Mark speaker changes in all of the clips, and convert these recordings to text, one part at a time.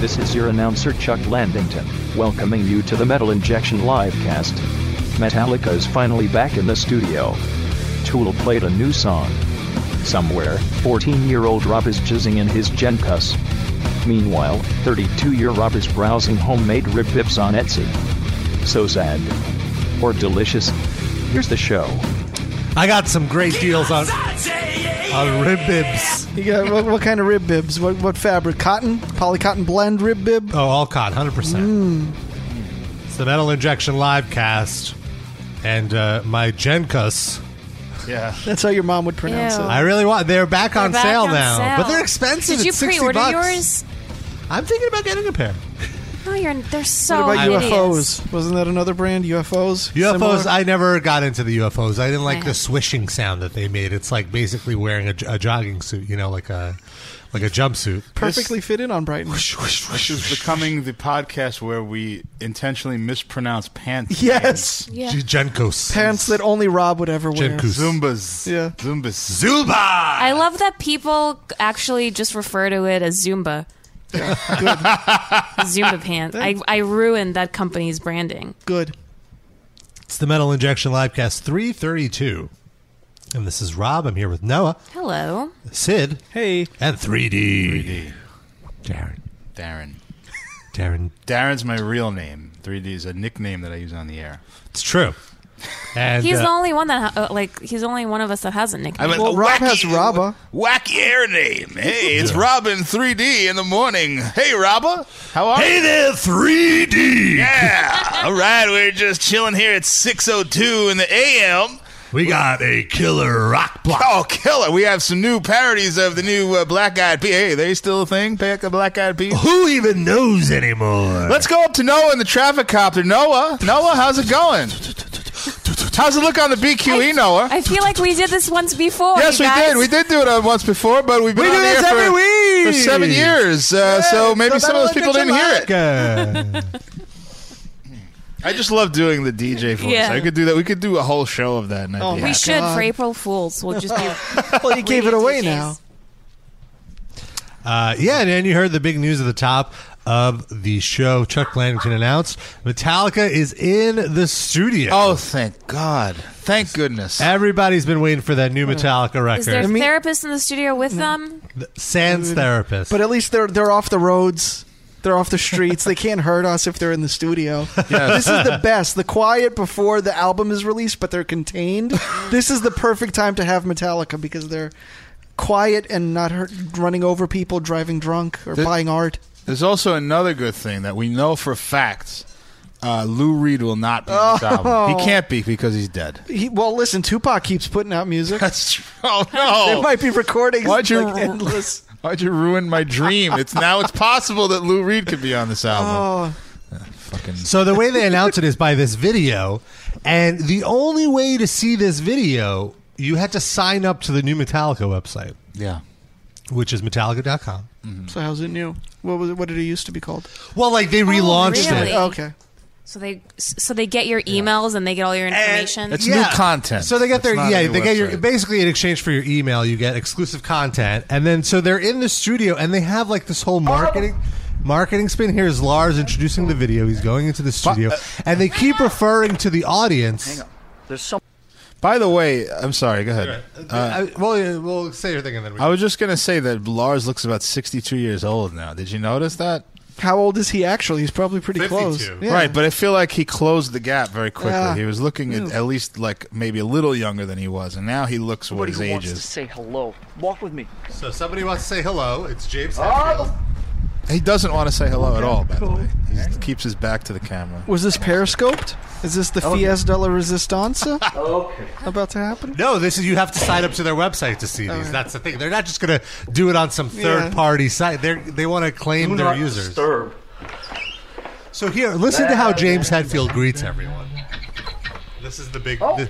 Speaker 1: This is your announcer Chuck Landington, welcoming you to the Metal Injection Livecast. Metallica is finally back in the studio. Tool played a new song. Somewhere, 14 year old Rob is jizzing in his Genkus. Meanwhile, 32 year Rob is browsing homemade rib dips on Etsy. So sad. Or delicious. Here's the show.
Speaker 2: I got some great deals on on Uh, rib bibs.
Speaker 3: You got what, what kind of rib bibs? What what fabric? Cotton, polycotton blend rib bib.
Speaker 2: Oh, all caught, hundred percent. It's the Metal Injection live cast, and uh, my Genkus.
Speaker 4: Yeah.
Speaker 3: That's how your mom would pronounce
Speaker 5: Ew.
Speaker 3: it.
Speaker 2: I really want. They're back on
Speaker 5: back
Speaker 2: sale
Speaker 5: on
Speaker 2: now,
Speaker 5: sale.
Speaker 2: but they're expensive.
Speaker 5: Did you
Speaker 2: It's 60
Speaker 5: pre-order
Speaker 2: bucks.
Speaker 5: yours?
Speaker 2: I'm thinking about getting a pair.
Speaker 6: Oh,
Speaker 5: No, you're. They're so
Speaker 3: What about
Speaker 5: hideous.
Speaker 3: UFOs? Wasn't that another brand? UFOs.
Speaker 2: UFOs.
Speaker 3: Similar?
Speaker 2: I never got into the UFOs. I didn't like
Speaker 5: Yeah.
Speaker 2: the swishing sound that they made. It's like basically wearing a, j- a jogging suit, you know, like a like a jumpsuit.
Speaker 3: perfectly fit in on Brighton.
Speaker 4: This is becoming the podcast where we intentionally mispronounce pants.
Speaker 3: Yes,
Speaker 5: Yeah.
Speaker 2: G- Genkos.
Speaker 3: pants that only Rob would ever wear.
Speaker 2: Genkus.
Speaker 4: Zumbas.
Speaker 3: Yeah.
Speaker 4: Zumbas.
Speaker 2: Zuba.
Speaker 3: Ah.
Speaker 5: I love that people actually just refer to it as Zumba. Zumba pants. I, I ruined that company's branding.
Speaker 3: Good.
Speaker 2: It's the Metal Injection Livecast 332. And this is Rob. I'm here with Noah,
Speaker 5: Hello.
Speaker 2: Sid,
Speaker 3: Hey,
Speaker 2: and 3D.
Speaker 4: D.
Speaker 2: Darren.
Speaker 4: Darren.
Speaker 2: Darren.
Speaker 4: Darren's my real name. 3D is a nickname that I use on the air.
Speaker 2: It's true. And
Speaker 5: He's
Speaker 2: uh,
Speaker 5: the only one that ha- uh, like he's the only one of us that has a nickname.
Speaker 4: went,
Speaker 3: Well,
Speaker 4: "A
Speaker 3: Rob has Rabba."
Speaker 4: Wacky air name. Hey, it's Robin 3D in the morning. Hey, Robba. How are you?
Speaker 2: there, 3D.
Speaker 4: Yeah. All right, we're just chilling here at 6.02 in the a.m.
Speaker 2: We got a killer rock block.
Speaker 4: Oh, killer. We have some new parodies of the new uh, Black Eyed Peas. Hey, they still a thing? Back the Black Eyed Peas?
Speaker 2: Who even knows anymore?
Speaker 4: Let's go up to Noah in the traffic copter. Noah, Noah, how's it going? How's it look on the BQE, Noah?
Speaker 5: I feel like we did this once
Speaker 6: Oh,
Speaker 5: before.
Speaker 4: yes,
Speaker 5: you
Speaker 4: we
Speaker 5: guys.
Speaker 4: did. We did do it on once before, but we've been
Speaker 2: We
Speaker 4: on
Speaker 2: do
Speaker 4: the
Speaker 2: this
Speaker 4: air for,
Speaker 2: every
Speaker 4: for
Speaker 2: week.
Speaker 4: seven years. Uh, so maybe some of those people didn't hear it.
Speaker 2: hear it.
Speaker 4: I just love doing the DJ voice.
Speaker 5: Yeah.
Speaker 4: I could do that. We could do a whole show of that. And I'd
Speaker 3: Oh,
Speaker 4: be
Speaker 3: my
Speaker 5: We
Speaker 4: happy.
Speaker 5: should
Speaker 3: God.
Speaker 5: for April Fools. We'll just be
Speaker 3: well, you gave it
Speaker 5: radio
Speaker 3: away
Speaker 5: DJs.
Speaker 3: now.
Speaker 2: Uh, yeah, and then you heard the big news at the top of the show. Chuck Landington announced Metallica is in the studio.
Speaker 4: Oh, thank God. Thank goodness.
Speaker 2: Everybody's been waiting for that new Metallica
Speaker 5: Is there
Speaker 2: record.
Speaker 5: a
Speaker 3: mean-
Speaker 5: therapist in the studio with them?
Speaker 2: Sans therapist.
Speaker 3: Mm-hmm. But at least they're they're off the roads. They're off the streets. they can't hurt us if they're in the studio. This is the best. The quiet before the album is released, but they're contained. this is the perfect time to have Metallica because they're quiet and not hurt, running over people, driving drunk, or
Speaker 4: The-
Speaker 3: buying art.
Speaker 4: There's also another good thing that we know for facts. Uh, Lou Reed will not be on this album. He can't be because he's dead.
Speaker 3: He, well, listen, Tupac keeps putting out music.
Speaker 4: That's true. Oh
Speaker 3: There
Speaker 4: no!
Speaker 3: might be recordings
Speaker 4: Why'd you-
Speaker 3: like, endless.
Speaker 4: Why'd you ruin my dream? It's now it's possible that Lou Reed could be on this album.
Speaker 3: Oh,
Speaker 4: Fucking
Speaker 2: so the way they announce it is by this video, and the only way to see this video, you had to sign up to the new Metallica website,
Speaker 4: yeah.
Speaker 2: which is metallica.com.
Speaker 3: so how's it new? What was it, what did it used to be called?
Speaker 2: Well, like they relaunched
Speaker 5: really?
Speaker 2: it.
Speaker 3: Oh, okay.
Speaker 5: So they so they get your emails and they get all your information.
Speaker 4: It's new content.
Speaker 2: So they get their
Speaker 4: It's not a
Speaker 2: yeah,
Speaker 4: new
Speaker 2: they get your
Speaker 4: website.
Speaker 2: basically in exchange for your email, you get exclusive content, and then so they're in the studio and they have like this whole marketing. Marketing spin. Here's Lars introducing the video. He's going into the studio,
Speaker 7: Uh,
Speaker 2: and they keep referring to the audience.
Speaker 4: By the way, I'm sorry. Go ahead.
Speaker 2: Uh, well, yeah, we'll say your thing, and then we
Speaker 4: I was just gonna say that Lars looks about 62 years old now. Did you notice that?
Speaker 3: How old is he actually? He's probably pretty
Speaker 2: 52.
Speaker 3: close. Yeah.
Speaker 4: Right, but I feel like he closed the gap very quickly.
Speaker 3: Yeah.
Speaker 4: He was looking at, at least like maybe a little younger than he was, and now he looks what
Speaker 7: Everybody
Speaker 4: his
Speaker 7: who
Speaker 4: age
Speaker 7: wants to
Speaker 4: is.
Speaker 7: say hello, walk with me.
Speaker 2: So somebody wants to say hello. It's James.
Speaker 4: He doesn't want to say hello at all. By the way, he keeps his back to the camera.
Speaker 3: Was this periscoped? Is this the Fiesta de la Resistanza
Speaker 7: Okay.
Speaker 3: about to happen?
Speaker 2: No, this is you have to sign up to their website to see these. That's the thing. They're not just going to do it on some third party site. They they want to claim
Speaker 7: Do
Speaker 2: their
Speaker 7: not
Speaker 2: users.
Speaker 7: disturb.
Speaker 2: So here, listen to how James Hetfield greets everyone. This is the big.
Speaker 7: Oh.
Speaker 2: thi-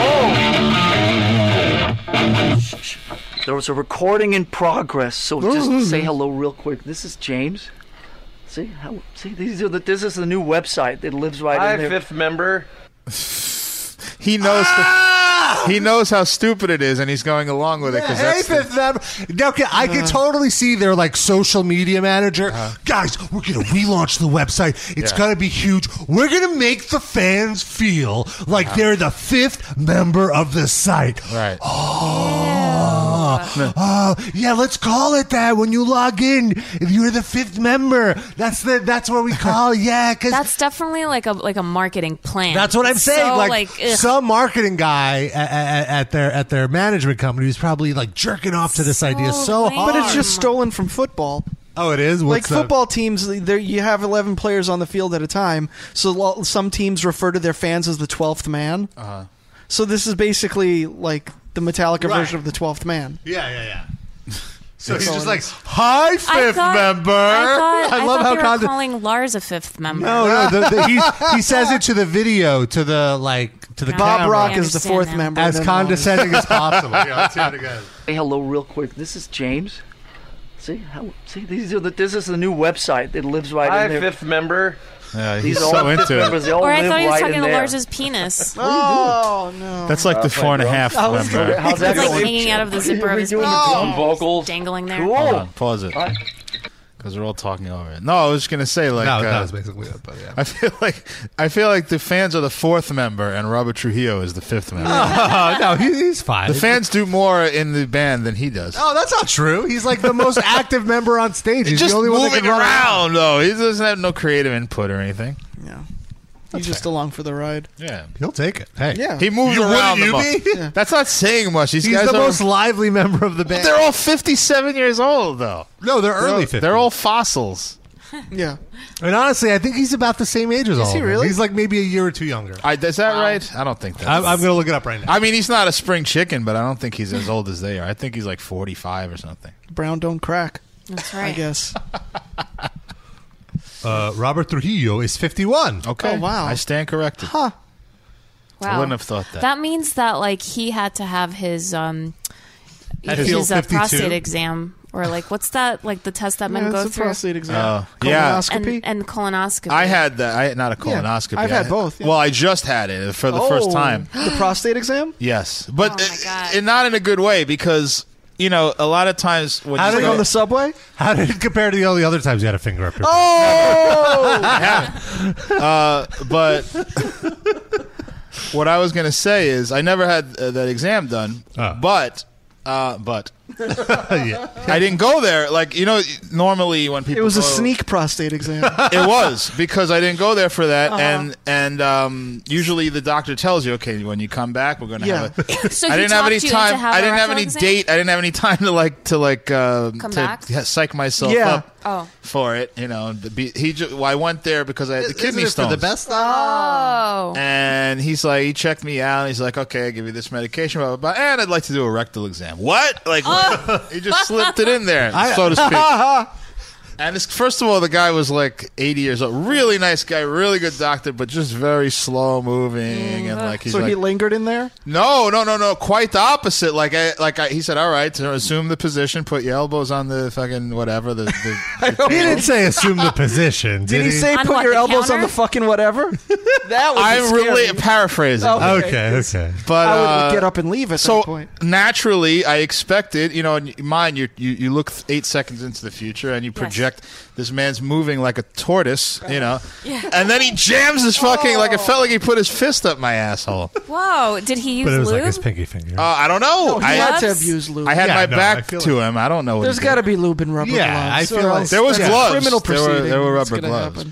Speaker 7: Oh. There was a recording in progress, so just say hello real quick. This is James. See, how, see, these are the, this is the new website that lives right
Speaker 8: Hi,
Speaker 7: in there.
Speaker 8: fifth member.
Speaker 4: He knows. the- He knows how stupid it is, and he's going along with it because
Speaker 2: Hey,
Speaker 4: that's. the-
Speaker 2: Fifth Uh-huh. Avenue. Now, okay, I can totally see their like social media manager. Guys, we're gonna relaunch the website. It's
Speaker 4: Yeah.
Speaker 2: gonna be huge. We're gonna make the fans feel like they're the fifth member of the site.
Speaker 4: Right.
Speaker 2: Oh, oh, yeah. Let's call it that. When you log in, if you're the fifth member, that's the that's what we call. Yeah, because
Speaker 5: That's definitely like a like a marketing plan.
Speaker 2: that's what I'm
Speaker 5: It's
Speaker 2: saying.
Speaker 5: So,
Speaker 2: like,
Speaker 5: like, ugh.
Speaker 2: some marketing guy at, at, at their at their management company was probably like jerking off to this idea so
Speaker 5: lame.
Speaker 2: hard.
Speaker 5: But
Speaker 3: But it's just stolen from football.
Speaker 2: oh, it is
Speaker 3: like
Speaker 2: What's up?
Speaker 3: football teams, there you have eleven players on the field at a time. So lo- some teams refer to their fans as the twelfth man. Uh-huh. So this is basically like the Metallica
Speaker 2: Right.
Speaker 3: version of the twelfth man.
Speaker 2: Yeah, yeah, yeah. So he's
Speaker 3: all
Speaker 2: just
Speaker 3: it
Speaker 2: like,
Speaker 3: is.
Speaker 2: "Hi, fifth member."
Speaker 5: I, thought, I
Speaker 2: love
Speaker 5: thought
Speaker 2: how
Speaker 5: they were
Speaker 2: content-
Speaker 5: calling Lars a fifth member.
Speaker 2: No, no, the, the, he he says it to the video, to the like, to the
Speaker 5: No.
Speaker 3: Bob
Speaker 2: camera,
Speaker 3: Rock is the
Speaker 5: understand
Speaker 3: fourth
Speaker 5: that.
Speaker 3: member.
Speaker 2: as
Speaker 3: and then Lars.
Speaker 2: condescending as possible. Yeah, let's hear it again.
Speaker 7: Say hello real quick. This is James. See how? See these are the. This is the new website. It lives right
Speaker 8: Hi,
Speaker 7: in there.
Speaker 8: fifth member.
Speaker 4: Yeah,
Speaker 7: These
Speaker 4: he's
Speaker 7: all
Speaker 4: so
Speaker 7: fifth
Speaker 4: into
Speaker 7: members,
Speaker 4: it.
Speaker 7: they all
Speaker 5: Or I
Speaker 7: live
Speaker 5: thought he was
Speaker 7: right
Speaker 5: talking
Speaker 7: in
Speaker 5: to
Speaker 7: there.
Speaker 5: Lars's penis. It's
Speaker 3: Oh no!
Speaker 4: That's like the four and a half
Speaker 3: I was
Speaker 4: member.
Speaker 7: How's that
Speaker 5: like
Speaker 7: going?
Speaker 5: hanging out of the zipper
Speaker 7: Are
Speaker 5: of
Speaker 7: we
Speaker 5: his
Speaker 7: doing
Speaker 5: pants.
Speaker 7: the
Speaker 5: Oh.
Speaker 8: drum vocals?
Speaker 5: Dangling there.
Speaker 4: Hold
Speaker 7: Cool.
Speaker 4: on, pause it. Because we're all talking over it. No, I was just gonna say like.
Speaker 2: No,
Speaker 4: uh,
Speaker 2: that was basically it. But yeah.
Speaker 4: I feel like I feel like the fans are the fourth member and Robert Trujillo is the fifth member.
Speaker 2: Oh, no, he, he's fine.
Speaker 4: The fans do more in the band than he does.
Speaker 2: Oh, that's not true. He's like the most active member on stage. He's
Speaker 4: just
Speaker 2: the only one that
Speaker 4: moving
Speaker 2: can run
Speaker 4: around though. He doesn't have no creative input or anything.
Speaker 3: Yeah, you just along for the ride.
Speaker 4: Yeah.
Speaker 2: He'll take it. Hey,
Speaker 3: Yeah.
Speaker 4: He moves
Speaker 2: You wouldn't,
Speaker 4: around. the
Speaker 2: you
Speaker 4: most.
Speaker 2: be?
Speaker 4: Yeah. That's not saying much. These
Speaker 2: he's
Speaker 4: guys
Speaker 2: the
Speaker 4: are.
Speaker 2: most lively member of the band.
Speaker 4: they're all 57 years old though.
Speaker 2: no, they're early.
Speaker 4: They're-
Speaker 2: 50s.
Speaker 4: They're all fossils.
Speaker 3: Yeah,
Speaker 2: And honestly, I think he's about the same age as all.
Speaker 3: he
Speaker 2: of them.
Speaker 3: really?
Speaker 2: He's like maybe a year or two younger.
Speaker 4: I, is that right? I don't think that's.
Speaker 2: I'm, I'm going to look it up right now.
Speaker 4: I mean, he's not a spring chicken, but I don't think he's as old as they are. I think he's like 45 or something.
Speaker 3: Brown don't crack.
Speaker 5: That's
Speaker 3: I
Speaker 5: right.
Speaker 3: guess.
Speaker 2: Uh, Robert Trujillo is 51.
Speaker 4: Okay.
Speaker 3: Oh, wow.
Speaker 4: I stand corrected.
Speaker 3: Huh.
Speaker 5: Wow.
Speaker 4: I wouldn't have thought that.
Speaker 5: That means that like he had to have his um
Speaker 2: Had
Speaker 5: his,
Speaker 2: to-
Speaker 5: uh,
Speaker 2: 52?
Speaker 5: prostate exam or like what's that like the test that men
Speaker 3: Yeah,
Speaker 5: go
Speaker 3: it's a
Speaker 5: through
Speaker 3: prostate exam.
Speaker 4: Oh, yeah.
Speaker 5: and
Speaker 3: Colonoscopy.
Speaker 5: and colonoscopy.
Speaker 4: I had that. I not a colonoscopy.
Speaker 3: I've
Speaker 4: I
Speaker 3: had both, yeah.
Speaker 4: Well, I just had it for the first
Speaker 3: Oh,
Speaker 4: time.
Speaker 3: The prostate exam.
Speaker 4: Yes, but
Speaker 5: my God.
Speaker 4: and not in a good way because you know a lot of times when
Speaker 2: How
Speaker 4: you
Speaker 2: did
Speaker 3: Like
Speaker 4: go-
Speaker 3: on the subway.
Speaker 2: How did it compare to all the other times you had a finger up your butt?
Speaker 9: Oh!
Speaker 4: I haven't. uh, but what I was gonna say is I never had uh, that exam done,
Speaker 2: Ah.
Speaker 4: but uh, but
Speaker 2: yeah.
Speaker 4: I didn't go there. Like you know, normally when people
Speaker 3: It was a
Speaker 4: go-
Speaker 3: sneak prostate exam.
Speaker 4: it was because I didn't go there for that,
Speaker 3: Uh-huh.
Speaker 4: and and um, usually the doctor tells you, okay, when you come back, we're gonna
Speaker 3: Yeah.
Speaker 4: have a
Speaker 5: so
Speaker 4: I
Speaker 5: he
Speaker 4: didn't have
Speaker 5: talked
Speaker 4: any
Speaker 5: you into
Speaker 4: time.
Speaker 5: have
Speaker 4: I
Speaker 5: a
Speaker 4: didn't have
Speaker 5: rectal
Speaker 4: any
Speaker 5: exam?
Speaker 4: date. I didn't have any time to like to like um,
Speaker 5: Come
Speaker 4: to
Speaker 5: back?
Speaker 4: yeah, psych myself
Speaker 3: Yeah.
Speaker 4: up
Speaker 5: Oh.
Speaker 4: for it. You know, and be, he. Ju- well, I went there because I had the kidney
Speaker 2: Isn't it
Speaker 4: stones.
Speaker 2: for the best?
Speaker 5: Oh.
Speaker 4: And he's like, he checked me out. And he's like, okay, I give you this medication, blah blah blah. And I'd like to do a rectal exam. What? Like, what? he just slipped it in there, so to speak. And it's, first of all, the guy was like 80 years old. Really nice guy, really good doctor, but just very slow moving. And like, he's
Speaker 3: so
Speaker 4: like,
Speaker 3: he lingered in there.
Speaker 4: no, no, no, no. Quite the opposite. Like I, like I, he said, all right, to assume the position, put your elbows on the fucking whatever. The, the, the
Speaker 2: He didn't say assume the position. Did,
Speaker 3: Did he say
Speaker 5: On
Speaker 3: put
Speaker 5: what,
Speaker 3: your
Speaker 5: the
Speaker 3: elbows on
Speaker 5: counter?
Speaker 3: the fucking whatever? that would
Speaker 4: I'm really paraphrasing,
Speaker 3: Oh.
Speaker 2: Okay, okay.
Speaker 4: but
Speaker 3: I
Speaker 4: uh,
Speaker 3: would get up and leave at
Speaker 4: So
Speaker 3: that point.
Speaker 4: naturally, I expected, you know, and mind you, you, you look th- eight seconds into the future and you project this man's moving like a tortoise, you know, and then he jams his fucking like it felt like he put his fist up my asshole. Uh,
Speaker 5: Whoa. Did he use
Speaker 2: But it was
Speaker 5: lube?
Speaker 2: like his pinky finger.
Speaker 4: I don't know.
Speaker 3: He
Speaker 4: Oh, I,
Speaker 3: had
Speaker 5: gloves?
Speaker 3: to have used lube.
Speaker 4: I had
Speaker 2: Yeah,
Speaker 4: my
Speaker 2: no, I
Speaker 4: back
Speaker 2: feel
Speaker 4: to him. I don't know. What
Speaker 3: There's
Speaker 4: he
Speaker 3: got
Speaker 4: did.
Speaker 3: to be lube and rubber
Speaker 2: Yeah,
Speaker 3: gloves.
Speaker 2: I
Speaker 3: or
Speaker 2: feel like-
Speaker 3: else
Speaker 4: There was
Speaker 3: that's a
Speaker 4: gloves.
Speaker 3: Criminal
Speaker 4: There were-
Speaker 3: proceeding.
Speaker 4: There were,
Speaker 3: that's
Speaker 4: rubber
Speaker 3: gonna
Speaker 4: gloves.
Speaker 3: happen.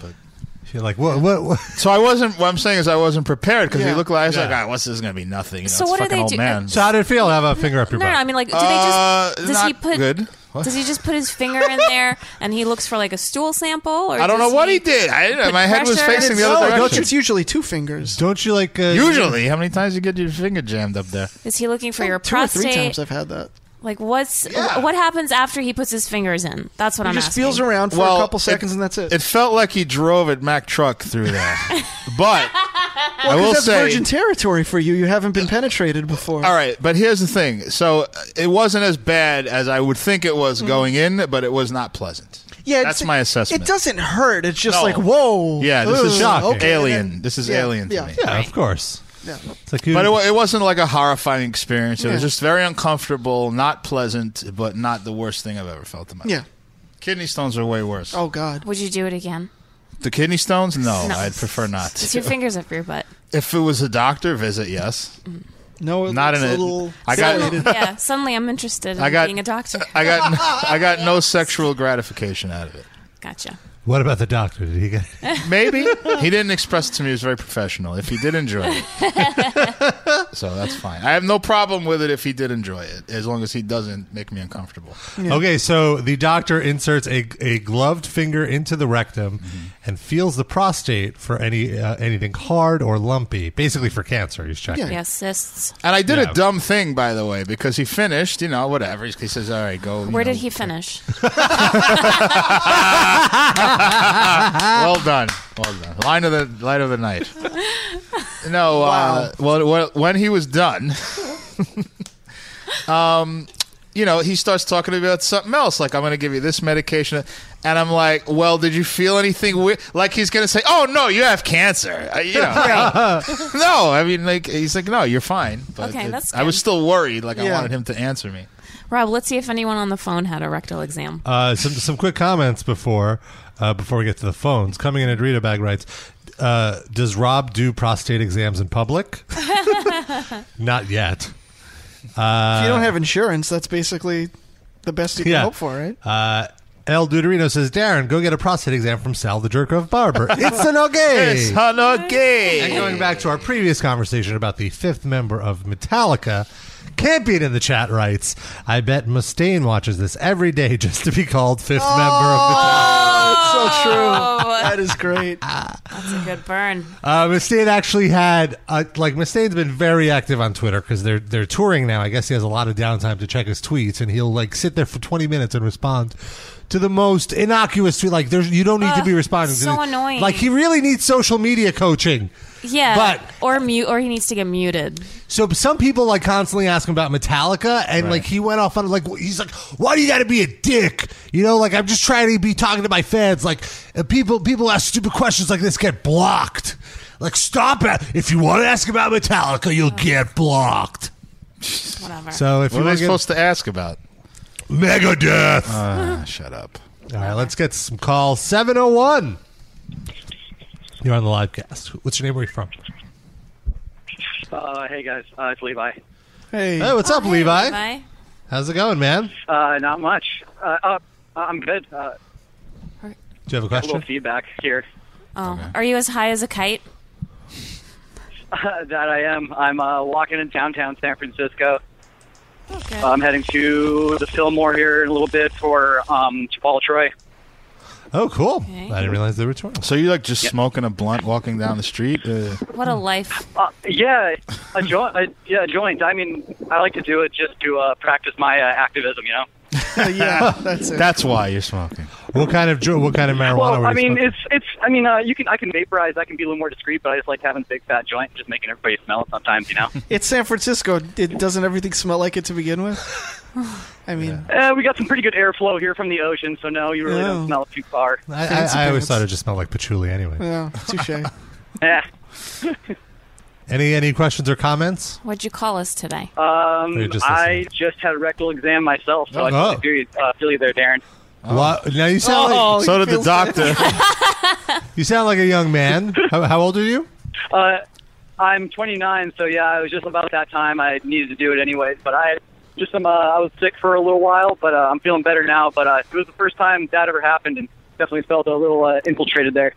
Speaker 4: but-
Speaker 2: You're like, what? What? what?
Speaker 4: So I wasn't. What I'm saying is I wasn't prepared because
Speaker 3: Yeah.
Speaker 4: he looked like I was like,
Speaker 2: Yeah.
Speaker 4: ah, what's this going to be nothing? You know,
Speaker 5: So
Speaker 4: it's
Speaker 5: what do
Speaker 4: fucking
Speaker 5: they
Speaker 4: old
Speaker 5: do-
Speaker 4: man.
Speaker 2: So how did it feel to have a finger up your
Speaker 5: no, no,
Speaker 2: butt?
Speaker 5: I mean like do
Speaker 4: Uh,
Speaker 5: they just does he
Speaker 4: not
Speaker 5: put
Speaker 4: good. What?
Speaker 5: Does he just put his finger in there and he looks for like a stool sample or
Speaker 4: I don't know
Speaker 5: does
Speaker 4: what he did. I didn't.
Speaker 5: put
Speaker 4: My head was
Speaker 5: pressure-
Speaker 4: facing the
Speaker 3: No,
Speaker 4: other
Speaker 3: don't you-
Speaker 4: direction.
Speaker 3: it's usually two fingers.
Speaker 2: Don't you like? Uh,
Speaker 4: Usually, how many times you get your finger jammed up there?
Speaker 5: Is he looking for your
Speaker 3: Two or three
Speaker 5: prostate?
Speaker 3: times I've had that.
Speaker 5: Like what's what happens after he puts his fingers in? That's what
Speaker 3: He
Speaker 5: I'm
Speaker 3: just
Speaker 5: asking.
Speaker 3: feels around for
Speaker 4: Well,
Speaker 3: a couple
Speaker 4: it-
Speaker 3: seconds and that's it.
Speaker 4: It felt like he drove a Mack truck through there. but I will
Speaker 3: that's
Speaker 4: say,
Speaker 3: virgin territory for you. You haven't been penetrated before.
Speaker 4: all right. But here's the thing. So uh, it wasn't as bad as I would think it was going in, but it was not pleasant.
Speaker 3: Mm-hmm. Yeah,
Speaker 4: that's
Speaker 3: it's-
Speaker 4: my assessment.
Speaker 3: It doesn't hurt. It's just
Speaker 4: No.
Speaker 3: like whoa.
Speaker 4: Yeah, this
Speaker 2: Ooh,
Speaker 4: is
Speaker 2: shocking.
Speaker 4: alien. This is
Speaker 3: yeah,
Speaker 4: alien to
Speaker 3: yeah.
Speaker 4: me.
Speaker 2: Yeah, of course.
Speaker 3: Yeah.
Speaker 2: It's like, you-
Speaker 4: But it, wa- it wasn't like a horrifying experience. It was
Speaker 3: Yeah.
Speaker 4: just very uncomfortable, not pleasant, but not the worst thing I've ever felt in my
Speaker 3: Yeah.
Speaker 4: Kidney stones are way worse.
Speaker 3: Oh God.
Speaker 5: Would you do it again?
Speaker 4: The kidney stones? No,
Speaker 5: No.
Speaker 4: I'd prefer not.
Speaker 5: It's your fingers up your butt.
Speaker 4: If it was a doctor visit, yes.
Speaker 3: No, it
Speaker 4: Not
Speaker 3: looks
Speaker 4: in
Speaker 3: a
Speaker 4: it.
Speaker 3: little.
Speaker 4: I got-
Speaker 3: simulated.
Speaker 5: yeah. Suddenly, I'm interested in
Speaker 4: I got-
Speaker 5: being a doctor.
Speaker 4: I got I got no sexual gratification out of it.
Speaker 5: Gotcha.
Speaker 2: what about the doctor? Did he get?
Speaker 4: Maybe he didn't express it to me. He was very professional. If he did enjoy it, so that's fine. I have no problem with it if he did enjoy it, as long as he doesn't make me uncomfortable.
Speaker 2: Okay, so the doctor inserts a, a gloved finger into the rectum
Speaker 4: Mm-hmm.
Speaker 2: and feels the prostate for any uh, anything hard or lumpy, basically for cancer. He's checking.
Speaker 5: Yeah, cysts.
Speaker 4: And I did
Speaker 2: Yeah.
Speaker 4: a dumb thing, by the way, because he finished. You know, whatever. He he says, "All right, go." you
Speaker 5: Where
Speaker 4: know.
Speaker 5: did he finish?
Speaker 4: Well done, well done. Line of the light of the night. No, uh, well, well, when he was done, um, you know, he starts talking to me about something else. Like, I'm going to give you this medication, and I'm like, well, did you feel anything weird? Like, he's going to say, oh no, you have cancer. I, you know, no, I mean, like, he's like, no, you're fine. But
Speaker 5: Okay, that's
Speaker 4: I was
Speaker 5: good.
Speaker 4: still worried. Like, I
Speaker 3: Yeah.
Speaker 4: wanted him to answer me.
Speaker 5: Rob, let's see if anyone on the phone had a rectal exam.
Speaker 2: Uh, some some quick comments before uh, before we get to the phones. Coming in, Adrita Bag writes, uh, "Does Rob do prostate exams in public? Not yet."
Speaker 3: if you don't have insurance, that's basically the best you can
Speaker 2: Yeah.
Speaker 3: hope for, right?
Speaker 2: Uh, El Duderino says, "Darren, go get a prostate exam from Sal the Jerk of Barber. It's an okay."
Speaker 4: It's not
Speaker 2: And
Speaker 4: gay.
Speaker 2: going back to our previous conversation about the fifth member of Metallica, Campion in the chat writes, I bet Mustaine watches this every day just to be called fifth
Speaker 3: Oh, It's so true.
Speaker 5: Oh,
Speaker 3: That is great.
Speaker 5: that's a good burn.
Speaker 2: member of Metallica. Uh, Mustaine actually had, uh, like, Mustaine's been very active on Twitter because they're, they're touring now. I guess he has a lot of downtime to check his tweets, and he'll, like, sit there for 20 minutes and respond. To the most innocuous tweet, like there's, you don't need to be
Speaker 5: Ugh,
Speaker 2: responding. to
Speaker 5: so
Speaker 2: this.
Speaker 5: annoying.
Speaker 2: Like he really needs social media coaching.
Speaker 5: Yeah,
Speaker 2: But-
Speaker 5: or mute, or he needs to get muted.
Speaker 2: So some people like constantly ask him about Metallica, and like he went off on like he's like, "Why do you got to be a dick?" You know, like I'm just trying to be talking to my fans. Like uh, people, people ask stupid questions like this get blocked. Like stop it! If you want to ask about Metallica, you'll get blocked.
Speaker 5: Whatever.
Speaker 2: So if
Speaker 4: What am
Speaker 2: you
Speaker 4: I
Speaker 2: want to
Speaker 4: supposed to ask about?
Speaker 2: Megadeth,
Speaker 4: Ah, shut up.
Speaker 2: all right, let's get some calls. Seven oh one. You're on the live cast. What's your name? Where are you from?
Speaker 8: Uh, hey guys, uh, it's Levi.
Speaker 3: Hey,
Speaker 2: Hey, what's up,
Speaker 5: Oh, Hey,
Speaker 2: Levi? How's it going, man?
Speaker 8: Uh, not much. Uh, uh, I'm good. Uh,
Speaker 2: Do you have a
Speaker 8: a little
Speaker 2: question?
Speaker 8: feedback here.
Speaker 5: Oh, are you as high as a kite?
Speaker 8: Uh, that I am. I'm uh, walking in downtown San Francisco.
Speaker 5: Okay.
Speaker 8: I'm heading to the Fillmore here in a little bit for um, Chipotle Troy.
Speaker 2: Oh, cool.
Speaker 5: Okay.
Speaker 2: I didn't realize they were touring.
Speaker 4: So you like just smoking a blunt, walking down the street? Uh,
Speaker 5: What a life.
Speaker 8: Uh, yeah, a joint. uh, yeah, a joint. I mean, I like to do it just to uh, practice my uh, activism. You know.
Speaker 3: yeah, that's it.
Speaker 4: That's why you're smoking.
Speaker 2: What kind of dr- what kind of marijuana?
Speaker 8: Well,
Speaker 2: were you
Speaker 8: I mean,
Speaker 2: smoking?
Speaker 8: it's it's. I mean, uh, you can. I can vaporize. I can be a little more discreet, but I just like having a big fat joint, and just making everybody smell it sometimes. You know.
Speaker 3: It's San Francisco. It doesn't everything smell like it to begin with? I mean,
Speaker 8: Uh, we got some pretty good airflow here from the ocean, so no, you really
Speaker 3: Oh.
Speaker 8: don't smell it too far.
Speaker 2: I,
Speaker 3: fancy
Speaker 2: I, I always
Speaker 3: pants.
Speaker 2: thought it just smelled like patchouli. Anyway,
Speaker 3: yeah, touche.
Speaker 8: Eh.
Speaker 2: any any questions or comments?
Speaker 5: What'd you call us today?
Speaker 8: Um,
Speaker 2: You're just
Speaker 8: I
Speaker 2: listening.
Speaker 8: just had a rectal exam myself, so I
Speaker 2: Oh.
Speaker 8: feel you, uh, feel you there, Darren.
Speaker 2: Wha- Now you sound
Speaker 3: Oh.
Speaker 2: like
Speaker 4: so
Speaker 3: he
Speaker 4: did the
Speaker 3: feels
Speaker 4: doctor.
Speaker 2: you sound like a young man. how, how old are you?
Speaker 8: Uh, I'm 29, so yeah, it was just about that time. I needed to do it anyways, but I just some. Uh, I was sick for a little while, but uh, I'm feeling better now. But uh, it was the first time that ever happened, and definitely felt a little uh, infiltrated there.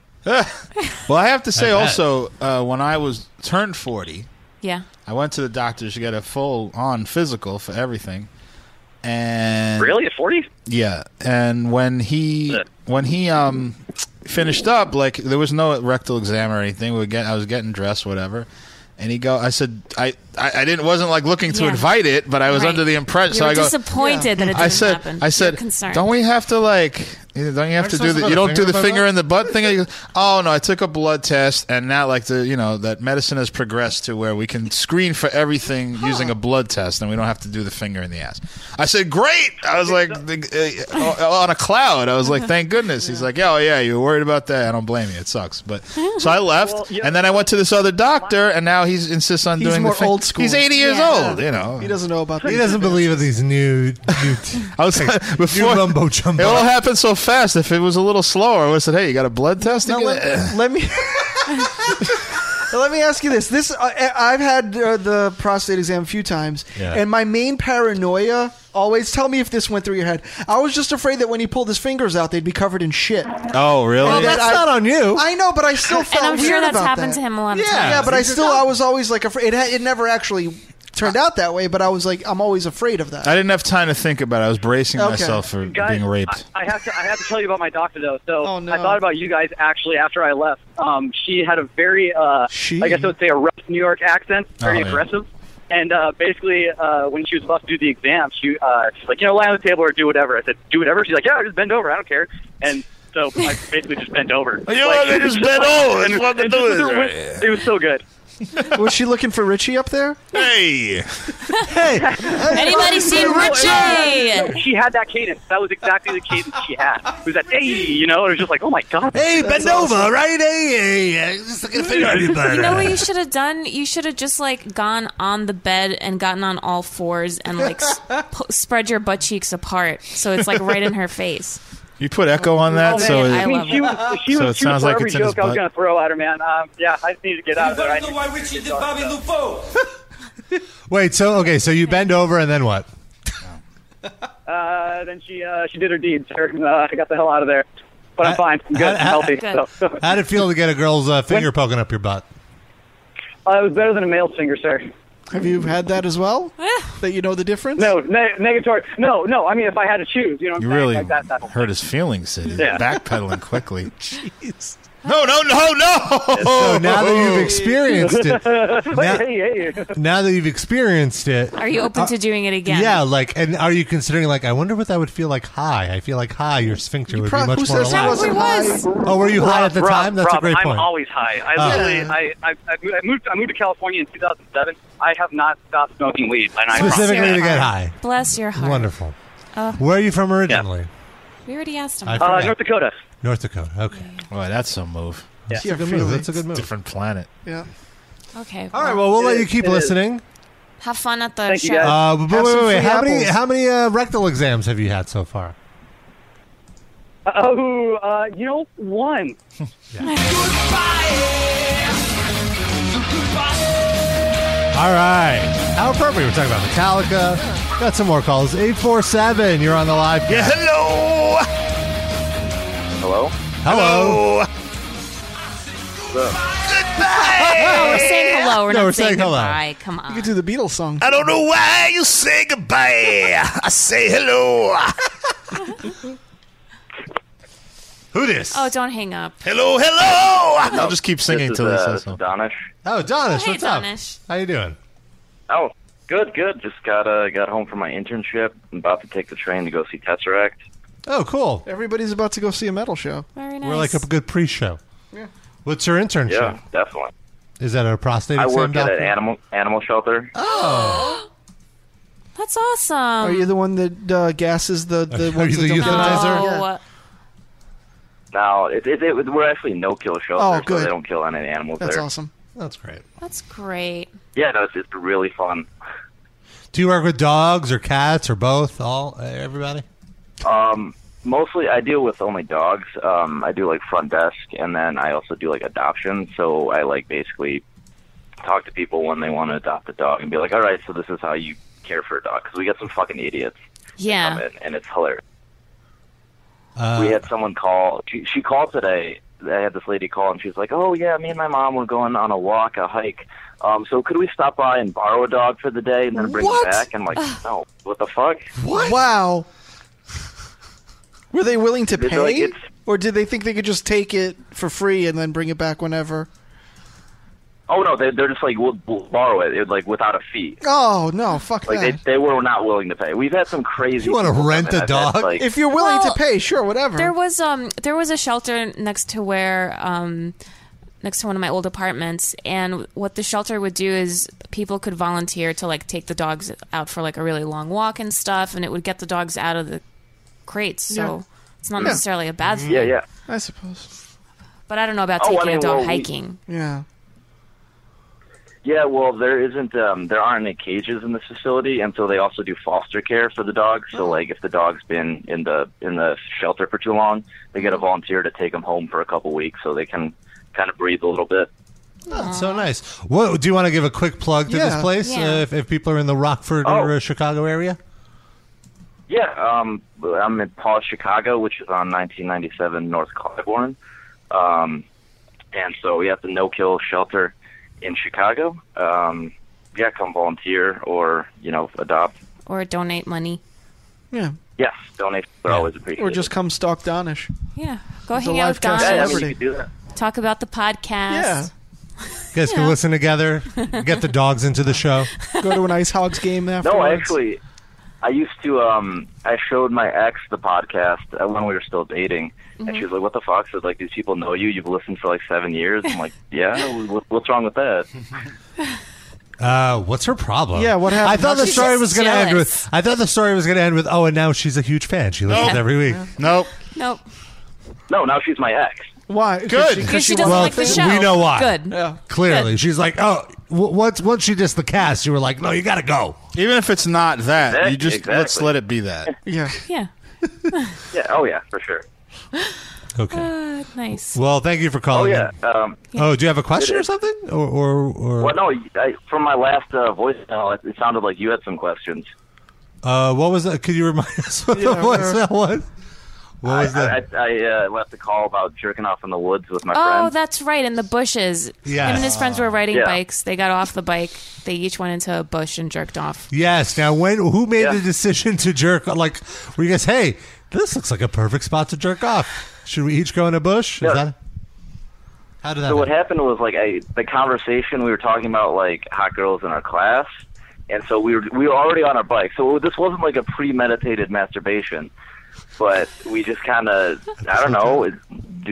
Speaker 4: well, I have to say
Speaker 2: bet.
Speaker 4: also, uh, when I was turned 40,
Speaker 5: Yeah.
Speaker 4: I went to the doctor to get a full on physical for everything. And
Speaker 8: Really, at 40?
Speaker 4: Yeah, and when he
Speaker 8: Yeah.
Speaker 4: when he um finished up, like there was no rectal exam or anything. We get I was getting dressed, whatever. And he go, I said, I, I, I didn't wasn't like looking to
Speaker 5: Yeah.
Speaker 4: invite it, but I was
Speaker 5: Right.
Speaker 4: under the impression.
Speaker 5: You
Speaker 4: so
Speaker 5: were
Speaker 4: I go,
Speaker 5: disappointed that it didn't
Speaker 4: I said,
Speaker 5: happen.
Speaker 4: I
Speaker 5: You're
Speaker 4: said,
Speaker 5: concerned.
Speaker 4: don't we have to like Yeah, Don't you have
Speaker 2: Aren't
Speaker 4: to do
Speaker 2: you supposed to
Speaker 4: the
Speaker 2: put
Speaker 4: you
Speaker 2: a
Speaker 4: don't do
Speaker 2: finger
Speaker 4: the
Speaker 2: by
Speaker 4: finger
Speaker 2: that?
Speaker 4: in the butt thing? You go, oh no, I took a blood test, and now like the you know that medicine has progressed to where we can screen for everything using a blood test, and we don't have to do the finger in the ass. I said, great. I was like the- uh, on a cloud. I was like, thank goodness. He's like, yeah, oh yeah, you were worried about that. I don't blame you. It sucks, but so I left, and then I went to this other doctor, and now he's insists on
Speaker 3: He's
Speaker 4: doing
Speaker 3: more
Speaker 4: the thing.
Speaker 3: old school.
Speaker 4: He's eighty years
Speaker 5: Yeah.
Speaker 4: old. You know,
Speaker 3: He doesn't know about
Speaker 2: He
Speaker 3: that.
Speaker 2: doesn't believe in these new, new,
Speaker 4: I was like,
Speaker 2: new
Speaker 4: before.
Speaker 2: mumbo
Speaker 4: it all
Speaker 2: jumbo.
Speaker 4: happened so fast. If it was a little slower, I would have said, "Hey, you got a blood test?"
Speaker 3: Now,
Speaker 4: again?"
Speaker 3: let, let me let me ask you this: This I, I've had uh, the prostate exam a few times,
Speaker 2: Yeah.
Speaker 3: and my main paranoia always tell me if this went through your head. I was just afraid that when he pulled his fingers out, they'd be covered in shit.
Speaker 4: Oh, really?
Speaker 3: Well,
Speaker 2: That's
Speaker 3: I-
Speaker 2: not on you.
Speaker 3: I know, but I still felt
Speaker 5: And I'm sure
Speaker 3: weird
Speaker 5: that's
Speaker 3: about
Speaker 5: happened
Speaker 3: that.
Speaker 5: to him a lot of
Speaker 2: Yeah.
Speaker 5: times.
Speaker 3: Yeah, but I still I was always like afraid. It, ha- it never actually turned out that way, but I was like I'm always afraid of that.
Speaker 4: I didn't have time to think about it. I was bracing
Speaker 3: Okay.
Speaker 4: myself for
Speaker 8: Guys,
Speaker 4: being raped.
Speaker 8: I, I have to. I have to tell you about my doctor though. So
Speaker 3: Oh, no.
Speaker 8: I thought about you guys actually after I left. Um, she had a very, uh,
Speaker 3: She?
Speaker 8: I guess I would say a rough New York accent, very
Speaker 4: Oh, yeah.
Speaker 8: aggressive. And uh, basically, uh, when she was about to do the exam, she uh, she's like, you know, lie on the table or do whatever. I said, do whatever. She's like, yeah, just bend over. I don't care. And so I basically just bent over.
Speaker 4: You know what? I just bent over. That's what they
Speaker 8: and just
Speaker 4: do is
Speaker 8: with her
Speaker 4: right.
Speaker 8: whi- It was so good.
Speaker 3: was she looking for Richie up there?
Speaker 4: hey,
Speaker 5: Anybody seen Richie?
Speaker 8: She had that cadence. That was exactly the cadence she had. It was that, hey, you know, it was just like, oh my God.
Speaker 2: Hey, bend over, right? Hey, hey, hey, just looking for you, buddy.
Speaker 5: You know what you should have done? You should have just like gone on the bed and gotten on all fours and like s- pu- spread your butt cheeks apart so it's like right in her face.
Speaker 4: you put echo on that,
Speaker 5: Oh, man,
Speaker 4: so
Speaker 5: I
Speaker 8: I mean,
Speaker 5: love
Speaker 8: she
Speaker 5: it.
Speaker 8: was, she
Speaker 4: So
Speaker 8: was
Speaker 4: it
Speaker 8: she was
Speaker 4: sounds
Speaker 8: for
Speaker 4: like
Speaker 8: every
Speaker 4: it's in his
Speaker 8: joke I was
Speaker 4: butt.
Speaker 8: going to throw at her, man. Um, yeah, I just need to get out of there. I
Speaker 10: don't know
Speaker 8: need-
Speaker 10: why Richie did Bobby Lupo.
Speaker 2: Wait, so okay, so you bend over and then what?
Speaker 8: uh, then she uh, she did her deed, sir. And, uh, I got the hell out of there. But I'm fine. I'm good. I'm healthy.
Speaker 5: Good.
Speaker 8: So,
Speaker 2: How'd it feel to get a girl's uh, finger poking up your butt?
Speaker 8: uh, it was better than a male's finger, sir.
Speaker 3: Have you had that as well?
Speaker 5: Eh.
Speaker 3: that you know the difference?
Speaker 8: No, ne- negatory. No, no. I mean, if I had to choose, you know, what I'm
Speaker 4: you
Speaker 8: saying?
Speaker 4: really
Speaker 8: like that, that whole-
Speaker 4: hurt his feelings. Sid. He's
Speaker 8: Yeah.
Speaker 4: backpedaling quickly. No, no, no, no.
Speaker 2: So now that you've experienced it,
Speaker 8: Hey,
Speaker 2: now,
Speaker 8: hey, hey.
Speaker 2: now that you've experienced it,
Speaker 5: Are you open to doing it again?
Speaker 2: Uh, yeah, like, and are you considering like, I wonder what that would feel like high? I feel like high, your sphincter would be
Speaker 3: Pro-
Speaker 2: much
Speaker 3: who
Speaker 2: more
Speaker 5: alive.
Speaker 3: says I
Speaker 2: aligned.
Speaker 5: Probably
Speaker 3: wasn't
Speaker 5: was.
Speaker 3: high?
Speaker 2: Oh, were you high at the
Speaker 8: Rob,
Speaker 2: time? That's
Speaker 8: Rob,
Speaker 2: a great
Speaker 8: I'm
Speaker 2: point. Ah.
Speaker 8: always high. I literally, I, I, I moved- I moved, I moved to California in 2007. I have not stopped smoking weed, and I promise.
Speaker 2: Specifically to get high.
Speaker 5: Bless your heart.
Speaker 2: Wonderful.
Speaker 5: Uh,
Speaker 2: Where are you from originally?
Speaker 5: We already asked him.
Speaker 2: I
Speaker 8: Uh,
Speaker 2: forgot.
Speaker 8: North Dakota.
Speaker 2: North Dakota. Okay.
Speaker 4: Boy, that's some move.
Speaker 3: Yeah,
Speaker 2: That's a good move. That's a good move.
Speaker 4: Different planet.
Speaker 3: Yeah.
Speaker 5: okay.
Speaker 2: All right. Well, we'll let you keep
Speaker 8: It is.
Speaker 2: listening.
Speaker 5: have fun at the
Speaker 8: Thank you,
Speaker 5: show.
Speaker 8: guys.
Speaker 2: Uh, but
Speaker 3: Have
Speaker 2: wait,
Speaker 3: some
Speaker 2: wait, wait.
Speaker 3: free
Speaker 2: How many
Speaker 3: apples.
Speaker 2: how many uh, rectal exams have you had so far?
Speaker 8: Oh, uh, you know, one.
Speaker 2: All right. How appropriate. We're talking about Metallica. Got some more calls. 847, you're on the live.
Speaker 4: Yeah, hello.
Speaker 11: Hello?
Speaker 2: Hello.
Speaker 5: Oh, we're saying hello. We're
Speaker 2: No,
Speaker 5: not
Speaker 2: we're
Speaker 5: saying
Speaker 2: saying hello.
Speaker 5: goodbye. Come on.
Speaker 3: You could do the Beatles song.
Speaker 4: I don't know why you say goodbye. I say hello.
Speaker 2: Who this?
Speaker 5: oh, don't hang up.
Speaker 4: Hello, hello. I'll just keep singing
Speaker 11: This
Speaker 4: till
Speaker 11: is,
Speaker 4: he
Speaker 11: uh,
Speaker 4: says
Speaker 11: this is
Speaker 4: something.
Speaker 11: Donish.
Speaker 2: Oh, Donish.
Speaker 5: Hey,
Speaker 2: what's
Speaker 5: Donish.
Speaker 2: up? How you doing?
Speaker 11: Oh, good, good. Just got uh, got home from my internship. I'm about to take the train to go see Tesseract.
Speaker 2: Oh, cool.
Speaker 3: Everybody's about to go see a metal show.
Speaker 5: Very nice.
Speaker 2: We're like a good pre-show. What's your internship?
Speaker 11: Yeah, definitely.
Speaker 2: Is that a prostate
Speaker 11: I
Speaker 2: exam
Speaker 11: work at
Speaker 2: doctor?
Speaker 11: an animal animal shelter.
Speaker 5: That's awesome.
Speaker 3: Are you the one that uh, gasses the the
Speaker 2: Are
Speaker 3: ones
Speaker 2: you
Speaker 3: that
Speaker 2: the
Speaker 3: don't get it?
Speaker 2: euthanizer?
Speaker 5: No.
Speaker 3: Yeah.
Speaker 11: Now, it, it, it, we're actually no kill shelter,
Speaker 3: Oh, good.
Speaker 11: so they don't kill any animals
Speaker 3: That's
Speaker 11: there.
Speaker 3: awesome.
Speaker 2: That's great.
Speaker 5: That's great.
Speaker 11: Yeah, no, it's, it's really fun.
Speaker 2: Do you work with dogs or cats or both? All uh, everybody?
Speaker 11: Um, mostly, I deal with only dogs. Um, I do like front desk, and then I also do like adoption. So I like basically talk to people when they want to adopt a dog and be like, "All right, so this is how you care for a dog." Because we got some fucking idiots
Speaker 6: Ah.
Speaker 5: Yeah.
Speaker 11: come in, and it's hilarious.
Speaker 2: Uh,
Speaker 11: we had someone call. She, she called today. I had this lady call, and she was like, "Oh yeah, me and my mom were going on a walk, a hike. Um, so could we stop by and borrow a dog for the day and then bring
Speaker 3: What?
Speaker 11: it back?" I'm like, "No, what the fuck?"
Speaker 3: Wow. Were they willing to
Speaker 11: It's like
Speaker 3: pay,
Speaker 11: it's-
Speaker 3: or did they think they could just take it for free and then bring it back whenever?
Speaker 11: Oh no, they, they're just like we'll we'll borrow it, it like without a fee.
Speaker 3: Oh no, fuck
Speaker 11: Like
Speaker 3: that.
Speaker 11: they, they were not willing to pay. We've had some crazy.
Speaker 3: You wanna
Speaker 11: people come
Speaker 3: rent
Speaker 11: in.
Speaker 3: a
Speaker 11: I've had,
Speaker 3: dog?
Speaker 11: like-
Speaker 3: If you're willing to pay, sure, whatever.
Speaker 5: There was um there was a shelter next to where um next to one of my old apartments and what the shelter would do is people could volunteer to like take the dogs out for like a really long walk and stuff and it would get the dogs out of the crates. So
Speaker 3: Yeah.
Speaker 5: it's not
Speaker 3: Yeah.
Speaker 5: necessarily a bad thing.
Speaker 11: Mm-hmm. Yeah, yeah.
Speaker 3: I suppose.
Speaker 5: But I don't know about
Speaker 11: Oh, I
Speaker 5: taking a
Speaker 11: mean,
Speaker 5: dog
Speaker 11: well, we-
Speaker 5: hiking.
Speaker 3: Yeah.
Speaker 11: Yeah, well, there isn't. Um, there aren't any cages in this facility, and so they also do foster care for the dogs. So, like, if the dog's been in the in the shelter for too long, they get a volunteer to take them home for a couple weeks, so they can kind of breathe a little bit.
Speaker 2: Oh, so nice. What do you want to give a quick plug to
Speaker 11: Yeah.
Speaker 2: this place
Speaker 11: Yeah.
Speaker 2: uh, if, if people are in the Rockford
Speaker 11: Oh.
Speaker 2: or uh, Chicago area?
Speaker 11: Yeah, um, I'm in Paul, Chicago, which is on 1997 North Claiborne, um, and so we have the No Kill Shelter in Chicago. Um, yeah, come volunteer or you know adopt.
Speaker 5: Or donate money.
Speaker 3: Yeah.
Speaker 11: Yes, donate. They're always appreciated.
Speaker 3: Or just come stalk Donish.
Speaker 5: Yeah. Go
Speaker 3: It's a
Speaker 5: hang out
Speaker 3: live
Speaker 5: with
Speaker 3: cast
Speaker 11: yeah, I
Speaker 5: Don.
Speaker 11: mean, you could do that.
Speaker 5: Talk about the podcast.
Speaker 3: Yeah.
Speaker 2: You guys can listen together, get the dogs into the show.
Speaker 3: Go to an Ice Hogs game afterwards.
Speaker 11: No, actually, I used to. Um, I showed my ex the podcast uh, when we were still dating,
Speaker 3: Mm-hmm.
Speaker 11: and she was like, "What the fuck?" She was like, "These people know you. You've listened for like seven years." I'm like, "Yeah, wh- wh- what's wrong with that?"
Speaker 2: Uh, what's her problem?
Speaker 11: Yeah, what happened?
Speaker 2: I thought the
Speaker 11: She's
Speaker 2: story
Speaker 11: just
Speaker 2: was going to end
Speaker 11: jealous.
Speaker 2: with. I thought the story was going to end with. Oh, and now she's a huge fan. She listens
Speaker 11: Yeah.
Speaker 2: every week.
Speaker 4: Nope.
Speaker 5: Nope.
Speaker 11: No, now she's my ex.
Speaker 3: Why?
Speaker 11: Good. she- 'cause she doesn't
Speaker 2: well,
Speaker 11: like the show.
Speaker 2: We know why.
Speaker 11: Good. Yeah.
Speaker 2: Clearly, she's like, oh, w- once once she did the cast, you were like, no, you got to go.
Speaker 4: Even if it's not that, you just let's
Speaker 2: Exactly.
Speaker 4: let it be that.
Speaker 3: Yeah.
Speaker 5: Yeah.
Speaker 11: Yeah. Oh yeah, for sure.
Speaker 5: Uh, nice.
Speaker 2: Well, thank you for calling.
Speaker 11: Oh, yeah,
Speaker 2: in.
Speaker 11: um,
Speaker 2: oh, do you have a question
Speaker 11: It
Speaker 2: or
Speaker 11: is.
Speaker 2: something? Or or, or
Speaker 11: Well, no, I, from my last uh, voicemail, it, it sounded like you had some questions.
Speaker 2: uh, what was that? Could you remind us what
Speaker 11: Yeah,
Speaker 2: the voicemail was? What was
Speaker 11: I,
Speaker 2: that?
Speaker 11: I, I uh, left a call about jerking off in the woods with my
Speaker 5: oh,
Speaker 11: friend.
Speaker 5: that's right. In the bushes.
Speaker 2: Yes.
Speaker 5: Him and his friends were riding
Speaker 2: Yeah.
Speaker 5: bikes. They got off the bike. They each went into a bush and jerked off.
Speaker 2: Yes. Now, when who made the decision to jerk? Like, were you guys, hey, this looks like a perfect spot to jerk off. Should we each go in a bush? Is that How did that?
Speaker 11: So what happened was like I, the conversation we were talking about like hot girls in our class, and so we were we were already on our bike. So this wasn't like a premeditated masturbation, but we just kind of I don't know, it,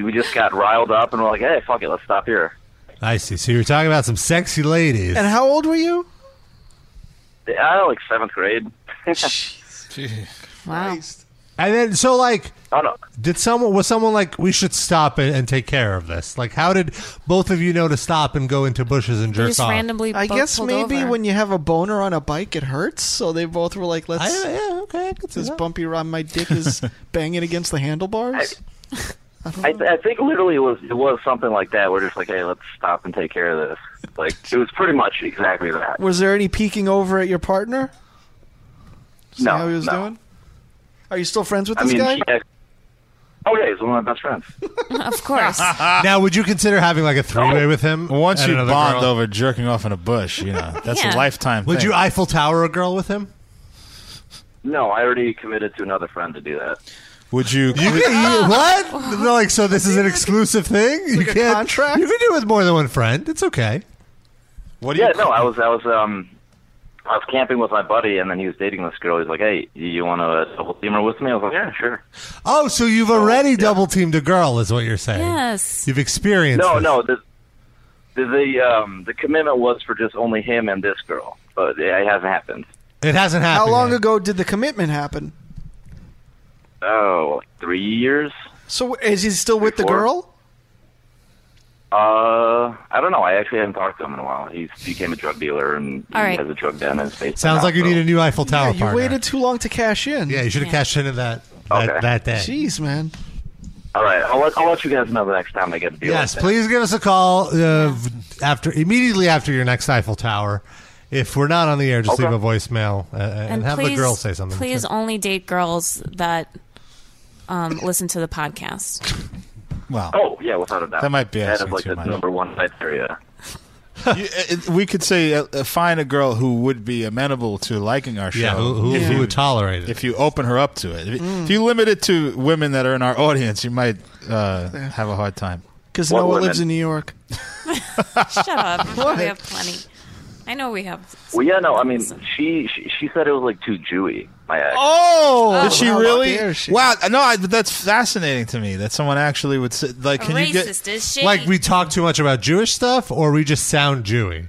Speaker 11: we just got riled up and we're like, hey, fuck it, let's stop here.
Speaker 2: I see. So you were talking about some sexy ladies.
Speaker 3: And how old were you?
Speaker 11: I don't know, like seventh grade.
Speaker 5: Wow.
Speaker 2: And then, so like,
Speaker 11: oh, no.
Speaker 2: did someone was someone like we should stop and, and take care of this? Like, how did both of you know to stop and go into bushes and jerk off?
Speaker 3: I
Speaker 5: both
Speaker 3: guess
Speaker 5: pulled
Speaker 3: maybe
Speaker 5: over.
Speaker 3: when you have a boner on a bike, it hurts. So they both were like, "Let's
Speaker 2: I- uh, yeah, okay, I could see
Speaker 3: this
Speaker 2: that.
Speaker 3: bumpy around my dick is banging against the handlebars."
Speaker 11: I, th- I think literally it was it was something like that. We're just like, hey, let's stop and take care of this. Like it was pretty much exactly that.
Speaker 3: was there any peeking over at your partner? See
Speaker 11: No,
Speaker 3: how he was
Speaker 11: no.
Speaker 3: doing? Are you still friends with
Speaker 11: I
Speaker 3: this
Speaker 11: mean,
Speaker 3: guy?
Speaker 11: she act- oh yeah, he's one of my best friends.
Speaker 5: of course.
Speaker 2: Uh, now, would you consider having like a three way with him?
Speaker 4: Once
Speaker 2: and
Speaker 4: you
Speaker 2: another
Speaker 4: bond
Speaker 2: girl?
Speaker 4: over jerking off in a bush, you know that's a
Speaker 5: Yeah.
Speaker 4: lifetime.
Speaker 2: would
Speaker 4: thing.
Speaker 2: you Eiffel Tower a girl with him?
Speaker 11: No, I already committed to another friend to do that.
Speaker 4: Would you?
Speaker 2: You, can- you- what? They're like, so this is an exclusive thing? you
Speaker 11: a
Speaker 2: can't. You can do it with more than one friend. It's okay.
Speaker 4: What
Speaker 11: yeah, no, I was I was um I was camping with my buddy, and then he was dating this girl. He's like, "Hey, you want a double teamer with me?" I was like, "Yeah, sure."
Speaker 2: Oh, so you've already double teamed a girl, is what you're saying?
Speaker 5: Yes.
Speaker 2: You've experienced.
Speaker 11: No,
Speaker 2: this.
Speaker 11: no, the the the, um, the commitment was for just only him and this girl, but it hasn't happened.
Speaker 2: It hasn't happened.
Speaker 3: How long ago did the commitment happen?
Speaker 11: Oh, three years.
Speaker 3: So is he still with the
Speaker 11: Before?
Speaker 3: girl?
Speaker 11: Uh, I don't know. I actually haven't talked to him in a while. He's became a drug dealer and
Speaker 3: All right.
Speaker 11: has a drug den in his basement.
Speaker 2: Sounds like you need a new Eiffel Tower
Speaker 3: You
Speaker 2: partner.
Speaker 3: waited too long to cash in.
Speaker 2: Yeah, you should have cashed into that that, that day.
Speaker 3: Jeez, man.
Speaker 11: All right, I'll let, I'll let you guys know the next time I get a deal.
Speaker 2: Yes,
Speaker 11: like that.
Speaker 2: please give us a call uh, v- after immediately after your next Eiffel Tower. If we're not on the air, just
Speaker 5: Okay.
Speaker 2: leave a voicemail uh, and, have the girl say something.
Speaker 5: Please only date girls that um, listen to the podcast.
Speaker 4: Wow.
Speaker 11: Oh yeah, without a doubt.
Speaker 4: That might be
Speaker 11: that is
Speaker 4: asking
Speaker 11: like
Speaker 4: too
Speaker 11: the
Speaker 4: much.
Speaker 11: number one criteria.
Speaker 4: You- uh, we could say uh, uh, find a girl who would be amenable to liking our show.
Speaker 2: Yeah, who- who-
Speaker 4: if
Speaker 2: who
Speaker 4: you-
Speaker 2: would tolerate it.
Speaker 4: If you open her up
Speaker 3: Mm.
Speaker 4: to it. If, if you limit it to women that are in our audience, you might uh, have a hard time.
Speaker 3: because
Speaker 11: What
Speaker 3: Noah
Speaker 11: women?
Speaker 3: lives in New York.
Speaker 5: Shut up. I'm sure we have plenty. I know we have.
Speaker 11: Well, yeah, no, I mean, she she, she said it was like too Jewy. My ex.
Speaker 4: Oh, did she
Speaker 3: how
Speaker 4: really?
Speaker 3: dare she.
Speaker 4: Wow, no, I, but that's fascinating to me that someone actually would say, like, can you get?
Speaker 5: Racist is she?
Speaker 2: Like we talk too much about Jewish stuff, or we just sound Jewy.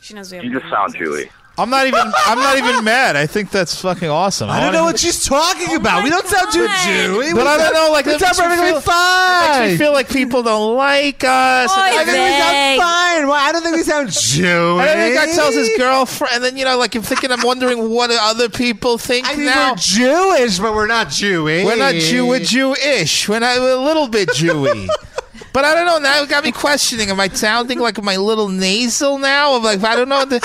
Speaker 5: she knows we have.
Speaker 11: You just
Speaker 5: plenty.
Speaker 11: sound Jewy.
Speaker 4: I'm not even. I'm not even mad. I think that's fucking awesome.
Speaker 2: I don't know what she's talking about.
Speaker 5: Oh my
Speaker 2: We don't sound too
Speaker 5: God.
Speaker 4: But
Speaker 2: Jewy. We
Speaker 4: I don't
Speaker 2: sound-
Speaker 4: know, like,
Speaker 2: we
Speaker 4: that
Speaker 2: sound
Speaker 4: makes me
Speaker 2: perfectly
Speaker 4: feel-
Speaker 2: fine.
Speaker 4: I feel like people don't like us.
Speaker 5: Oy
Speaker 4: and I
Speaker 2: I
Speaker 4: think-
Speaker 2: think we sound
Speaker 5: Thanks.
Speaker 2: fine. Well, I don't think we sound Jewish.
Speaker 4: And then the guy tells his girlfriend, oh, and then you know, like I'm thinking, I'm wondering what other people think
Speaker 2: I mean,
Speaker 4: now.
Speaker 2: we're Jewish, but we're not Jewish.
Speaker 4: We're not Jew, we're Jewish. We're, not, we're a little bit Jewy. but I don't know. Now it got me questioning. Am I sounding like my little nasal now? I'm like, I don't know. The,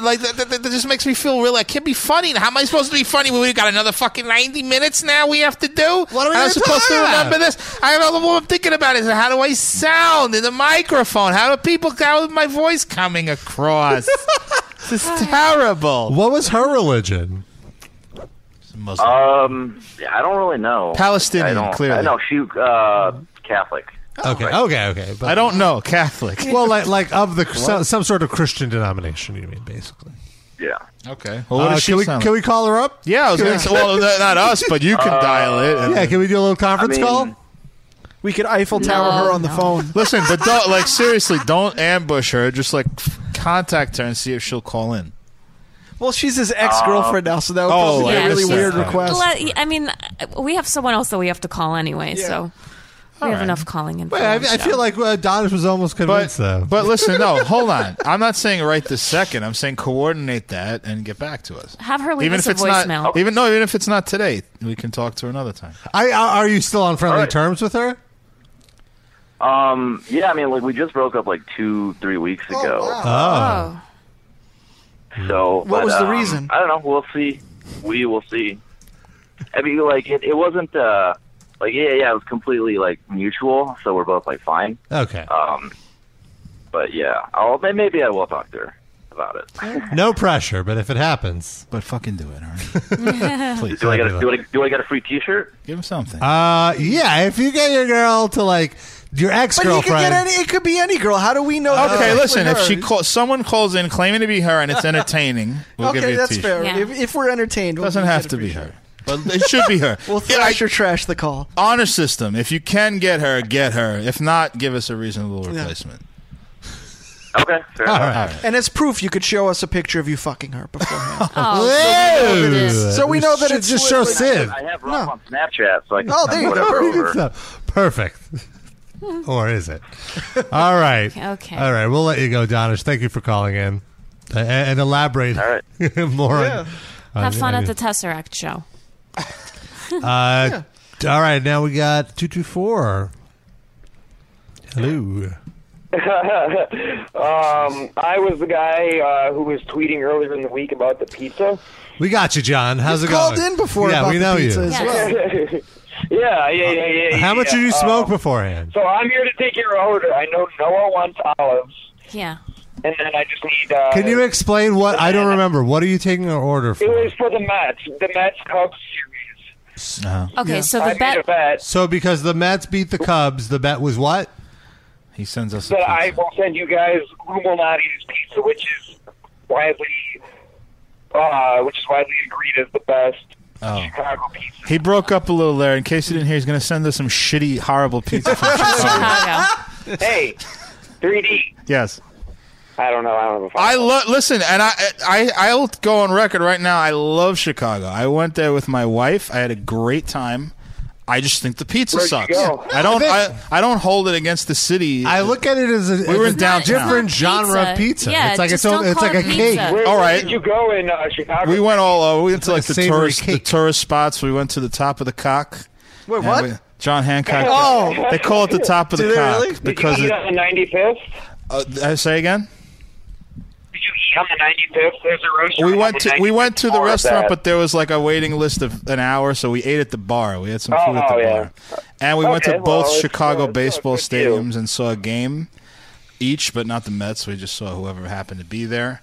Speaker 4: like, that, that, that just makes me feel really. I can't be funny. How am I supposed to be funny when we got another fucking 90 minutes now we have to do?
Speaker 2: What are we
Speaker 4: I'm
Speaker 2: gonna
Speaker 4: supposed
Speaker 2: talk
Speaker 4: to
Speaker 2: about?
Speaker 4: remember this. I don't know what I'm thinking about is how do I sound in the microphone? How do people, how is my voice coming across? this is terrible.
Speaker 2: What was her religion?
Speaker 4: Muslim.
Speaker 11: Um, yeah, I don't really know.
Speaker 4: Palestinian,
Speaker 11: I don't,
Speaker 4: clearly.
Speaker 11: I know she uh, Catholic.
Speaker 2: Okay, okay, okay. But
Speaker 4: I don't know. Catholic.
Speaker 2: Well, like like of the some, some sort of Christian denomination, you mean basically?
Speaker 11: Yeah.
Speaker 4: Okay. Well, what
Speaker 2: Uh,
Speaker 4: does she
Speaker 2: can we
Speaker 4: sound like?
Speaker 2: can we call her up?
Speaker 4: Yeah, I was going to say, well, no- not us, but you can dial it. and-
Speaker 2: Uh, Yeah, can we do a little conference
Speaker 11: I mean,
Speaker 2: call?
Speaker 3: We could Eiffel Tower her on the phone.
Speaker 4: Listen, but don't, like, seriously, don't ambush her. Just, like, f- contact her and see if she'll call in.
Speaker 3: Well, she's his ex girlfriend now, so that would
Speaker 4: Oh,
Speaker 3: probably be
Speaker 5: I
Speaker 3: a really
Speaker 5: missed that.
Speaker 3: weird request.
Speaker 5: Let- I mean, we have someone else that we have to call anyway, so we have
Speaker 4: right.
Speaker 5: enough calling in. for
Speaker 2: Wait, I,
Speaker 5: one
Speaker 2: I
Speaker 5: show.
Speaker 2: feel like uh, Donis was almost
Speaker 4: But,
Speaker 2: convinced though.
Speaker 4: but listen, no, hold on. I'm not saying right this second. I'm saying coordinate that and get back to us.
Speaker 5: have her leave
Speaker 4: Even
Speaker 5: us
Speaker 4: if it's
Speaker 5: a
Speaker 4: not, Oh,
Speaker 5: voicemail.
Speaker 4: even no, even if it's not today, we can talk to her another time.
Speaker 2: I, are are you still on friendly
Speaker 11: All right.
Speaker 2: terms with her?
Speaker 11: Um, yeah, I mean, like we just broke up like two, three weeks ago.
Speaker 5: oh,
Speaker 2: Ah.
Speaker 11: So but,
Speaker 3: was the
Speaker 11: um,
Speaker 3: reason?
Speaker 11: I don't know. We'll see. We will see. I mean, like it, it wasn't uh, like yeah, yeah. It was completely like mutual. So we're both like fine.
Speaker 2: Okay,
Speaker 11: Um, but yeah, I'll may- maybe I will talk to her about it.
Speaker 2: no pressure. But if it happens,
Speaker 4: But fucking do it, all right?
Speaker 11: do I get a, do I, do I get a free T-shirt?
Speaker 4: Give him something.
Speaker 2: uh, yeah, if you get your girl to like your ex
Speaker 3: but he could get
Speaker 2: girlfriend,
Speaker 3: any. It could be any girl. How do we know? that
Speaker 4: okay,
Speaker 3: it's
Speaker 4: listen, if
Speaker 3: her?
Speaker 4: she call, someone calls in claiming to be her and it's entertaining, we'll give
Speaker 3: okay,
Speaker 4: you a
Speaker 3: that's
Speaker 4: t-shirt.
Speaker 3: fair.
Speaker 5: Yeah.
Speaker 3: If, if we're entertained, we'll
Speaker 4: Doesn't
Speaker 3: we'll
Speaker 4: have
Speaker 3: get
Speaker 4: to
Speaker 3: it
Speaker 4: be
Speaker 3: for sure.
Speaker 4: her. But it should be her.
Speaker 3: We'll
Speaker 4: Yeah, I-
Speaker 3: thrash or trash the call.
Speaker 4: honor system. If you can get her, get her. If not, give us a reasonable replacement.
Speaker 11: Okay, fair enough.
Speaker 3: And as proof, you could show us a picture of you fucking her beforehand.
Speaker 2: Ew.
Speaker 3: So we know that
Speaker 2: Should
Speaker 3: it's
Speaker 2: just show Sid.
Speaker 11: I have Rob on Snapchat, so I can
Speaker 3: Oh,
Speaker 11: oh,
Speaker 3: there you go.
Speaker 11: whatever
Speaker 2: Pretty good
Speaker 11: over.
Speaker 2: stuff. Perfect. or is it? All right.
Speaker 5: Okay.
Speaker 2: All right. We'll let you go, Donish. Thank you for calling in uh, and, and elaborate
Speaker 11: All right.
Speaker 2: more. on-
Speaker 3: Uh,
Speaker 2: on-
Speaker 5: have fun
Speaker 2: on
Speaker 5: at the
Speaker 2: your-
Speaker 5: Tesseract show.
Speaker 2: uh, All right. Now we got 224. Hello.
Speaker 12: Um, I was the guy uh, who was tweeting earlier in the week about the pizza.
Speaker 2: We got you, John. How's
Speaker 3: You've
Speaker 2: it going?
Speaker 3: called in before
Speaker 2: Yeah,
Speaker 3: about
Speaker 2: we
Speaker 3: the
Speaker 2: know
Speaker 3: pizza
Speaker 2: you.
Speaker 3: as
Speaker 5: Yes.
Speaker 3: well.
Speaker 12: Yeah, yeah, yeah, yeah. yeah
Speaker 2: How much
Speaker 12: yeah.
Speaker 2: did you
Speaker 12: Uh,
Speaker 2: smoke beforehand?
Speaker 12: so I'm here to take your order. I know Noah wants olives,
Speaker 5: Yeah.
Speaker 12: and then I just need. Uh,
Speaker 2: Can you explain what? I don't remember. What are you taking an order
Speaker 12: It
Speaker 2: for?
Speaker 12: was for the Mets, the Mets Cubs series.
Speaker 2: Uh-huh.
Speaker 5: Okay, so the
Speaker 12: I made a
Speaker 5: bet.
Speaker 12: bet
Speaker 2: So, because the Mets beat the Cubs, the bet was what?
Speaker 4: He sends us a
Speaker 12: that I
Speaker 4: pizza.
Speaker 12: will send you guys Rumalnati's pizza, which is widely, uh, which is widely agreed as the best
Speaker 4: Oh.
Speaker 12: Chicago pizza.
Speaker 4: He broke up a little there. In case you didn't hear, he's going to send us some shitty, horrible pizza. From Chicago.
Speaker 5: Chicago.
Speaker 12: hey, 3D.
Speaker 4: yes,
Speaker 12: I don't know. I don't know. If
Speaker 4: I love. Listen, and I, I, I'll go on record right now. I love Chicago. I went there with my wife. I had a great time. I just think the pizza
Speaker 12: Where'd you
Speaker 4: sucks.
Speaker 12: go?
Speaker 4: I don't. I, I don't hold it against the city.
Speaker 2: I look at it as a,
Speaker 4: We were
Speaker 2: as
Speaker 4: in
Speaker 2: a
Speaker 4: downtown.
Speaker 2: different
Speaker 5: It's not
Speaker 2: genre of
Speaker 5: pizza.
Speaker 2: pizza.
Speaker 5: Yeah,
Speaker 2: it's like
Speaker 5: just
Speaker 2: its own,
Speaker 5: don't
Speaker 2: it's
Speaker 5: call
Speaker 2: like a
Speaker 5: it
Speaker 2: cake.
Speaker 5: pizza.
Speaker 12: Where,
Speaker 4: All
Speaker 12: where
Speaker 4: right.
Speaker 12: did you go in uh, Chicago?
Speaker 4: we went all over. We went to like the
Speaker 2: savory
Speaker 4: tourist, the
Speaker 2: cake.
Speaker 4: tourist spots. We went to the top of the cock.
Speaker 3: Wait,
Speaker 4: And
Speaker 3: what?
Speaker 4: we- John Hancock.
Speaker 3: Oh.
Speaker 4: they call it the top of the
Speaker 3: Do they
Speaker 4: cock
Speaker 3: really? Did
Speaker 12: Did
Speaker 4: because
Speaker 12: you
Speaker 4: it,
Speaker 12: eat on the 95th?
Speaker 4: uh, I say again.
Speaker 12: Did you eat on the 95th? There's a restaurant.
Speaker 4: We
Speaker 12: on
Speaker 4: went
Speaker 12: the
Speaker 4: to we
Speaker 12: 95th.
Speaker 4: went to the
Speaker 12: More of
Speaker 4: restaurant,
Speaker 12: that.
Speaker 4: but there was like a waiting list of an hour, so we ate at the bar. We had some
Speaker 12: Oh,
Speaker 4: food at the
Speaker 12: oh, yeah.
Speaker 4: bar, and we went to
Speaker 12: Okay, well,
Speaker 4: both
Speaker 12: it's- uh,
Speaker 4: Chicago
Speaker 12: it's a
Speaker 4: baseball
Speaker 12: good deal.
Speaker 4: stadiums and saw a game each, but not the Mets. We just saw whoever happened to be there.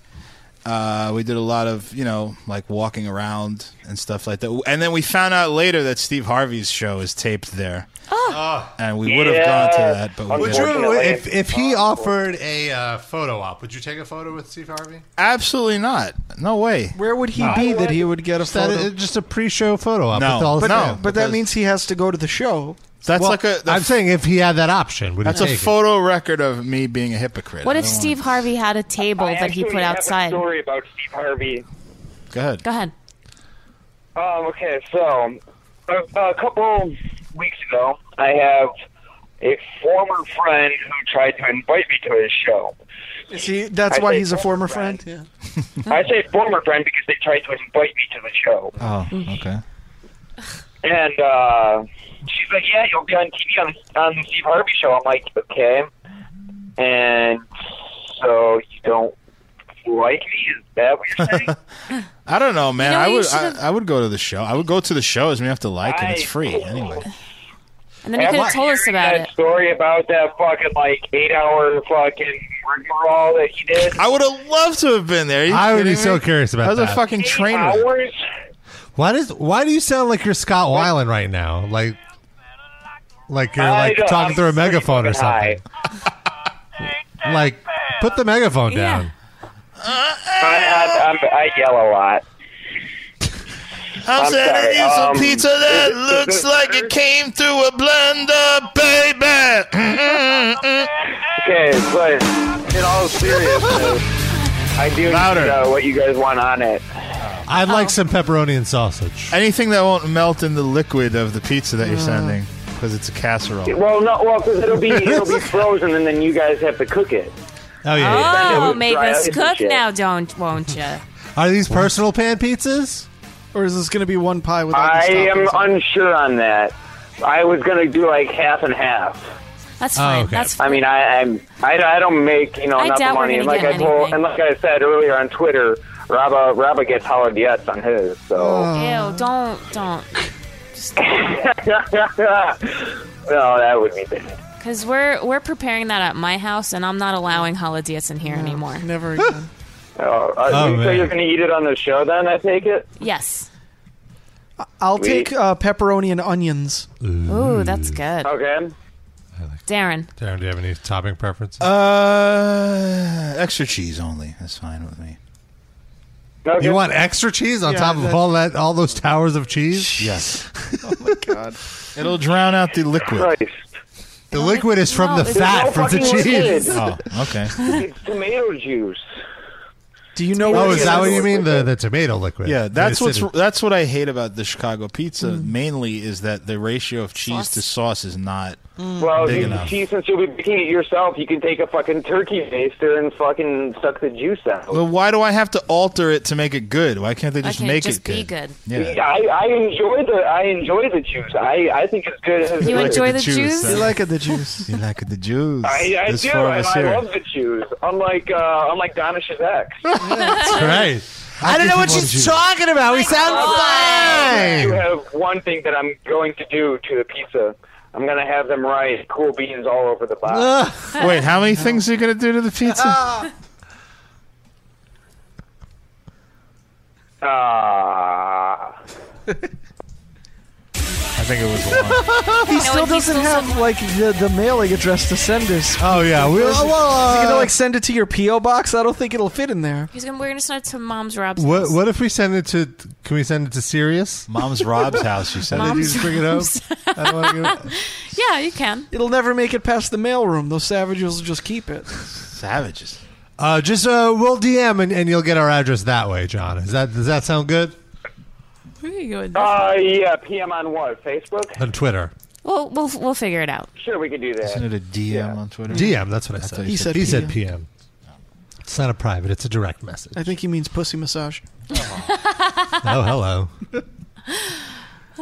Speaker 4: Uh, we did a lot of you know like walking around and stuff like that. And then we found out later that Steve Harvey's show is taped there.
Speaker 5: Oh.
Speaker 4: And we would have gone to that, but we
Speaker 2: would
Speaker 4: didn't.
Speaker 2: you, Ah. if, if he
Speaker 12: um,
Speaker 2: offered a uh, photo op, would you take a photo with Steve Harvey?
Speaker 4: Absolutely not. No way.
Speaker 3: Where would he be that he would get a
Speaker 2: Just that-
Speaker 3: photo?
Speaker 2: uh, just a pre-show photo op.
Speaker 4: No.
Speaker 2: with all his
Speaker 4: But-
Speaker 2: fans.
Speaker 4: no,
Speaker 3: but that
Speaker 4: because-
Speaker 3: means he has to go to the show.
Speaker 4: That's like a.
Speaker 2: I'm saying if he had that option, would
Speaker 4: That's
Speaker 2: he
Speaker 4: a
Speaker 2: take it?
Speaker 4: photo record of me being a hypocrite.
Speaker 5: What
Speaker 4: I
Speaker 5: if
Speaker 4: don't
Speaker 5: Steve Harvey had a table that he
Speaker 13: actually
Speaker 5: put
Speaker 13: have
Speaker 5: outside?
Speaker 13: A story about Steve Harvey.
Speaker 4: wanna- Go ahead.
Speaker 5: Go ahead.
Speaker 13: Um, okay, so a, a couple weeks ago, I have a former friend who tried to invite me to his show.
Speaker 3: Is he, that's
Speaker 13: I
Speaker 3: why
Speaker 13: say
Speaker 3: he's a former friend. Yeah.
Speaker 4: Hmm.
Speaker 13: I say former friend because they tried to invite me to the show.
Speaker 4: Oh, okay.
Speaker 13: And uh, she's like, "Yeah, you'll be on TV on, on the Steve Harvey show." I'm like, "Okay." And so you don't like me? Is that what you're saying?
Speaker 4: I don't know, man.
Speaker 5: You know,
Speaker 4: I
Speaker 5: you
Speaker 4: would
Speaker 5: should've-
Speaker 4: I, I would go to the show. I would go to the shows. We have to like it. It's
Speaker 13: I-
Speaker 4: free anyway.
Speaker 5: And then you could have
Speaker 13: After
Speaker 5: told us
Speaker 13: hearing
Speaker 5: about
Speaker 13: that
Speaker 5: it.
Speaker 13: Story about that fucking like eight-hour fucking rigmarole that he did.
Speaker 4: I would have loved to have been there. Are you
Speaker 2: I would be
Speaker 4: kidding
Speaker 2: so
Speaker 4: me?
Speaker 2: curious
Speaker 4: I
Speaker 2: about
Speaker 4: was
Speaker 2: that.
Speaker 4: a fucking
Speaker 13: Eight
Speaker 4: train wreck.
Speaker 13: hours.
Speaker 2: why does why do you sound like you're Scott Weiland right now? Like like you're
Speaker 13: I
Speaker 2: like
Speaker 13: know,
Speaker 2: talking
Speaker 13: I'm
Speaker 2: through a
Speaker 13: pretty
Speaker 2: megaphone or
Speaker 13: fucking high.
Speaker 2: something. like put the megaphone down.
Speaker 13: I, I, I, I yell a lot.
Speaker 4: I'm,
Speaker 13: I'm
Speaker 4: sending
Speaker 13: sorry,
Speaker 4: you some
Speaker 13: um,
Speaker 4: pizza that
Speaker 13: is it-
Speaker 4: looks
Speaker 13: is it-
Speaker 4: like it came through a blender, Mm-hmm, baby.
Speaker 13: Okay, but in all seriousness, I do
Speaker 4: Louder.
Speaker 13: need to know what you guys want on it.
Speaker 2: I'd
Speaker 5: Oh.
Speaker 2: like some pepperoni and sausage.
Speaker 4: Anything that won't melt in the liquid of the pizza that you're sending, because it's a casserole.
Speaker 13: Well, no, well, because it'll be it'll be frozen, and then you guys have to cook it.
Speaker 2: Oh yeah. yeah.
Speaker 5: Oh,
Speaker 13: would
Speaker 5: make
Speaker 13: dry out
Speaker 5: us
Speaker 13: and
Speaker 5: cook
Speaker 13: shit.
Speaker 5: now, don't won't you?
Speaker 2: Are these personal pan pizzas?
Speaker 3: Or is this going to be one pie with all
Speaker 13: I
Speaker 3: these
Speaker 13: am
Speaker 3: toppings on it?
Speaker 13: unsure on that. I was gonna do like half and half.
Speaker 5: That's
Speaker 4: Oh,
Speaker 5: fine.
Speaker 2: okay.
Speaker 5: That's fine.
Speaker 13: I mean, I I'm, I, I don't make you know
Speaker 5: I
Speaker 13: enough
Speaker 5: doubt we're
Speaker 13: money, and
Speaker 5: gonna
Speaker 13: like
Speaker 5: get
Speaker 13: I told,
Speaker 5: anything.
Speaker 13: and like I said earlier on Twitter, Rabba Rabba gets hollered yes on his. So
Speaker 5: Ew, don't don't.
Speaker 13: no, that would be bad.
Speaker 5: Because we're we're preparing that at my house, and I'm not allowing holodiets in here anymore.
Speaker 3: Never again.
Speaker 13: Oh, uh,
Speaker 2: Oh,
Speaker 13: you- so
Speaker 2: man.
Speaker 13: you're gonna eat it on the show then? I take it.
Speaker 5: Yes.
Speaker 3: I'll
Speaker 13: Sweet.
Speaker 3: take uh, pepperoni and onions.
Speaker 5: Ooh, that's good.
Speaker 13: Okay.
Speaker 5: Darren,
Speaker 2: Darren, do you have any topping preferences?
Speaker 4: Uh, extra cheese only. That's fine with me.
Speaker 13: okay.
Speaker 2: you want extra cheese on
Speaker 3: Yeah,
Speaker 2: top of
Speaker 3: that-
Speaker 2: all that all those towers of cheese?
Speaker 4: Yes. oh my god. It'll drown out the liquid.
Speaker 13: Christ.
Speaker 2: The liquid is from
Speaker 5: No,
Speaker 2: the
Speaker 5: there's
Speaker 2: fat
Speaker 13: no
Speaker 2: from the
Speaker 13: fucking
Speaker 2: cheese.
Speaker 13: liquid.
Speaker 4: Oh, okay.
Speaker 13: It's tomato juice.
Speaker 3: Do you know
Speaker 2: Oh,
Speaker 3: what
Speaker 2: is that what you mean? The the tomato liquid.
Speaker 4: Yeah, that's
Speaker 2: The
Speaker 4: what's
Speaker 2: acidity.
Speaker 4: that's what I hate about the Chicago pizza mainly is that the ratio of cheese to sauce is not.
Speaker 5: Mm. Hmm.
Speaker 13: Well,
Speaker 4: Big
Speaker 13: you,
Speaker 4: enough.
Speaker 13: see, since you'll be making it yourself, you can take a fucking turkey baster and fucking suck the juice out.
Speaker 4: Well, why do I have to alter it to make it good? Why can't they
Speaker 5: I
Speaker 4: just
Speaker 5: can
Speaker 4: make
Speaker 5: just
Speaker 4: it
Speaker 5: be
Speaker 4: good?
Speaker 5: good.
Speaker 4: Yeah.
Speaker 13: I, I enjoy the I enjoy the juice. I, I think it's good. As
Speaker 5: You
Speaker 13: it is.
Speaker 5: enjoy the
Speaker 4: juice,
Speaker 5: juice?
Speaker 4: huh?
Speaker 3: You like it, the juice.
Speaker 4: You like the juice.
Speaker 13: I, I
Speaker 4: There's
Speaker 13: do,
Speaker 4: four of
Speaker 13: and
Speaker 4: us
Speaker 13: I
Speaker 4: here.
Speaker 13: love the juice. Unlike uh, unlike Donna Shazak.
Speaker 2: right. I don't know what she's talking about. We sound
Speaker 13: I do
Speaker 2: fine.
Speaker 13: have one thing that I'm going to do to the pizza. I'm gonna have them rice cool beans all over the box.
Speaker 4: Wait, how many things are you gonna do to the pizza?
Speaker 13: Ah.
Speaker 4: I think it was one.
Speaker 3: He still
Speaker 5: and he
Speaker 3: doesn't
Speaker 5: still
Speaker 3: have like the, the mailing address to send us.
Speaker 2: Oh yeah, we.
Speaker 3: Is
Speaker 2: Oh,
Speaker 3: he
Speaker 2: well,
Speaker 3: gonna
Speaker 2: uh,
Speaker 3: like send it to your PO box? I don't think it'll fit in there.
Speaker 5: He's gonna, we're gonna send it to Mom's Rob's.
Speaker 2: what?
Speaker 5: house.
Speaker 2: What if we send it to? Can we send it to Sirius?
Speaker 4: Mom's Rob's house. You said.
Speaker 2: And then you
Speaker 5: Mom's
Speaker 2: just bring it home. I don't want to
Speaker 5: Yeah, you can.
Speaker 3: It'll never make it past the mailroom. Those savages will just keep it.
Speaker 4: Savages.
Speaker 2: uh, Just uh, we'll DM and, and you'll get our address that way, John. Is that does that sound good
Speaker 5: Where are you going?
Speaker 13: Uh, yeah, PM on what? Facebook?
Speaker 2: on Twitter?
Speaker 5: Well, we'll we'll figure it out.
Speaker 13: Sure, we could do that.
Speaker 4: Send it a DM on Twitter.
Speaker 2: DM. That's what I
Speaker 4: thought
Speaker 2: said.
Speaker 4: you He
Speaker 3: said
Speaker 2: he said PM.
Speaker 3: PM.
Speaker 2: It's not a private. It's a direct message.
Speaker 3: I think he means pussy massage.
Speaker 2: oh hello.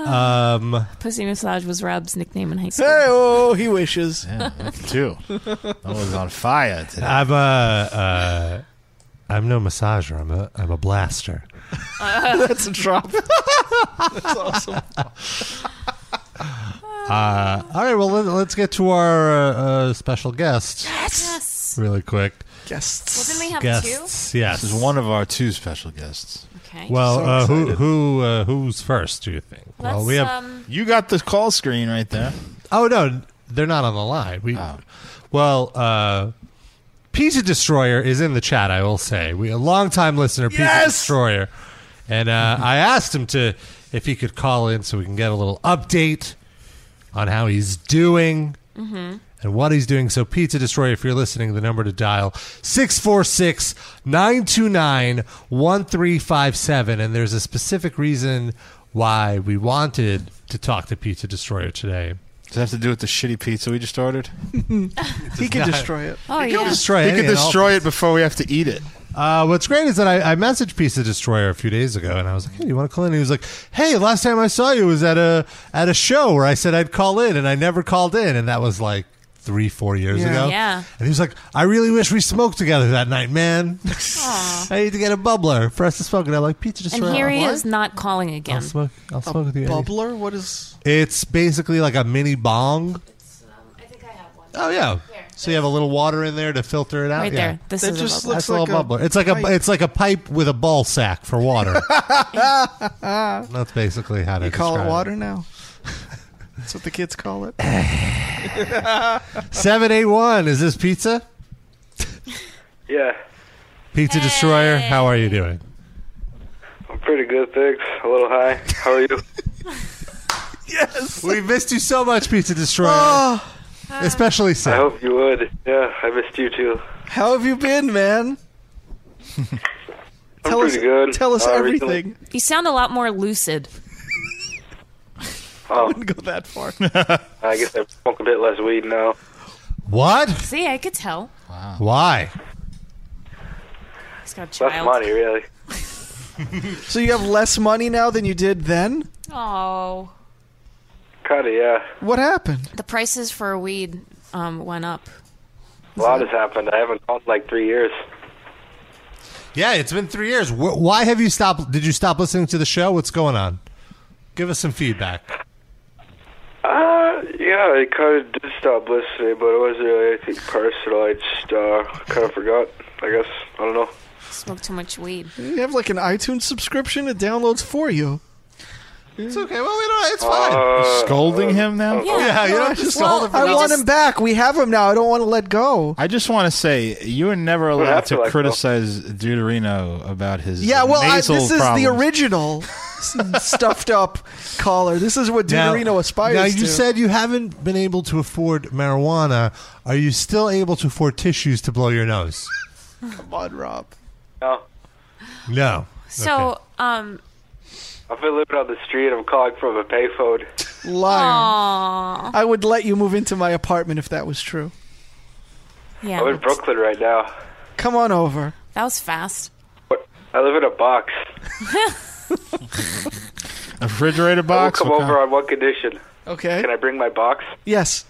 Speaker 2: um.
Speaker 5: Pussy massage was Rob's nickname in high school.
Speaker 3: Hey, oh, he wishes.
Speaker 4: Yeah, look at you. That was on fire today.
Speaker 2: I'm a, uh, I'm no massager. I'm a, I'm a blaster.
Speaker 5: Uh.
Speaker 3: That's a drop.
Speaker 5: Oh.
Speaker 2: Uh, all right, well let, us get to our uh, uh, special guest
Speaker 5: Yes.
Speaker 2: really quick.
Speaker 3: Guests.
Speaker 5: Well, didn't we have
Speaker 2: Guests, yes.
Speaker 4: This is one of our two special guests.
Speaker 5: Okay.
Speaker 2: Well,
Speaker 4: So
Speaker 2: uh, who
Speaker 4: excited.
Speaker 2: who uh, who's first? Do you think? well, we have.
Speaker 5: um,
Speaker 4: you got the call screen right there.
Speaker 2: Oh no, they're not on the line. We. Well, uh, Pizza Destroyer is in the chat. I will say, we a longtime listener, Pizza Destroyer, and uh, I asked him to if he could call in so we can get a little update on how he's doing.
Speaker 5: Mm-hmm.
Speaker 2: and what he's doing. So, Pizza Destroyer, if you're listening, the number to dial 646 929 1357. And there's a specific reason why we wanted to talk to Pizza Destroyer today.
Speaker 4: Does it have to do with the shitty pizza we just ordered?
Speaker 3: He can
Speaker 2: not-
Speaker 3: destroy it.
Speaker 5: Oh,
Speaker 4: He can
Speaker 2: destroy
Speaker 5: yeah.
Speaker 4: destroy,
Speaker 2: any and all
Speaker 4: it before we have to eat it.
Speaker 2: Uh, what's great is that I, I messaged Pizza Destroyer a few days ago, and I was like, "Hey, do you want to call in?" He was like, "Hey, last time I saw you was at a at a show where I said I'd call in, and I never called in, and that was like three, four years
Speaker 5: Yeah.
Speaker 2: ago."
Speaker 5: Yeah.
Speaker 2: And he was like, "I really wish we smoked together that night, man. I need to get a bubbler for us to smoke." And I'm like, "Pizza Destroyer."
Speaker 5: And here he
Speaker 2: what?
Speaker 5: is not calling again.
Speaker 2: I'll smoke. I'll smoke with you. Eddie.
Speaker 3: Bubbler? What is?
Speaker 2: It's basically like a mini bong. Oh yeah. So you have a little water in there to filter it out.
Speaker 5: Right
Speaker 2: yeah.
Speaker 5: there. This
Speaker 3: That
Speaker 5: is
Speaker 3: just
Speaker 5: a
Speaker 3: looks
Speaker 2: That's a little
Speaker 3: like a
Speaker 2: bubbler. It's like a
Speaker 3: pipe.
Speaker 2: it's like a pipe with a ball sack for water.
Speaker 3: Ah,
Speaker 2: That's basically how to
Speaker 3: you call it
Speaker 2: describe
Speaker 3: water now. That's what the kids call it.
Speaker 2: Seven eight one. Is this pizza?
Speaker 13: Yeah,
Speaker 2: Pizza Destroyer. How are you doing?
Speaker 13: I'm pretty good, thanks. A little high. How are you?
Speaker 2: Yes. We missed you so much, Pizza Destroyer. Especially
Speaker 13: I
Speaker 2: so.
Speaker 13: hope you would. Yeah, I missed you too.
Speaker 3: How have you been, man?
Speaker 13: I'm
Speaker 3: Tell us-
Speaker 13: pretty good. Uh,
Speaker 3: tell us
Speaker 13: recently-
Speaker 3: everything.
Speaker 5: You sound a lot more lucid.
Speaker 13: Oh,
Speaker 3: Wouldn't go that far.
Speaker 13: I guess I smoke a bit less weed now.
Speaker 2: What?
Speaker 5: See, I could tell.
Speaker 2: Why?
Speaker 5: He's got a
Speaker 13: Less
Speaker 5: child.
Speaker 13: money, really.
Speaker 3: So you have less money now than you did then?
Speaker 5: Oh,
Speaker 13: Kinda, yeah.
Speaker 3: What happened?
Speaker 5: the prices for weed um, went up.
Speaker 13: A lot has happened. I haven't called in like three years.
Speaker 2: Yeah, it's been three years. Wh- Why have you stopped? Did you stop listening to the show? What's going on? Give us some feedback.
Speaker 13: Uh, yeah, I kind of did stop listening, but it wasn't really anything personal. I just uh, kind of forgot. I guess I don't know.
Speaker 5: Smoked too much weed.
Speaker 3: You have like an iTunes subscription. It downloads for you.
Speaker 2: It's okay. Well, we don't. It's
Speaker 13: fine.
Speaker 4: scolding him now?
Speaker 2: Yeah, you don't just
Speaker 3: Well,
Speaker 2: hold it for
Speaker 3: I
Speaker 2: nothing.
Speaker 3: want him back. We have him now. I don't want to let go.
Speaker 4: I just want to say you were never
Speaker 13: What
Speaker 4: allowed
Speaker 13: happened
Speaker 4: to
Speaker 13: to that
Speaker 4: criticize Deuterino about his
Speaker 3: Yeah, well, I, this
Speaker 4: nasal
Speaker 3: is the
Speaker 4: problems.
Speaker 3: original s- stuffed up collar. This is what
Speaker 2: Now-
Speaker 3: Deuterino aspires
Speaker 2: Now you
Speaker 3: to.
Speaker 2: said you haven't been able to afford marijuana. Are you still able to afford tissues to blow your nose?
Speaker 3: Come on, Rob.
Speaker 13: No,
Speaker 2: No.
Speaker 5: So, um,
Speaker 13: I've been living on the street. I'm calling from a payphone.
Speaker 3: Liar.
Speaker 5: aw,
Speaker 3: I would let you move into my apartment if that was true.
Speaker 5: yeah,
Speaker 13: I'm in Brooklyn right now.
Speaker 3: Come on over.
Speaker 5: that was fast.
Speaker 13: I live in a box.
Speaker 4: A refrigerator box.
Speaker 13: I will
Speaker 4: What
Speaker 13: come
Speaker 4: kind-
Speaker 13: over on one condition.
Speaker 3: Okay.
Speaker 13: Can I bring my box?
Speaker 3: Yes.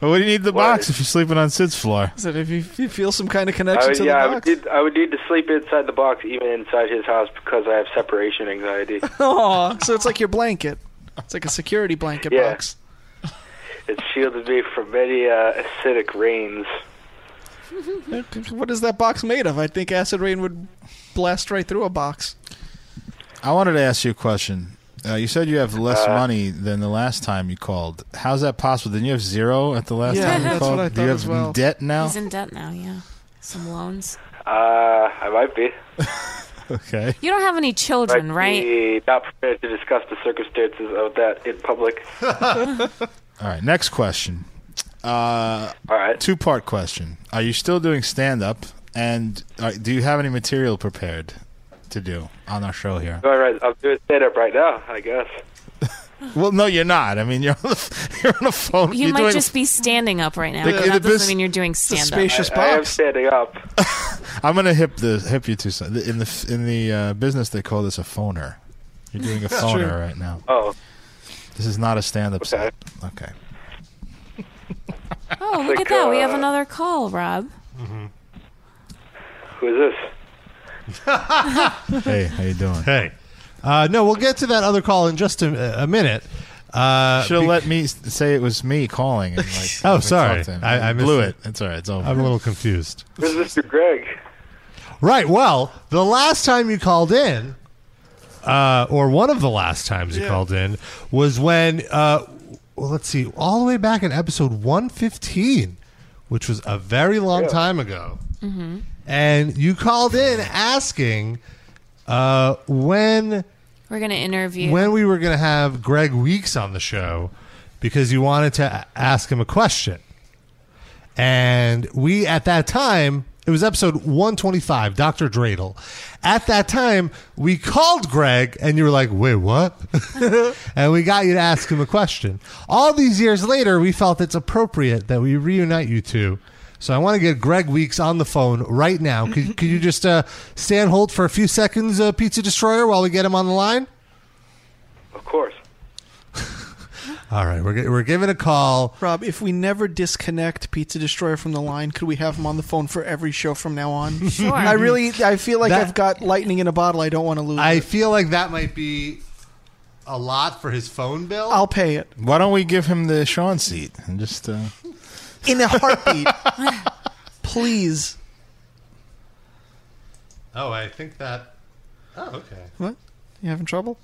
Speaker 4: Well, what do you need the
Speaker 13: What?
Speaker 4: box if you're sleeping on Sid's floor?
Speaker 3: So if you, if you feel some kind of
Speaker 13: I
Speaker 3: connection
Speaker 13: would,
Speaker 3: to
Speaker 13: Uh, yeah, I
Speaker 3: the
Speaker 13: would,
Speaker 3: box.
Speaker 13: need, I would need to sleep inside the box, even inside his house, because I have separation anxiety.
Speaker 3: Aw, so it's like your blanket. It's like a security blanket
Speaker 13: Yeah.
Speaker 3: box.
Speaker 13: it shielded me from many uh, acidic rains.
Speaker 3: What is that box made of? I think acid rain would blast right through a box.
Speaker 4: I wanted to ask you a question. Uh, you said you have less
Speaker 13: Uh,
Speaker 4: money than the last time you called. How's that possible? Didn't you have zero at the last
Speaker 3: Yeah,
Speaker 4: time you
Speaker 3: that's
Speaker 4: called?
Speaker 3: what I
Speaker 4: do you
Speaker 3: thought
Speaker 4: have
Speaker 3: as well.
Speaker 4: debt now?
Speaker 5: He's in debt now. Yeah, some loans.
Speaker 13: Uh, I might be.
Speaker 4: Okay.
Speaker 5: You don't have any children,
Speaker 13: Might
Speaker 5: right?
Speaker 13: be not prepared to discuss the circumstances of that in public.
Speaker 4: All right. Next question. Uh,
Speaker 13: All right.
Speaker 4: Two part question. Are you still doing stand up? And uh, do you have any material prepared to do on our show here?
Speaker 13: All right, I'm doing stand up right now, I guess.
Speaker 4: Well, no, you're not. I mean, you're on the, you're on the phone.
Speaker 5: You
Speaker 4: are
Speaker 5: might
Speaker 4: doing,
Speaker 5: just be standing up right now.
Speaker 4: They-
Speaker 5: but
Speaker 4: the
Speaker 5: that
Speaker 4: bus-
Speaker 5: doesn't mean you're doing
Speaker 3: It's a
Speaker 5: stand up.
Speaker 3: spacious
Speaker 13: I am
Speaker 3: box.
Speaker 13: standing up.
Speaker 4: I'm gonna hip the hip you two so- in the in the uh, business. They call this a phoner. You're doing a phoner
Speaker 3: true.
Speaker 4: right now.
Speaker 13: Oh,
Speaker 4: This is not a stand up
Speaker 13: okay.
Speaker 4: set. Okay.
Speaker 5: Oh, look
Speaker 13: Like,
Speaker 5: at that. We have
Speaker 13: uh,
Speaker 5: another call, Rob.
Speaker 4: Oh,
Speaker 13: Who is this?
Speaker 4: Hey, how you doing?
Speaker 2: Hey. Uh, no, we'll get to that other call in just a, a minute. Uh,
Speaker 4: Should have
Speaker 2: be-
Speaker 4: let me s- say it was me calling. And, like,
Speaker 2: Oh, sorry.
Speaker 4: insulting.
Speaker 2: I, I missed
Speaker 4: blew it. It's all right. It's over.
Speaker 2: I'm a little confused.
Speaker 13: This is Mr. Greg.
Speaker 2: Right. Well, the last time you called in, uh, or one of the last times you called in, was when, uh, well, let's see, all the way back in episode 115, which was a very long
Speaker 14: Yeah.
Speaker 2: time ago.
Speaker 5: Mm-hmm.
Speaker 2: And you called in asking uh, when
Speaker 5: We're gonna interview.
Speaker 2: when we were going to have Greg Weeks on the show because you wanted to a- ask him a question. And we, at that time, it was episode 125, Dr. Dreidel. At that time, we called Greg and you were like, wait, what? and we got you to ask him a question. All these years later, we felt it's appropriate that we reunite you two. So I want to get Greg Weeks on the phone right now. Could, could you just uh, stay on hold for a few seconds, uh, Pizza Destroyer, while we get him on the line?
Speaker 13: Of course.
Speaker 2: All right, we're, gi- we're giving a call.
Speaker 3: Rob, if we never disconnect Pizza Destroyer from the line, could we have him on the phone for every show from now on?
Speaker 2: Sure.
Speaker 3: I really, I feel like
Speaker 2: That-
Speaker 3: I've got lightning in a bottle. I don't want to lose.
Speaker 2: I
Speaker 3: it.
Speaker 2: feel like that might be a lot for his phone bill.
Speaker 3: I'll pay it
Speaker 4: Why don't we give him the Sean seat and just? Uh,
Speaker 3: in a heartbeat. Please.
Speaker 2: Oh, I think that. Oh, okay.
Speaker 3: What? You having trouble?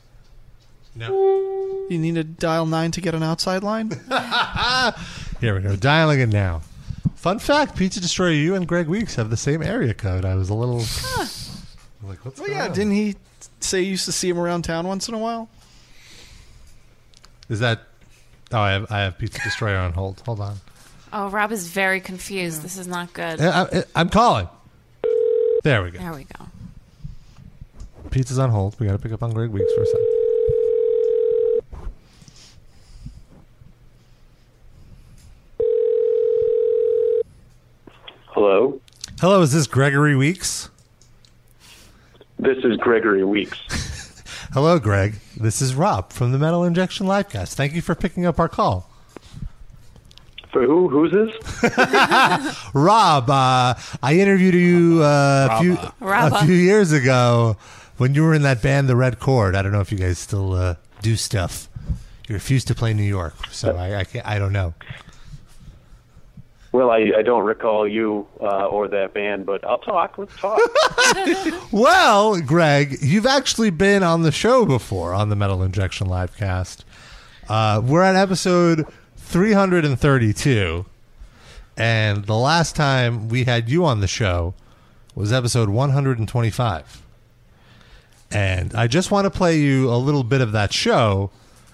Speaker 2: No.
Speaker 3: You need to dial nine to get an outside line.
Speaker 2: Here we go. Dialing it now. Fun fact: Pizza Destroyer, you and Greg Weeks have the same area code. I was a little. like, what's
Speaker 3: well, yeah. Didn't he say you used to see him around town once in a while?
Speaker 2: Is that? Oh, I have, I have Pizza Destroyer on hold. Hold on.
Speaker 5: Oh, Rob is very confused. This is not good.
Speaker 2: I, am calling. There we go.
Speaker 5: There we go.
Speaker 2: Pizza's on hold. We got to pick up on Greg Weeks for a second.
Speaker 15: Hello.
Speaker 2: Hello, is this Gregory Weeks?
Speaker 15: This is Gregory Weeks.
Speaker 2: Hello, Greg. This is Rob from the Metal Injection Livecast. Thank you for picking up our call.
Speaker 15: For who? Who's this?
Speaker 2: Rob, uh, I interviewed you uh, a few
Speaker 15: Robba.
Speaker 2: a few years ago when you were in that band, The Red Chord. I don't know if you guys still uh, do stuff. You refused to play New York, so I I, can't, I don't know.
Speaker 15: Well, I, I don't recall you uh, or that band, but I'll talk. Let's talk.
Speaker 2: Well, Greg, you've actually been on the show before on the Metal Injection Livecast. Uh, we're at episode 332. And the last time we had you on the show was episode 125. And I just want to play you a little bit of that show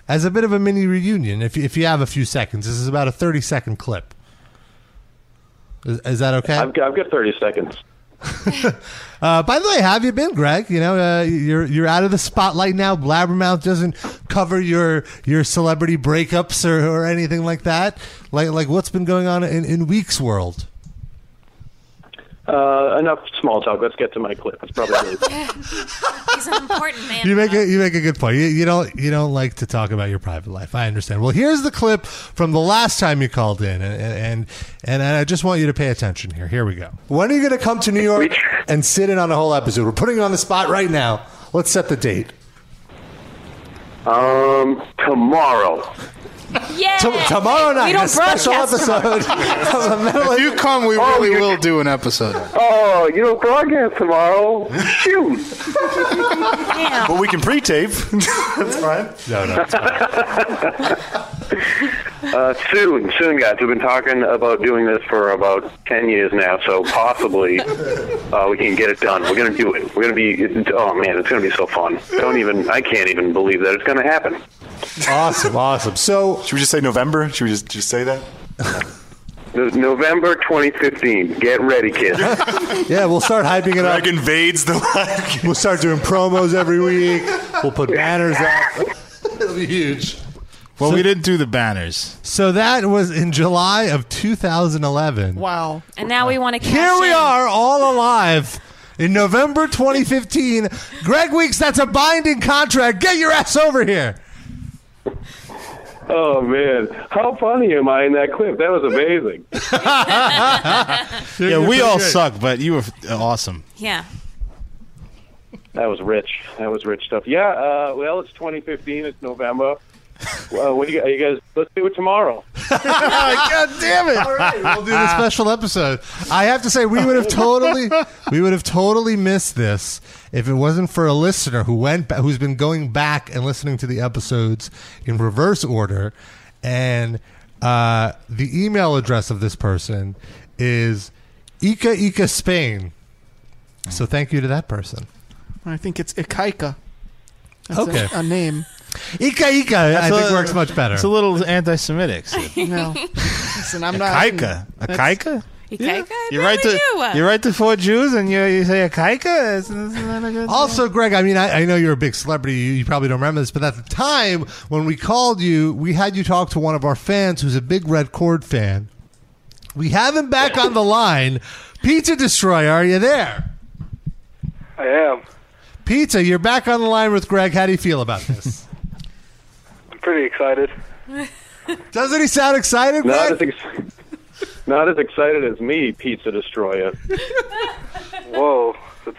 Speaker 2: as a bit of a mini reunion. If, you- if you have a few seconds, this is about a 30 second clip. Is, is that okay?
Speaker 15: I've, got, I've got 30 seconds.
Speaker 2: Uh, by the way, how have you been, Greg? You know, uh, you're you're out of the spotlight now. Blabbermouth doesn't cover your your celebrity breakups or, or anything like that. Like like what's been going on in, in Weeks world?
Speaker 15: Uh, enough small talk. Let's get to my clip. It's probably
Speaker 5: He's an important man.
Speaker 2: You make a you make a good point. You, you don't you don't like to talk about your private life. I understand. Well, here's the clip from the last time you called in, and and and, and I just want you to pay attention here. Here we go. When are you going to come to New York and sit in on a whole episode? We're putting you on the spot right now. Let's set the date.
Speaker 15: um tomorrow.
Speaker 5: Yeah.
Speaker 2: T- tomorrow night,
Speaker 15: We don't
Speaker 2: a special
Speaker 15: broadcast tomorrow.
Speaker 2: episode. of the Metal
Speaker 4: if you come, we really will do an episode.
Speaker 15: Oh, you don't broadcast tomorrow. Shoot.
Speaker 16: But we can pre-tape. That's fine.
Speaker 2: No,
Speaker 15: no, it's Uh, soon, soon, guys. We've been talking about doing this for about ten years now, so possibly uh, we can get it done. We're gonna do it. We're gonna be. Oh man, it's gonna be so fun. Don't even. I can't even believe that it's gonna happen.
Speaker 16: Awesome, awesome.
Speaker 2: So
Speaker 16: should we just say November? Should we just just say that?
Speaker 15: No- November 2015. Get ready, kids.
Speaker 2: Yeah, we'll start hyping it up. Greg invades the We'll start doing promos every week. We'll put banners up. It'll be huge.
Speaker 4: Well,
Speaker 2: So-
Speaker 4: we didn't do the banners.
Speaker 2: So that was in July of 2011.
Speaker 3: Wow.
Speaker 5: And now we want to.
Speaker 2: Here we are, all alive. In November 2015, Greg Weeks, that's a binding contract. Get your ass over here.
Speaker 15: Oh man, how funny am I in that clip? That was amazing.
Speaker 4: yeah,
Speaker 15: you're
Speaker 4: we
Speaker 15: pretty
Speaker 4: all
Speaker 15: good.
Speaker 4: suck, but you were f- awesome.
Speaker 5: Yeah.
Speaker 15: That was rich. That was rich stuff. Yeah. Uh, well, it's 2015. It's November.
Speaker 14: Well, what do you, are you guys? Let's do it tomorrow.
Speaker 2: God damn it! We'll do
Speaker 4: Ah.
Speaker 9: Ah.
Speaker 2: the special episode. I have to say, we would have totally, we would have totally missed this if it wasn't for a listener who went, ba- who's been going back and listening to the episodes in reverse order, and uh, the email address of this person is Ika Ika Spain. So thank you to that person.
Speaker 3: I think it's Ikaika. That's
Speaker 2: Okay.
Speaker 3: a, a name.
Speaker 2: Ika Ika, I think works much better.
Speaker 4: It's a little anti-Semitic. Sid.
Speaker 3: No. Listen, I'm not.
Speaker 4: Kaika, a
Speaker 3: That's-
Speaker 4: kaika.
Speaker 5: Ikaika?
Speaker 4: You write the
Speaker 5: do.
Speaker 4: you write the four Jews and you you say a kaika. It's-
Speaker 2: Also, Greg, I mean, I, I know you're a big celebrity. You, you probably don't remember this, but at the time when we called you, we had you talk to one of our fans who's a big Red Cord fan. We have him back on the line. Pizza Destroyer, are you there?
Speaker 13: I am.
Speaker 2: Pizza, you're back on the line with Greg. How do you feel about this?
Speaker 13: I'm pretty excited.
Speaker 2: Doesn't he sound excited,
Speaker 14: Not
Speaker 2: Greg?
Speaker 14: as, ex- not as excited as me, Pizza Destroyer.
Speaker 13: Whoa, that's,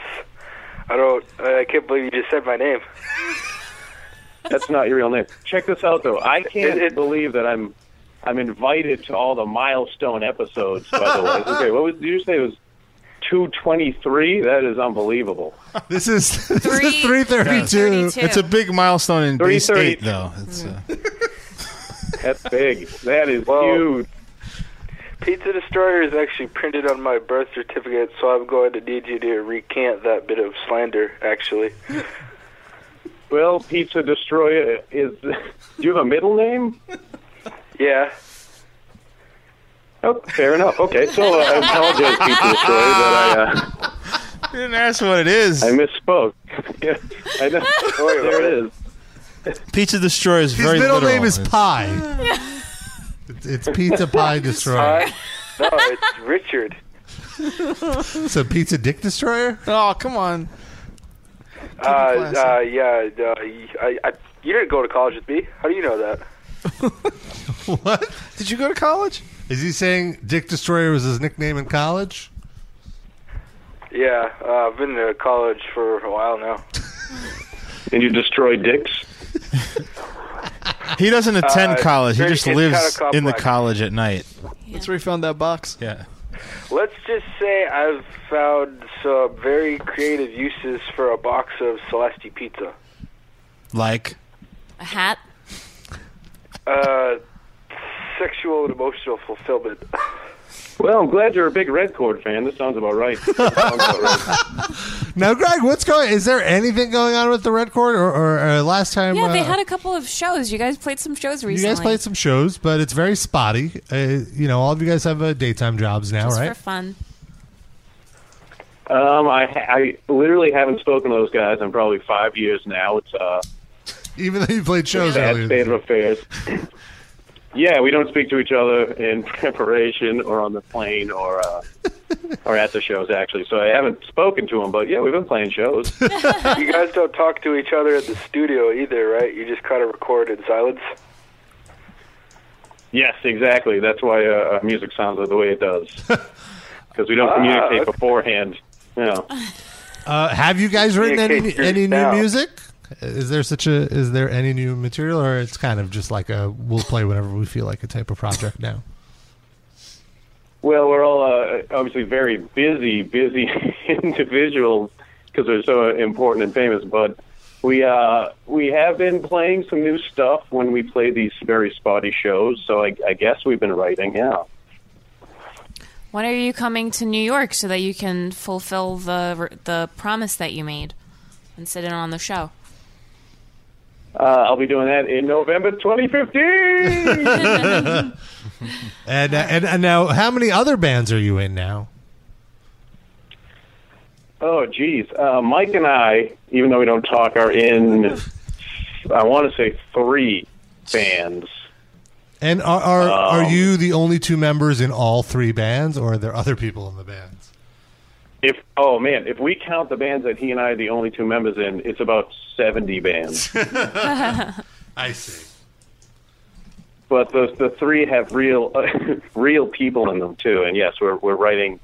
Speaker 13: I don't. I can't believe you just said my name.
Speaker 14: That's not your real name. Check this out, though. I can't believe that I'm I'm invited to all the milestone episodes. By the way, okay, what was did you say? It was two twenty three. That is unbelievable.
Speaker 2: This is this
Speaker 5: is three
Speaker 2: thirty-two.
Speaker 4: It's a big milestone in
Speaker 14: Three
Speaker 4: Bay State,
Speaker 14: thirty.
Speaker 4: though. It's,
Speaker 14: Hmm.
Speaker 4: uh,
Speaker 14: That's big. That is huge.
Speaker 13: Pizza Destroyer is actually printed on my birth certificate, so I'm going to need you to recant that bit of slander. Actually,
Speaker 14: Well, Pizza Destroyer is. Do you have a middle name?
Speaker 13: yeah.
Speaker 14: Oh, fair enough. Okay, so uh, I apologize, Pizza Destroyer, that I. Uh,
Speaker 4: you didn't ask what it is. I
Speaker 14: misspoke. yeah, I know. there it is.
Speaker 4: Pizza Destroyer is
Speaker 2: His
Speaker 4: very
Speaker 2: middle
Speaker 4: literal.
Speaker 2: name is
Speaker 4: It's-
Speaker 2: Pie. It's- it's Pizza Pie Destroyer.
Speaker 13: I, no, it's Richard. Uh,
Speaker 2: So Pizza Dick Destroyer?
Speaker 3: Oh, come on.
Speaker 13: Uh, uh, yeah, uh, I, I, you didn't go to college with me. How do you know that?
Speaker 2: What?
Speaker 3: Did you go to college?
Speaker 2: Is he saying Dick Destroyer was his nickname in college?
Speaker 13: Yeah, uh, I've been to college for a while now.
Speaker 14: And you destroy dicks?
Speaker 4: He doesn't attend
Speaker 13: Uh,
Speaker 4: college. He
Speaker 13: very-
Speaker 4: just
Speaker 13: it's
Speaker 4: lives
Speaker 13: kinda
Speaker 4: in the
Speaker 13: complex.
Speaker 4: college at night.
Speaker 3: That's where he found that box.
Speaker 4: Yeah.
Speaker 13: Let's just say I've found some very creative uses for a box of Celesti pizza.
Speaker 4: Like
Speaker 5: A hat?
Speaker 13: Uh, sexual and emotional fulfillment.
Speaker 14: Well, I'm glad you're a big Red Cord fan. This sounds about right. This sounds about right.
Speaker 2: Now, Greg, what's going? Is there anything going on with the Red Court? Or, or, or last time?
Speaker 5: Yeah, they
Speaker 2: uh,
Speaker 5: had a couple of shows. You guys played some shows
Speaker 2: you
Speaker 5: recently.
Speaker 2: guys played some shows, but it's very spotty. Uh, you know, all of you guys have uh, daytime jobs now,
Speaker 5: Just
Speaker 2: right?
Speaker 5: for fun.
Speaker 14: Um, I, I literally haven't spoken to those guys in probably five years now. It's uh,
Speaker 2: Even though you played shows
Speaker 14: sad
Speaker 2: earlier.
Speaker 14: state of affairs. yeah, we don't speak to each other in preparation or on the plane or uh, or at the shows actually. So I haven't spoken to them, but yeah, we've been playing shows.
Speaker 13: you guys don't talk to each other at the studio either, right? You just kind of record in silence.
Speaker 14: Yes, exactly. That's why uh, uh, music sounds the way it does because we don't
Speaker 13: Ah,
Speaker 14: communicate
Speaker 13: okay.
Speaker 14: beforehand. You know.
Speaker 2: Uh, have you guys written
Speaker 14: Yeah,
Speaker 2: any
Speaker 14: Kate, you're
Speaker 2: any new
Speaker 14: now.
Speaker 2: music? Is there such a is there any new material, or it's kind of just like a we'll play whenever we feel like a type of project now?
Speaker 14: Well, we're all uh, obviously very busy, busy individuals because we're so important and famous. But we uh, we have been playing some new stuff when we play these very spotty shows. So I, I guess we've been writing. Yeah,
Speaker 5: When are you coming to New York so that you can fulfill the the promise that you made and sit in on the show?
Speaker 14: uh, I'll be doing that in November 2015.
Speaker 2: And uh, and, and now, how many other bands are you in now?
Speaker 14: oh, geez, uh, Mike and I, even though we don't talk, are in I want to say three bands.
Speaker 2: And are are, are
Speaker 14: Um,
Speaker 2: you the only two members in all three bands, or are there other people in the band?
Speaker 14: If oh man, if we count the bands that he and I are the only two members in, it's about seventy bands.
Speaker 2: I see.
Speaker 14: but the the three have real real people in them too. And yes, we're we're writing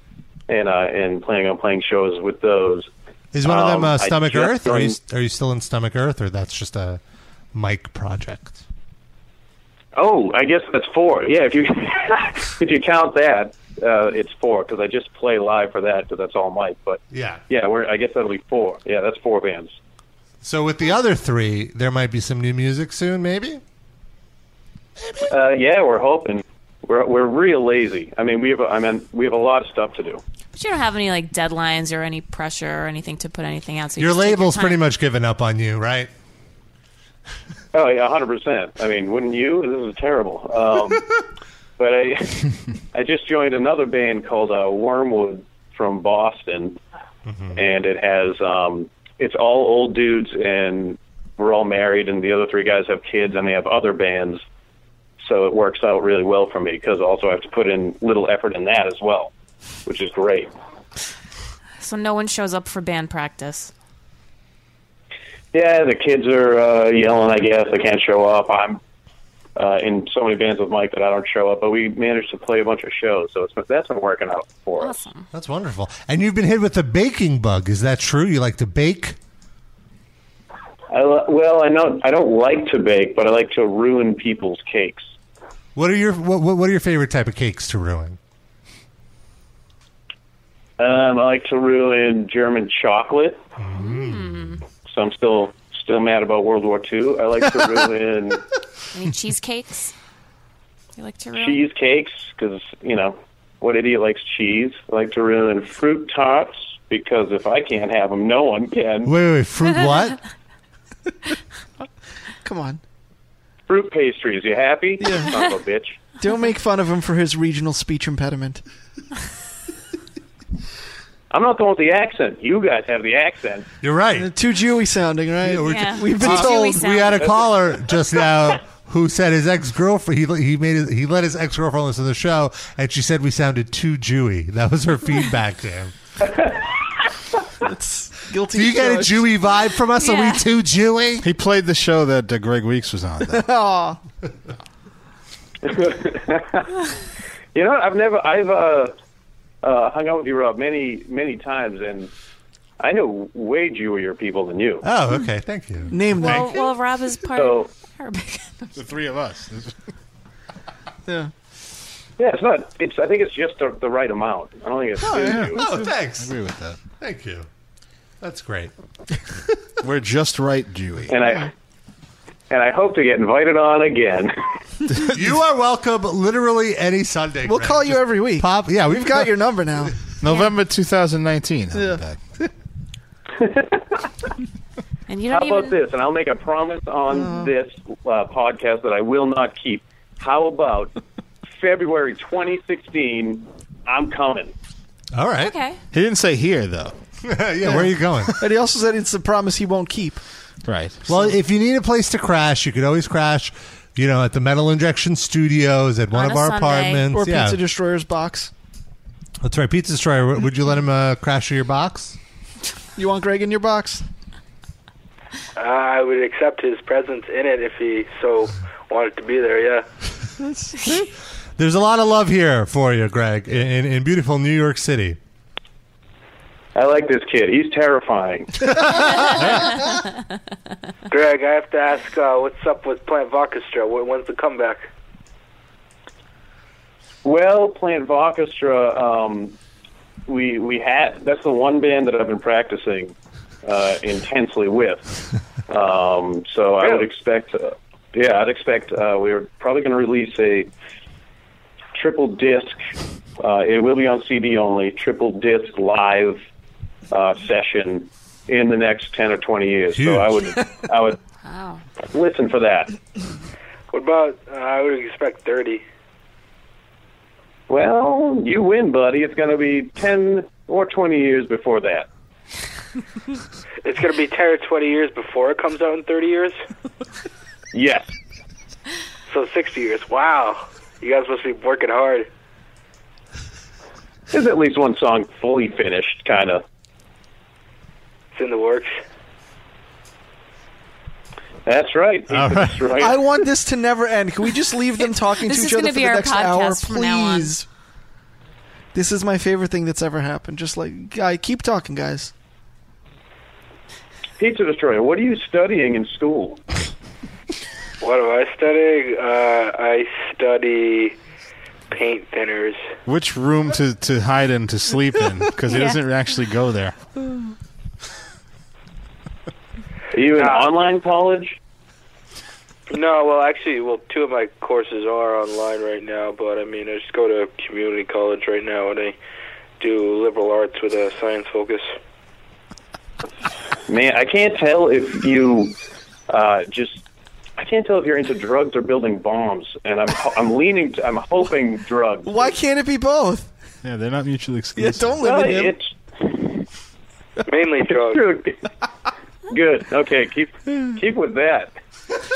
Speaker 14: and uh, and planning on playing shows with those.
Speaker 2: Is one of them
Speaker 14: Um,
Speaker 2: uh,
Speaker 14: I
Speaker 2: Stomach
Speaker 14: just
Speaker 2: Earth? Are you
Speaker 14: joined-
Speaker 2: are you still in Stomach Earth, or that's just a Mike project?
Speaker 14: Oh, I guess that's four. Yeah, if you if you count that, uh, it's four because I just play live for that because that's all Mike. But
Speaker 2: Yeah.
Speaker 14: yeah, we're, I guess that'll be four. Yeah, that's four bands.
Speaker 2: So with the other three, there might be some new music soon, maybe.
Speaker 14: Uh, yeah, we're hoping. We're we're real lazy. I mean, we have a, I mean we have a lot of stuff to do.
Speaker 5: But you don't have any like deadlines or any pressure or anything to put anything out. So you
Speaker 2: your
Speaker 5: just take
Speaker 2: label's
Speaker 5: time.
Speaker 2: pretty much given up on you, right?
Speaker 14: Oh yeah, hundred percent. I mean, wouldn't you? This is terrible. Um, but I, I just joined another band called uh, Wormwood from Boston, and it has um, it's all old dudes, and we're all married, and the other three guys have kids, and they have other bands, so it works out really well for me because also I have to put in little effort in that as well, which is great.
Speaker 5: So no one shows up for band practice.
Speaker 14: Yeah, the kids are uh, yelling. I guess I can't show up. I'm uh, in so many bands with Mike that I don't show up, but we managed to play a bunch of shows, so it's that's been working out for us.
Speaker 2: That's wonderful. And you've been hit with the baking bug. Is that true? You like to bake?
Speaker 14: I, lo- well, I know I don't like to bake, but I like to ruin people's cakes.
Speaker 2: What are your what, what what are your favorite type of cakes to ruin?
Speaker 14: Um, I like to ruin German chocolate.
Speaker 2: Hmm.
Speaker 14: So I'm still still mad about World War II. I like to ruin
Speaker 5: Any cheesecakes? You like to ruin?
Speaker 14: cheesecakes because you know what idiot likes cheese. I like to ruin fruit tarts because if I can't have them, no one can.
Speaker 2: Wait, wait, wait fruit what?
Speaker 3: Come on.
Speaker 14: Fruit pastries. You happy? Yeah. Son of a bitch.
Speaker 3: Don't make fun of him for his regional speech impediment.
Speaker 14: I'm not the one with the accent. You guys have the accent.
Speaker 2: You're right.
Speaker 3: Too Jewy sounding, right?
Speaker 14: we're- Yeah.
Speaker 3: We've been
Speaker 14: Too
Speaker 3: told
Speaker 14: Jewy
Speaker 2: We had a caller just now who said his ex girlfriend he he made his, he let his ex girlfriend listen to the show and she said we sounded too Jewy. That was her feedback to him.
Speaker 3: guilty.
Speaker 2: Do you get a Jewy vibe from us? Are we too Jewy?
Speaker 4: He played the show that uh, Greg Weeks was on. though.
Speaker 3: Aw.
Speaker 14: You know, I've never, I've uh, uh, hung out with you, Rob, many, many times, and I know way Jewier people than you.
Speaker 2: Oh, okay. Thank you.
Speaker 3: Name
Speaker 5: Well, well, Rob is part.
Speaker 14: So-
Speaker 4: the three of us.
Speaker 3: yeah.
Speaker 14: Yeah, it's not. It's. I think it's just the, the right amount. I don't think it's.
Speaker 2: Oh,
Speaker 14: too
Speaker 2: yeah.
Speaker 14: Jewish.
Speaker 2: Oh, thanks.
Speaker 4: agree with that.
Speaker 2: Thank you. That's great.
Speaker 4: We're just right, Jewy.
Speaker 14: And I, and I hope to get invited on again.
Speaker 2: you are welcome literally any Sunday.
Speaker 3: We'll
Speaker 2: Greg.
Speaker 3: call you every week.
Speaker 2: Pop, yeah,
Speaker 3: we've got your number now.
Speaker 4: November 2019. I'll be back.
Speaker 5: And you
Speaker 14: How
Speaker 5: don't
Speaker 14: about
Speaker 5: even. Oh.
Speaker 14: this? And I'll make a promise on this uh, podcast that I will not keep. How about February 2016? I'm coming.
Speaker 2: All right.
Speaker 5: Okay.
Speaker 4: He didn't say here though.
Speaker 2: yeah, where are you going?
Speaker 3: But he also said it's a promise he won't keep.
Speaker 4: Right.
Speaker 2: Well, if you need a place to crash, you could always crash, you know, at the Metal Injection Studios at one
Speaker 3: On
Speaker 2: of
Speaker 3: a
Speaker 2: our
Speaker 3: Sunday.
Speaker 2: apartments.
Speaker 3: Or
Speaker 2: yeah.
Speaker 3: Pizza Destroyer's box.
Speaker 2: That's right. Pizza Destroyer, would- would you let him uh, crash your box?
Speaker 3: You want Greg in your box?
Speaker 13: I would accept his presence in it if he so wanted to be there. Yeah.
Speaker 2: There's a lot of love here for you, Greg, in, in, in beautiful New York City.
Speaker 14: I like this kid. He's terrifying.
Speaker 13: Greg, I have to ask, uh, what's up with Plant Orchestra? When's the comeback?
Speaker 14: Well, Plant Orchestra, um, we we had that's the one band that I've been practicing uh, intensely with. Um, so I would expect, uh, yeah, I'd expect uh, we are probably going to release a triple disc. Uh, it will be on CD only. Triple disc live uh, session in the next ten or twenty years. So I would I would
Speaker 5: Wow.
Speaker 14: listen for that.
Speaker 13: What about? Uh, I would expect thirty.
Speaker 14: Well, you win, buddy. It's going to be 10 or 20 years before that.
Speaker 13: It's going to be ten or twenty years before it comes out in thirty years.
Speaker 14: Yes.
Speaker 13: So sixty years. Wow, you guys must be working hard.
Speaker 14: There's at least one song fully finished, kind of.
Speaker 13: It's in the works.
Speaker 14: That's right. That's right.
Speaker 3: I want this to never end. Can we just leave them talking
Speaker 5: This
Speaker 3: to
Speaker 5: is
Speaker 3: each other
Speaker 5: gonna
Speaker 3: for
Speaker 5: be
Speaker 3: the
Speaker 5: our
Speaker 3: next hour,
Speaker 5: podcast from now on.
Speaker 3: please? This is my favorite thing that's ever happened. Just like, I keep talking, guys.
Speaker 14: Pizza Destroyer, what are you studying in school?
Speaker 13: What am I studying? Uh, I study paint thinners.
Speaker 4: Which room to, to hide in to sleep in? Because he
Speaker 13: Yeah.
Speaker 4: doesn't actually go there.
Speaker 14: Are you in online college?
Speaker 13: No, well, actually, well, two of my courses are online right now, but I mean, I just go to community college right now, and I do liberal arts with a science focus.
Speaker 14: Man, I can't tell if you uh, just. I can't tell if you're into drugs or building bombs, and I'm I'm leaning. To, I'm hoping drugs.
Speaker 3: Why can't it be both?
Speaker 4: Yeah, they're not mutually exclusive.
Speaker 3: don't
Speaker 14: Well,
Speaker 3: limit him.
Speaker 14: it's
Speaker 13: mainly drugs.
Speaker 14: Good. Okay, keep keep with that.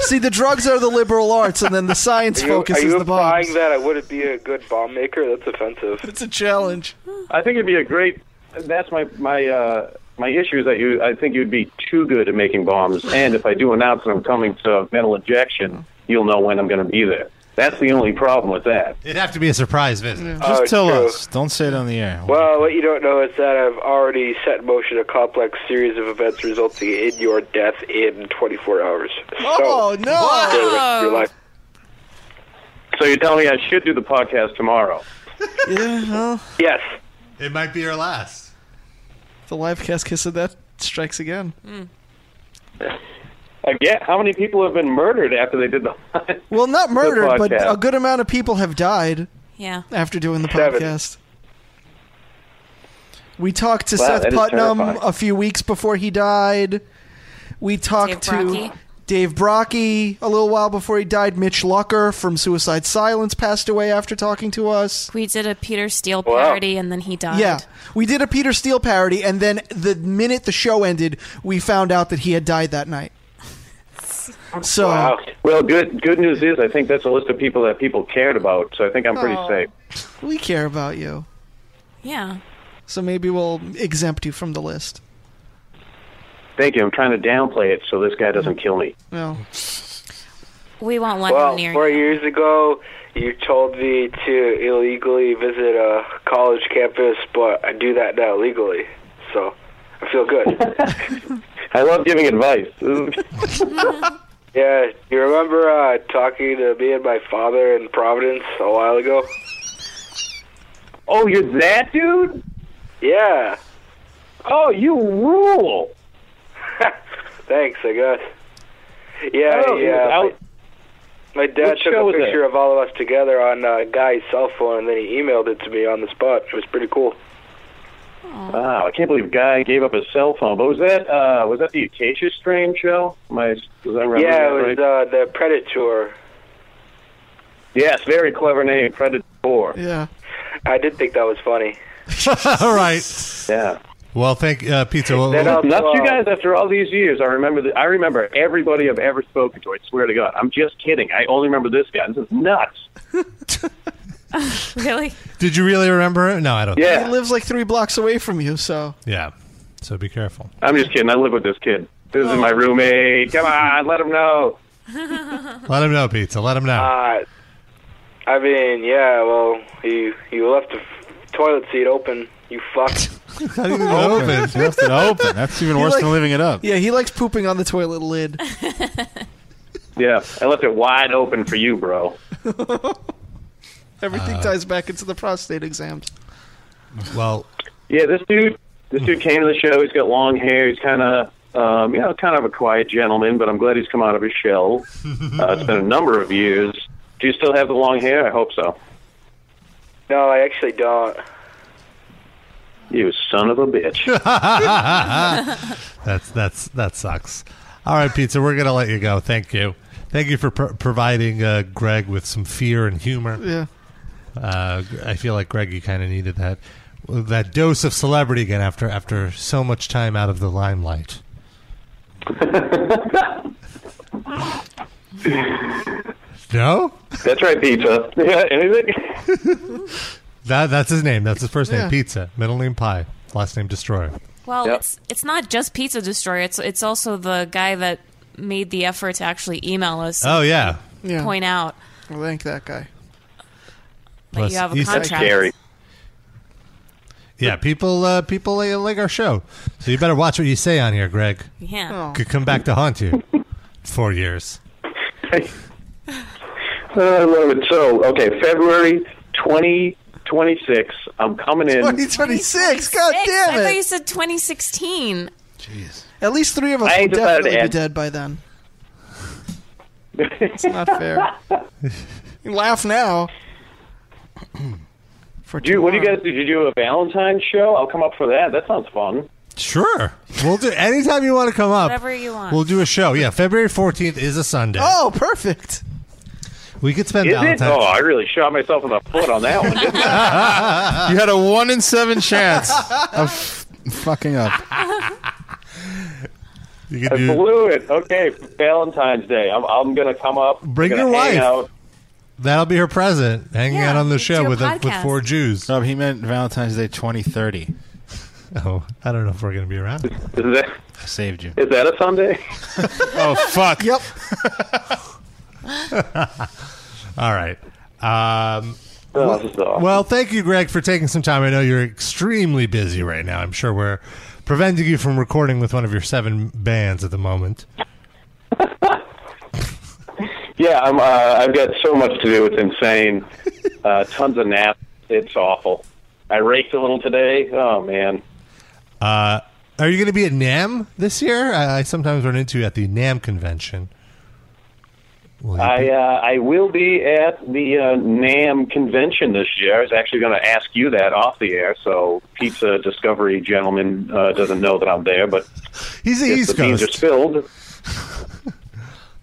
Speaker 3: See, the drugs are the liberal arts, and then the science
Speaker 13: are you,
Speaker 3: focus
Speaker 13: are
Speaker 3: is
Speaker 13: you
Speaker 3: the bombs.
Speaker 13: implying that I wouldn't be a good bomb maker? That's offensive.
Speaker 3: It's a challenge.
Speaker 14: I think it'd be a great. That's my my uh, my issue is that you. I think you'd be too good at making bombs. And if I do announce that I'm coming to metal injection, you'll know when I'm going to be there. That's the only problem with that.
Speaker 2: It'd have to be a surprise visit.
Speaker 4: Just
Speaker 13: Oh,
Speaker 4: tell
Speaker 13: true.
Speaker 4: us. Don't say it on the air.
Speaker 13: Well, what you don't know is that I've already set in motion a complex series of events resulting in your death in 24 hours. so,
Speaker 3: Oh, no.
Speaker 13: enjoy the rest of your life.
Speaker 14: So you're telling me I should do the podcast tomorrow?
Speaker 3: yeah, well,
Speaker 13: Yes.
Speaker 2: It might be your last.
Speaker 3: the live cast kiss of that strikes again.
Speaker 14: Again, how many people have been murdered after they did the?
Speaker 3: Well, not murdered, but
Speaker 14: podcast.
Speaker 3: a good amount of people have died
Speaker 5: Yeah.
Speaker 3: after doing the
Speaker 14: Seven.
Speaker 3: podcast. We talked to
Speaker 14: Wow, that
Speaker 3: Seth
Speaker 14: is
Speaker 3: Putnam
Speaker 14: terrifying.
Speaker 3: a few weeks before he died. We
Speaker 5: Dave
Speaker 3: talked to
Speaker 5: Brockie.
Speaker 3: Dave Brocky a little while before he died. Mitch Lucker from Suicide Silence passed away after talking to us.
Speaker 5: We did a Peter Steele
Speaker 3: Wow.
Speaker 5: parody, and then he died.
Speaker 3: Yeah, we did a Peter Steele parody, and then the minute the show ended, we found out that he had died that night. So
Speaker 14: Wow. Well, good good news is I think that's a list of people that people cared about. So I think I'm pretty
Speaker 3: Oh.
Speaker 14: safe.
Speaker 3: we care about you.
Speaker 5: Yeah.
Speaker 3: So maybe we'll exempt you from the list.
Speaker 14: Thank you. I'm trying to downplay it so this guy doesn't kill me.
Speaker 3: No.
Speaker 5: We won't let
Speaker 13: Well,
Speaker 5: him near
Speaker 13: four
Speaker 5: you.
Speaker 13: years ago, you told me to illegally visit a college campus, but I do that now legally, so I feel good.
Speaker 14: I love giving advice.
Speaker 13: yeah, you remember uh, talking to me and my father in Providence a while ago?
Speaker 14: Oh, you're that dude?
Speaker 13: Yeah.
Speaker 14: Oh, you rule.
Speaker 13: Thanks, I guess. Yeah,
Speaker 14: Oh,
Speaker 13: yeah.
Speaker 14: I was-
Speaker 13: My dad
Speaker 14: Which
Speaker 13: took
Speaker 14: show
Speaker 13: a
Speaker 14: was that?
Speaker 13: picture of all of us together on uh, Guy's cell phone, and then he emailed it to me on the spot. It was pretty cool.
Speaker 14: Wow, I can't believe guy gave up his cell phone. But was that uh, was that the Acacia Strain show? My was I remembering
Speaker 13: yeah,
Speaker 14: that
Speaker 13: it was
Speaker 14: right?
Speaker 13: uh, the Predator.
Speaker 14: Yes, very clever name, Predator.
Speaker 3: Yeah.
Speaker 13: I did think that was funny.
Speaker 2: all right.
Speaker 14: Yeah.
Speaker 2: Well, thank uh, Pizza. Well,
Speaker 14: That's nuts, you guys. After all these years, I remember. The, I remember everybody I've ever spoken to. I swear to God, I'm just kidding. I only remember this guy. This is nuts.
Speaker 5: really?
Speaker 2: Did you really remember it? No, I don't.
Speaker 3: He lives like three blocks away from you, so.
Speaker 2: Yeah. So be careful.
Speaker 14: I'm just kidding. I live with this kid. This is my roommate. Come on, let him know.
Speaker 2: Let him know, Pizza. Let him know.
Speaker 13: Uh, I mean, yeah. Well, you you left the f- toilet seat open. You fucked.
Speaker 2: Not even
Speaker 4: open. You left it open. That's even
Speaker 3: He
Speaker 4: worse than
Speaker 3: like-
Speaker 4: leaving it up.
Speaker 3: Yeah, he likes pooping on the toilet lid.
Speaker 14: Yeah, I left it wide open for you, bro.
Speaker 3: Everything
Speaker 14: Uh.
Speaker 3: ties back into the prostate exams.
Speaker 2: Well,
Speaker 14: yeah, this dude, this dude came to the show. He's got long hair. He's kind of, um, you know, kind of a quiet gentleman. But I'm glad he's come out of his shell. Uh, it's been a number of years. Do you still have the long hair? I hope so.
Speaker 13: No, I actually don't.
Speaker 14: You son of a bitch.
Speaker 2: Ah, that's that's that sucks. All right, pizza. We're gonna let you go. Thank you. Thank you for pro- providing uh, Greg with some fear and humor.
Speaker 3: Yeah.
Speaker 2: Uh, I feel like Greg, you kind of needed that that dose of celebrity again after after so much time out of the limelight. no,
Speaker 14: That's right, pizza. Yeah, anything?
Speaker 2: that that's his name. That's his first name.
Speaker 5: Yeah.
Speaker 2: Pizza. Middle name Pie. Last name Destroyer.
Speaker 5: Well,
Speaker 2: Yep.
Speaker 5: it's it's not just Pizza Destroyer. It's it's also the guy that made the effort to actually email us.
Speaker 2: Oh yeah.
Speaker 3: Yeah.
Speaker 5: Point out
Speaker 3: Well, thank that guy.
Speaker 5: that you have a
Speaker 2: He's-
Speaker 5: contract.
Speaker 2: Yeah, people, uh, people like, like our show, so you better
Speaker 3: Oh.
Speaker 2: watch what you say on here, Greg.
Speaker 5: Yeah.
Speaker 2: Could come back to haunt you. Four years.
Speaker 14: Oh, I love it. So, okay, February 2026, I'm coming in.
Speaker 3: 2026. God damn
Speaker 5: I
Speaker 3: it.
Speaker 5: thought you said 2016.
Speaker 3: At least three of us
Speaker 14: I
Speaker 3: will
Speaker 14: ain't decided
Speaker 3: definitely
Speaker 14: to
Speaker 3: be
Speaker 14: end.
Speaker 3: dead by then. it's not fair. You laugh now.
Speaker 14: Do you, what do you guys do? Do you do a Valentine's show? I'll come up for that. That sounds fun.
Speaker 2: Sure. We'll do anytime you want to come up.
Speaker 14: Whatever you want.
Speaker 2: We'll do a show. Yeah, February 14th is a Sunday.
Speaker 3: Oh, perfect.
Speaker 2: We could spend
Speaker 14: Is
Speaker 2: Valentine's.
Speaker 14: it? Oh, I really shot myself in the foot on that one. Didn't
Speaker 2: Ah.
Speaker 14: I?
Speaker 4: You had a one in seven chance of f- fucking up.
Speaker 2: You
Speaker 14: I blew it. Okay, Valentine's Day. I'm, I'm gonna come up.
Speaker 2: Bring
Speaker 14: gonna
Speaker 2: your
Speaker 14: hang
Speaker 2: wife.
Speaker 14: Out.
Speaker 2: That'll be her present, hanging out on the show with with four. Jews.
Speaker 4: No, he meant Valentine's Day 2030.
Speaker 2: Oh, I don't know if we're going to be around.
Speaker 14: Is that,
Speaker 4: I saved you.
Speaker 14: is that a Sunday?
Speaker 4: oh fuck.
Speaker 3: Yep.
Speaker 2: All right. Um, well, well, thank you, Greg, for taking some time. I know you're extremely busy right now. I'm sure we're preventing you from recording with one of your seven bands at the moment.
Speaker 14: Yeah, I'm. Uh, I've got so much to do. It's insane. Uh, tons of naps. It's awful. I raked a little today. Oh man.
Speaker 2: Uh, are you going to be at NAM this year? I, I sometimes run into you at the NAM convention.
Speaker 14: I uh, I will be at the uh, NAM convention this year. I was actually going to ask you that off the air, so pizza discovery gentleman uh, doesn't know that I'm there. But
Speaker 2: He's the
Speaker 14: if
Speaker 2: East
Speaker 14: the beans
Speaker 2: Coast.
Speaker 14: are spilled.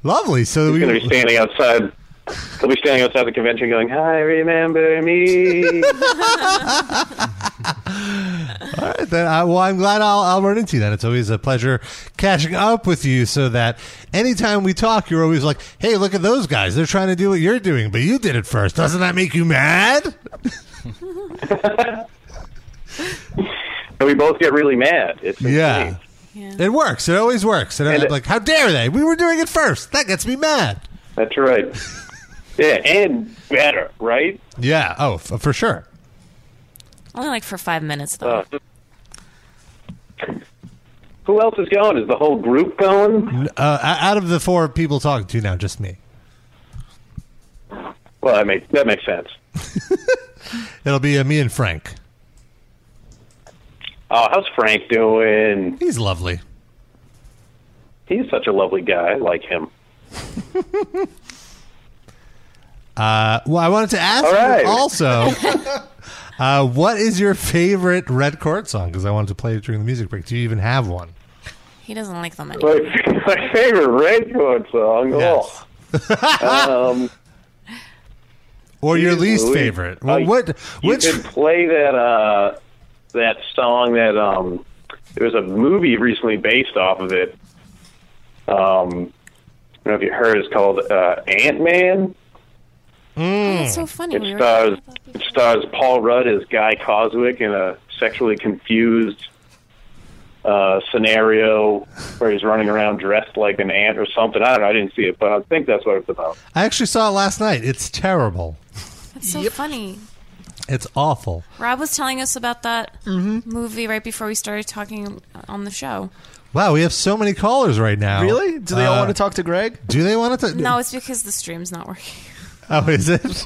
Speaker 2: Lovely. So
Speaker 14: He's
Speaker 2: we
Speaker 14: going to be standing outside. He'll be standing outside the convention, going, "I remember me."
Speaker 2: All right, then. I, well, I'm glad I'll, I'll run into you then. It's always a pleasure catching up with you so that anytime we talk, you're always like, hey, look at those guys. They're trying to do what you're doing, but you did it first. Doesn't that make you mad?
Speaker 14: and we both get really mad. It's
Speaker 2: Yeah. It works. It always works. And, I'm like, how dare they? We were doing it first. That gets me mad.
Speaker 14: That's right. yeah, and better, right?
Speaker 2: Yeah. Oh, f- for sure.
Speaker 5: Only like for five minutes though.
Speaker 14: Uh, who else is going? Is the whole group going?
Speaker 2: N- Uh, o- out of the four people talking to now, just me.
Speaker 14: Well, that makes that makes sense.
Speaker 2: It'll be uh, me and Frank.
Speaker 14: Oh, how's Frank doing?
Speaker 2: He's lovely.
Speaker 14: He's such a lovely guy. I like him.
Speaker 2: Uh, well, I wanted to ask
Speaker 14: All
Speaker 2: you
Speaker 14: right.
Speaker 2: also, uh, what is your favorite Red Court song? Because I wanted to play it during the music break. Do you even have one?
Speaker 5: He doesn't like them anymore.
Speaker 14: My, my favorite Redcoat song.
Speaker 2: Yes.
Speaker 14: Oh. um,
Speaker 2: Or your
Speaker 14: geez
Speaker 2: least
Speaker 14: Louise.
Speaker 2: favorite?
Speaker 14: Oh,
Speaker 2: Well, what?
Speaker 14: You
Speaker 2: Which?
Speaker 14: could play that uh, that song that um, there was a movie recently based off of it. Um, I don't know if you heard. It's called uh, Ant Man.
Speaker 2: Hmm.
Speaker 5: That's so funny. We
Speaker 14: It
Speaker 5: were-
Speaker 14: stars it stars Paul Rudd as Guy Coswick in a sexually confused uh, scenario where he's running around dressed like an ant or something. I don't know. I didn't see it, but I think that's what it's about.
Speaker 2: I actually saw it last night. It's terrible.
Speaker 5: That's so funny.
Speaker 2: It's awful.
Speaker 5: Rob was telling us about that movie right before we started talking on the show.
Speaker 2: Wow, we have so many callers right now.
Speaker 5: Really?
Speaker 3: Do they all want to
Speaker 2: talk to Greg? Do they want to?
Speaker 5: No, it's because the stream's not working.
Speaker 2: Oh, is it?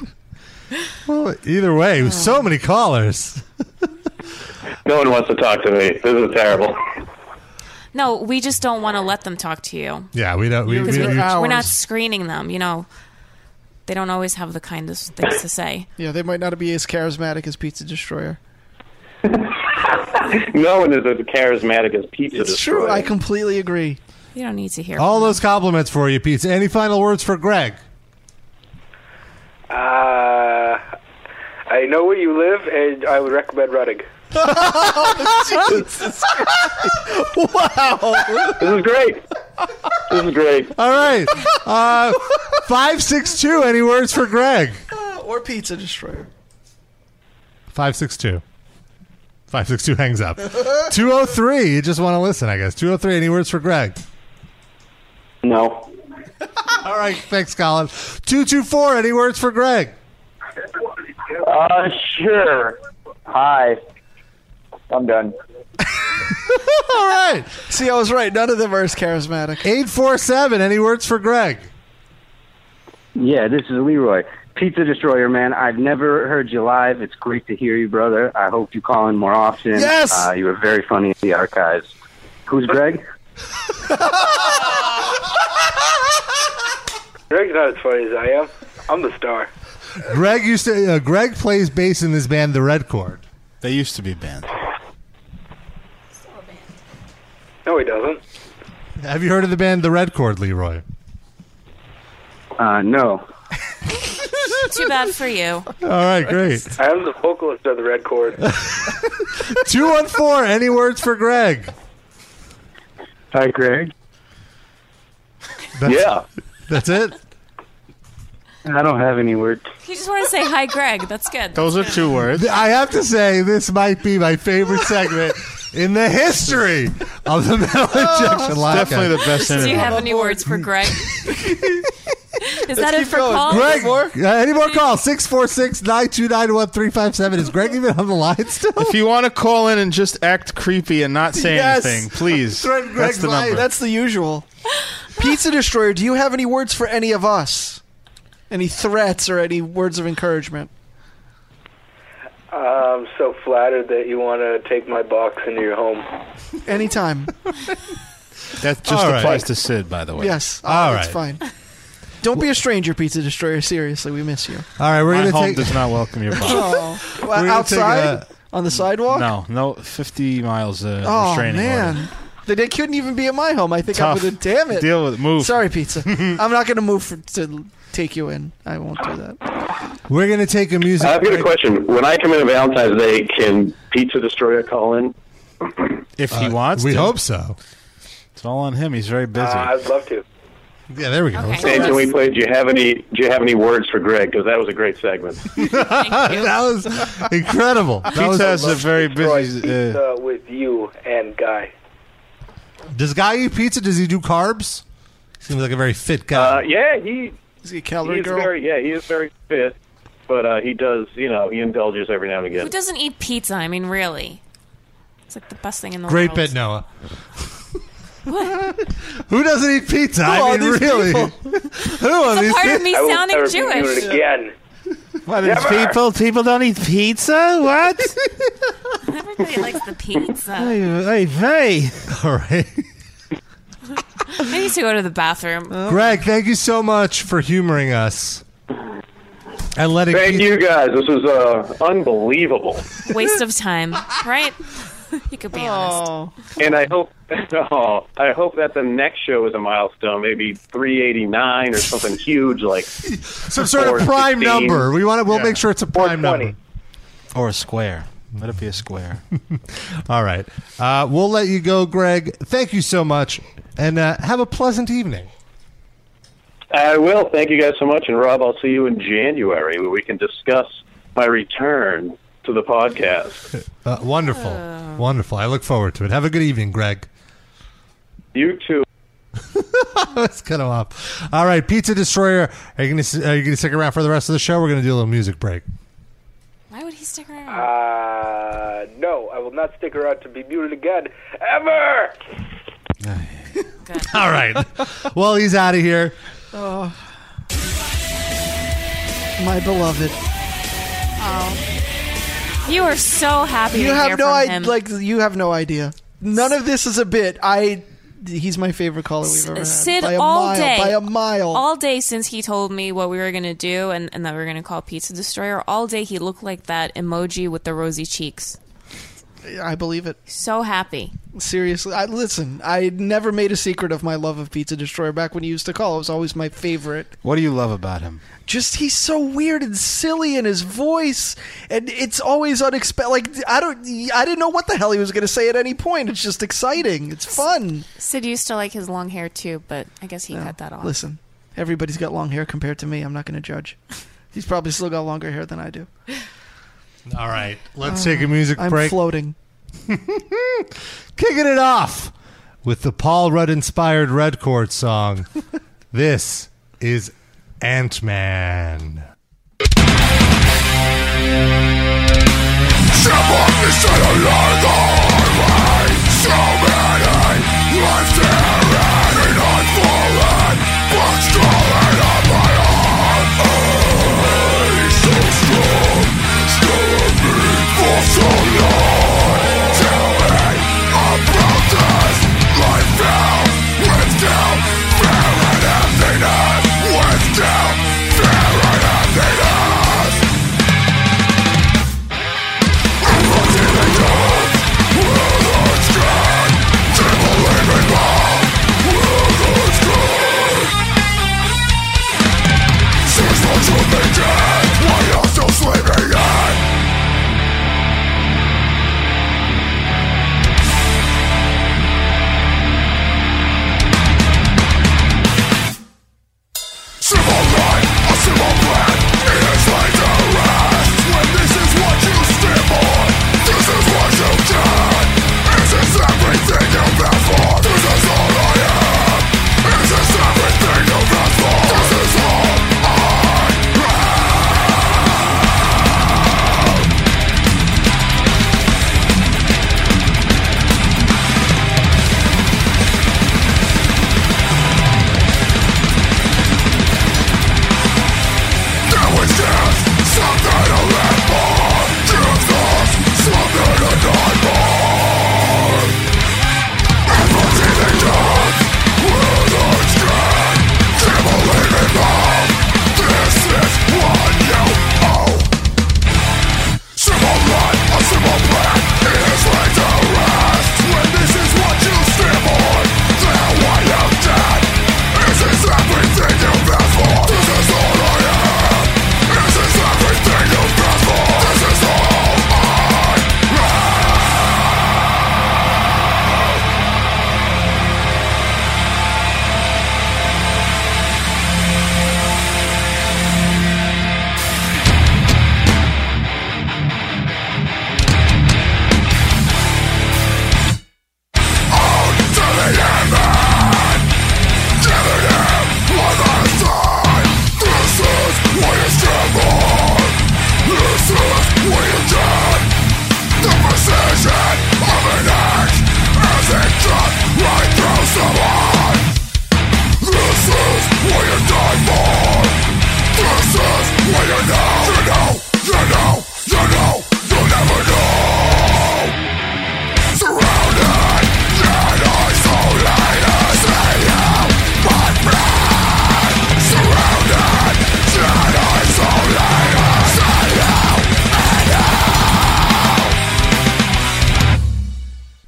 Speaker 2: well, either way, so many callers.
Speaker 14: No one wants to talk to me. This is terrible.
Speaker 5: No, we just don't want to let them talk to you.
Speaker 2: Yeah, we don't. We,
Speaker 5: Because
Speaker 2: we,
Speaker 5: we're,
Speaker 2: we,
Speaker 5: we're not screening them. You know, they don't always have the kindest things to say.
Speaker 3: Yeah, they might not be as charismatic as Pizza Destroyer.
Speaker 14: no one is as charismatic as Pizza
Speaker 3: It's
Speaker 14: Destroyer.
Speaker 3: true. I completely agree.
Speaker 5: You don't need to hear.
Speaker 2: all those compliments for you, Pete. Any final words for Greg?
Speaker 13: Uh, I know where you live, and I would recommend running.
Speaker 14: wow. This is great. This is great.
Speaker 2: All right. Uh, 562, any words for Greg?
Speaker 3: Uh, or Pizza Destroyer.
Speaker 2: 562. 562 hangs up. 203, you just want to listen, I guess. 203, any words for Greg?
Speaker 14: No.
Speaker 2: All right, thanks, Colin. 224, any words for Greg?
Speaker 12: Uh, sure. Hi. I'm done.
Speaker 2: All right.
Speaker 3: See, I was right. None of them are as charismatic.
Speaker 2: 847, any words for Greg?
Speaker 17: Yeah, this is Leroy. Pizza Destroyer, man. I've never heard you live. It's great to hear you, brother. I hope you call in more often.
Speaker 3: Yes!
Speaker 17: Uh, you were very funny in the archives. Who's Greg?
Speaker 13: Greg's not as funny as I am. I'm the star.
Speaker 2: Greg used to. Uh, Greg plays bass in his band, The Red Chord.
Speaker 4: They used to be banned.
Speaker 13: No, he doesn't.
Speaker 2: Have you heard of the band, The Red Chord, Leroy?
Speaker 17: Uh, no.
Speaker 5: Too bad for you.
Speaker 2: All right, great.
Speaker 13: I am the vocalist of the Red Chord.
Speaker 2: Two one four. Any words for Greg?
Speaker 17: Hi, Greg. yeah.
Speaker 2: That's it.
Speaker 17: I don't have any words.
Speaker 5: You just want to say hi, Greg. That's good.
Speaker 4: Those are two words.
Speaker 2: I have to say, this might be my favorite segment in the history of the metal injection
Speaker 4: It's
Speaker 2: live.
Speaker 4: Oh, definitely the best
Speaker 5: Do you have any words for Greg? Is that it for calls?
Speaker 2: Greg, uh, any more calls? 646 929 1357. Is Greg even on the line still?
Speaker 4: If you want to call in and just act creepy and not say
Speaker 3: Yes.
Speaker 4: anything, please. That's the number.
Speaker 3: That's the usual. Pizza Destroyer, do you have any words for any of us? Any threats or any words of encouragement?
Speaker 13: I'm so flattered that you want to take my box into your home.
Speaker 3: Anytime.
Speaker 4: that just
Speaker 3: All right.
Speaker 4: applies to Sid, by the way.
Speaker 3: yes.
Speaker 4: All
Speaker 3: All
Speaker 4: right.
Speaker 3: right. It's fine. Don't be a stranger, Pizza Destroyer. Seriously, we miss you.
Speaker 2: All right, we're
Speaker 4: My
Speaker 2: gonna
Speaker 4: home
Speaker 2: take-
Speaker 4: does not welcome your box.
Speaker 3: Oh. Well,
Speaker 4: We're gonna
Speaker 3: outside?
Speaker 4: take
Speaker 3: on the sidewalk?
Speaker 4: No, no, fifty miles uh,
Speaker 3: Oh,
Speaker 4: restraining
Speaker 3: man.
Speaker 4: order.
Speaker 3: They- They couldn't even be at my home. I think
Speaker 4: Tough.
Speaker 3: I'm going to. Damn it.
Speaker 4: Deal with it. Move.
Speaker 3: Sorry, Pizza. I'm not going to move for, to take you in. I won't do that.
Speaker 2: We're going to take a music
Speaker 15: I've got a
Speaker 2: break.
Speaker 15: question. When I come in on Valentine's Day, can Pizza Destroyer call in?
Speaker 4: If he wants,
Speaker 2: Uh, we
Speaker 4: to.
Speaker 2: hope so.
Speaker 4: It's all on him. He's very busy.
Speaker 5: Uh,
Speaker 15: I'd
Speaker 13: love to.
Speaker 2: Yeah, there we go.
Speaker 15: And can we play? Do you have any? Do you have any words for Greg? Because that was a great segment.
Speaker 2: that was incredible. That was-
Speaker 13: busy. uh, Pizza with you and Guy.
Speaker 2: Does Guy eat pizza? Does he do carbs? Seems like a very fit guy.
Speaker 15: Uh, yeah, he.
Speaker 3: Is he a calorie
Speaker 15: he's
Speaker 2: girl?
Speaker 15: Very, yeah, he is very fit, but uh, he does. You know, he indulges every now and again.
Speaker 5: Who doesn't eat pizza? I mean, really. It's like the best thing in the
Speaker 2: Great
Speaker 5: world.
Speaker 2: bit, Noah.
Speaker 5: What?
Speaker 2: Who doesn't eat pizza?
Speaker 5: Who
Speaker 2: I
Speaker 5: are
Speaker 2: mean,
Speaker 5: these
Speaker 2: really?
Speaker 5: people?
Speaker 2: Who are
Speaker 5: It's a
Speaker 2: these
Speaker 5: part of
Speaker 2: people?
Speaker 5: me I will sounding never do Jewish. it
Speaker 13: again.
Speaker 4: What,
Speaker 13: these Never. people-
Speaker 4: people don't eat pizza? What?
Speaker 5: Everybody likes the pizza.
Speaker 4: hey, hey.
Speaker 2: All right.
Speaker 5: I need to go to the bathroom.
Speaker 3: Oh.
Speaker 2: Greg, thank you so much for humoring us and letting
Speaker 15: Thank you guys. This is uh, unbelievable,
Speaker 5: Waste of time, right? You could be honest.
Speaker 15: and I hope. Oh, I hope that the next show is a milestone, maybe 389 or something huge like
Speaker 2: some sort of prime number. We want to. We'll make sure it's a prime number.
Speaker 4: Or a square. Let it be a square.
Speaker 2: All right. Uh, we'll let you go, Greg. Thank you so much, and uh, have a pleasant evening.
Speaker 15: I will. Thank you guys so much. And Rob, I'll see you in January where we can discuss my return to the podcast.
Speaker 2: Uh, wonderful, wonderful. I look forward to it. Have a good evening, Greg.
Speaker 15: You too.
Speaker 2: Let's cut him off. All right, Pizza Destroyer. Are you going to are you going to stick around for the rest of the show? We're going to do a little music break.
Speaker 5: Why would he stick around?
Speaker 13: Uh, no, I will not stick around to be muted again. Ever!
Speaker 2: All right. well, he's out of here.
Speaker 3: Oh. My beloved.
Speaker 5: You are so happy.
Speaker 3: you
Speaker 5: to
Speaker 3: have
Speaker 5: hear
Speaker 3: no
Speaker 5: from
Speaker 3: idea.
Speaker 5: him.
Speaker 3: Like you have no idea. None of this is a bit. I. He's my favorite caller we've ever had.
Speaker 5: Sid
Speaker 3: by a
Speaker 5: all
Speaker 3: mile,
Speaker 5: day,
Speaker 3: By a mile.
Speaker 5: all day since he told me what we were gonna do and, and that we were gonna call Pizza Destroyer. All day he looked like that emoji with the rosy cheeks.
Speaker 3: I believe it.
Speaker 5: So happy.
Speaker 3: Seriously, I listen. I never made a secret of my love of Pizza Destroyer back when he used to call. It was always my favorite.
Speaker 4: What do you love about him?
Speaker 3: Just he's so weird and silly in his voice, and it's always unexpected. Like I don't, I didn't know what the hell he was going to say at any point. It's just exciting. It's fun.
Speaker 5: Sid used to like his long hair too, but I guess he cut that off.
Speaker 3: Listen, everybody's got long hair compared to me. I'm not going to judge. He's probably still got longer hair than I do.
Speaker 2: All right. Let's
Speaker 3: Uh,
Speaker 2: take a music
Speaker 3: I'm
Speaker 2: break.
Speaker 3: floating.
Speaker 2: Kicking it off with the Paul Rudd inspired Red Court song. this is Ant Man.
Speaker 18: What's going on my heart?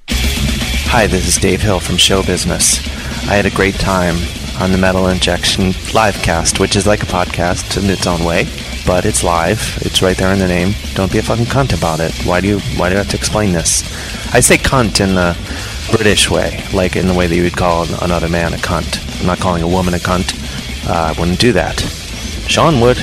Speaker 18: Hi, this is Dave Hill from Show Business. I had a great time on the Metal Injection livecast, which is like a podcast in its own way, but it's live. It's right there in the name. Don't be a fucking cunt about it. Why do you why do you have to explain this? I say cunt in the British way, like in the way that you would call an- another man a cunt. I'm not calling a woman a cunt. Uh, I wouldn't do that. Sean would.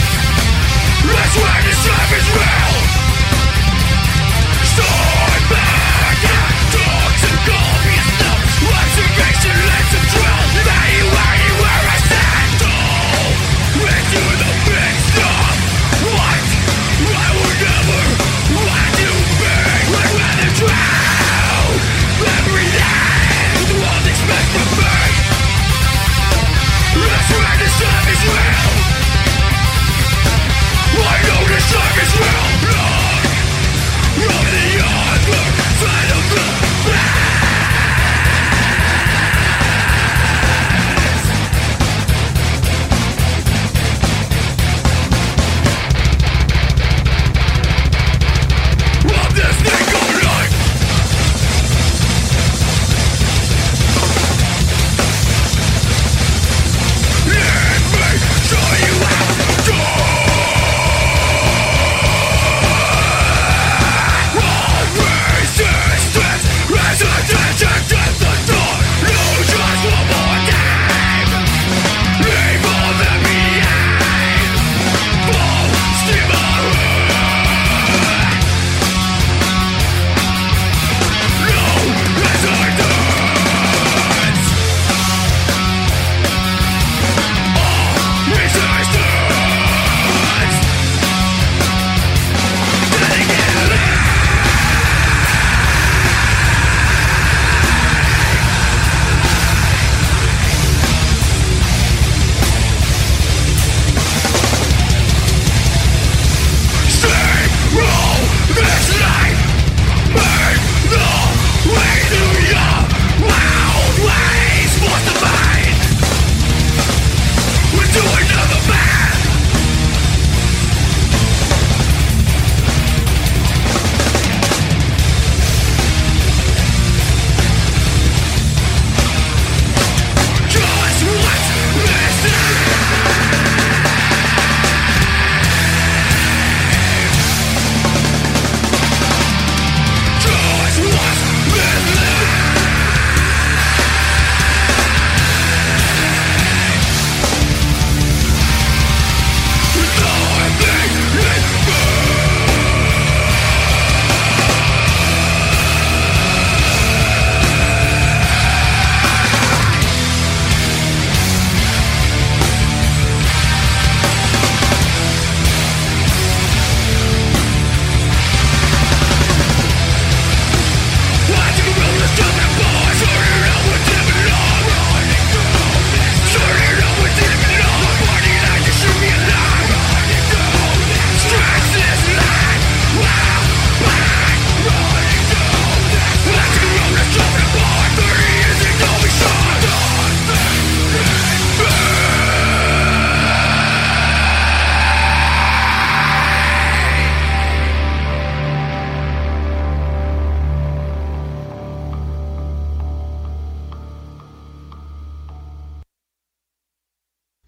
Speaker 9: That's why this life is real. Start back at dogs and copious notes. Observation lets them dwell. They worry where I stand. Oh, into the big stuff. What? I will never let you be. I'd rather drown every day. The world expects from me. That's why this life is real. I know this life is real. Blood from the other side of the Of this thing called life. Let me show you how to die.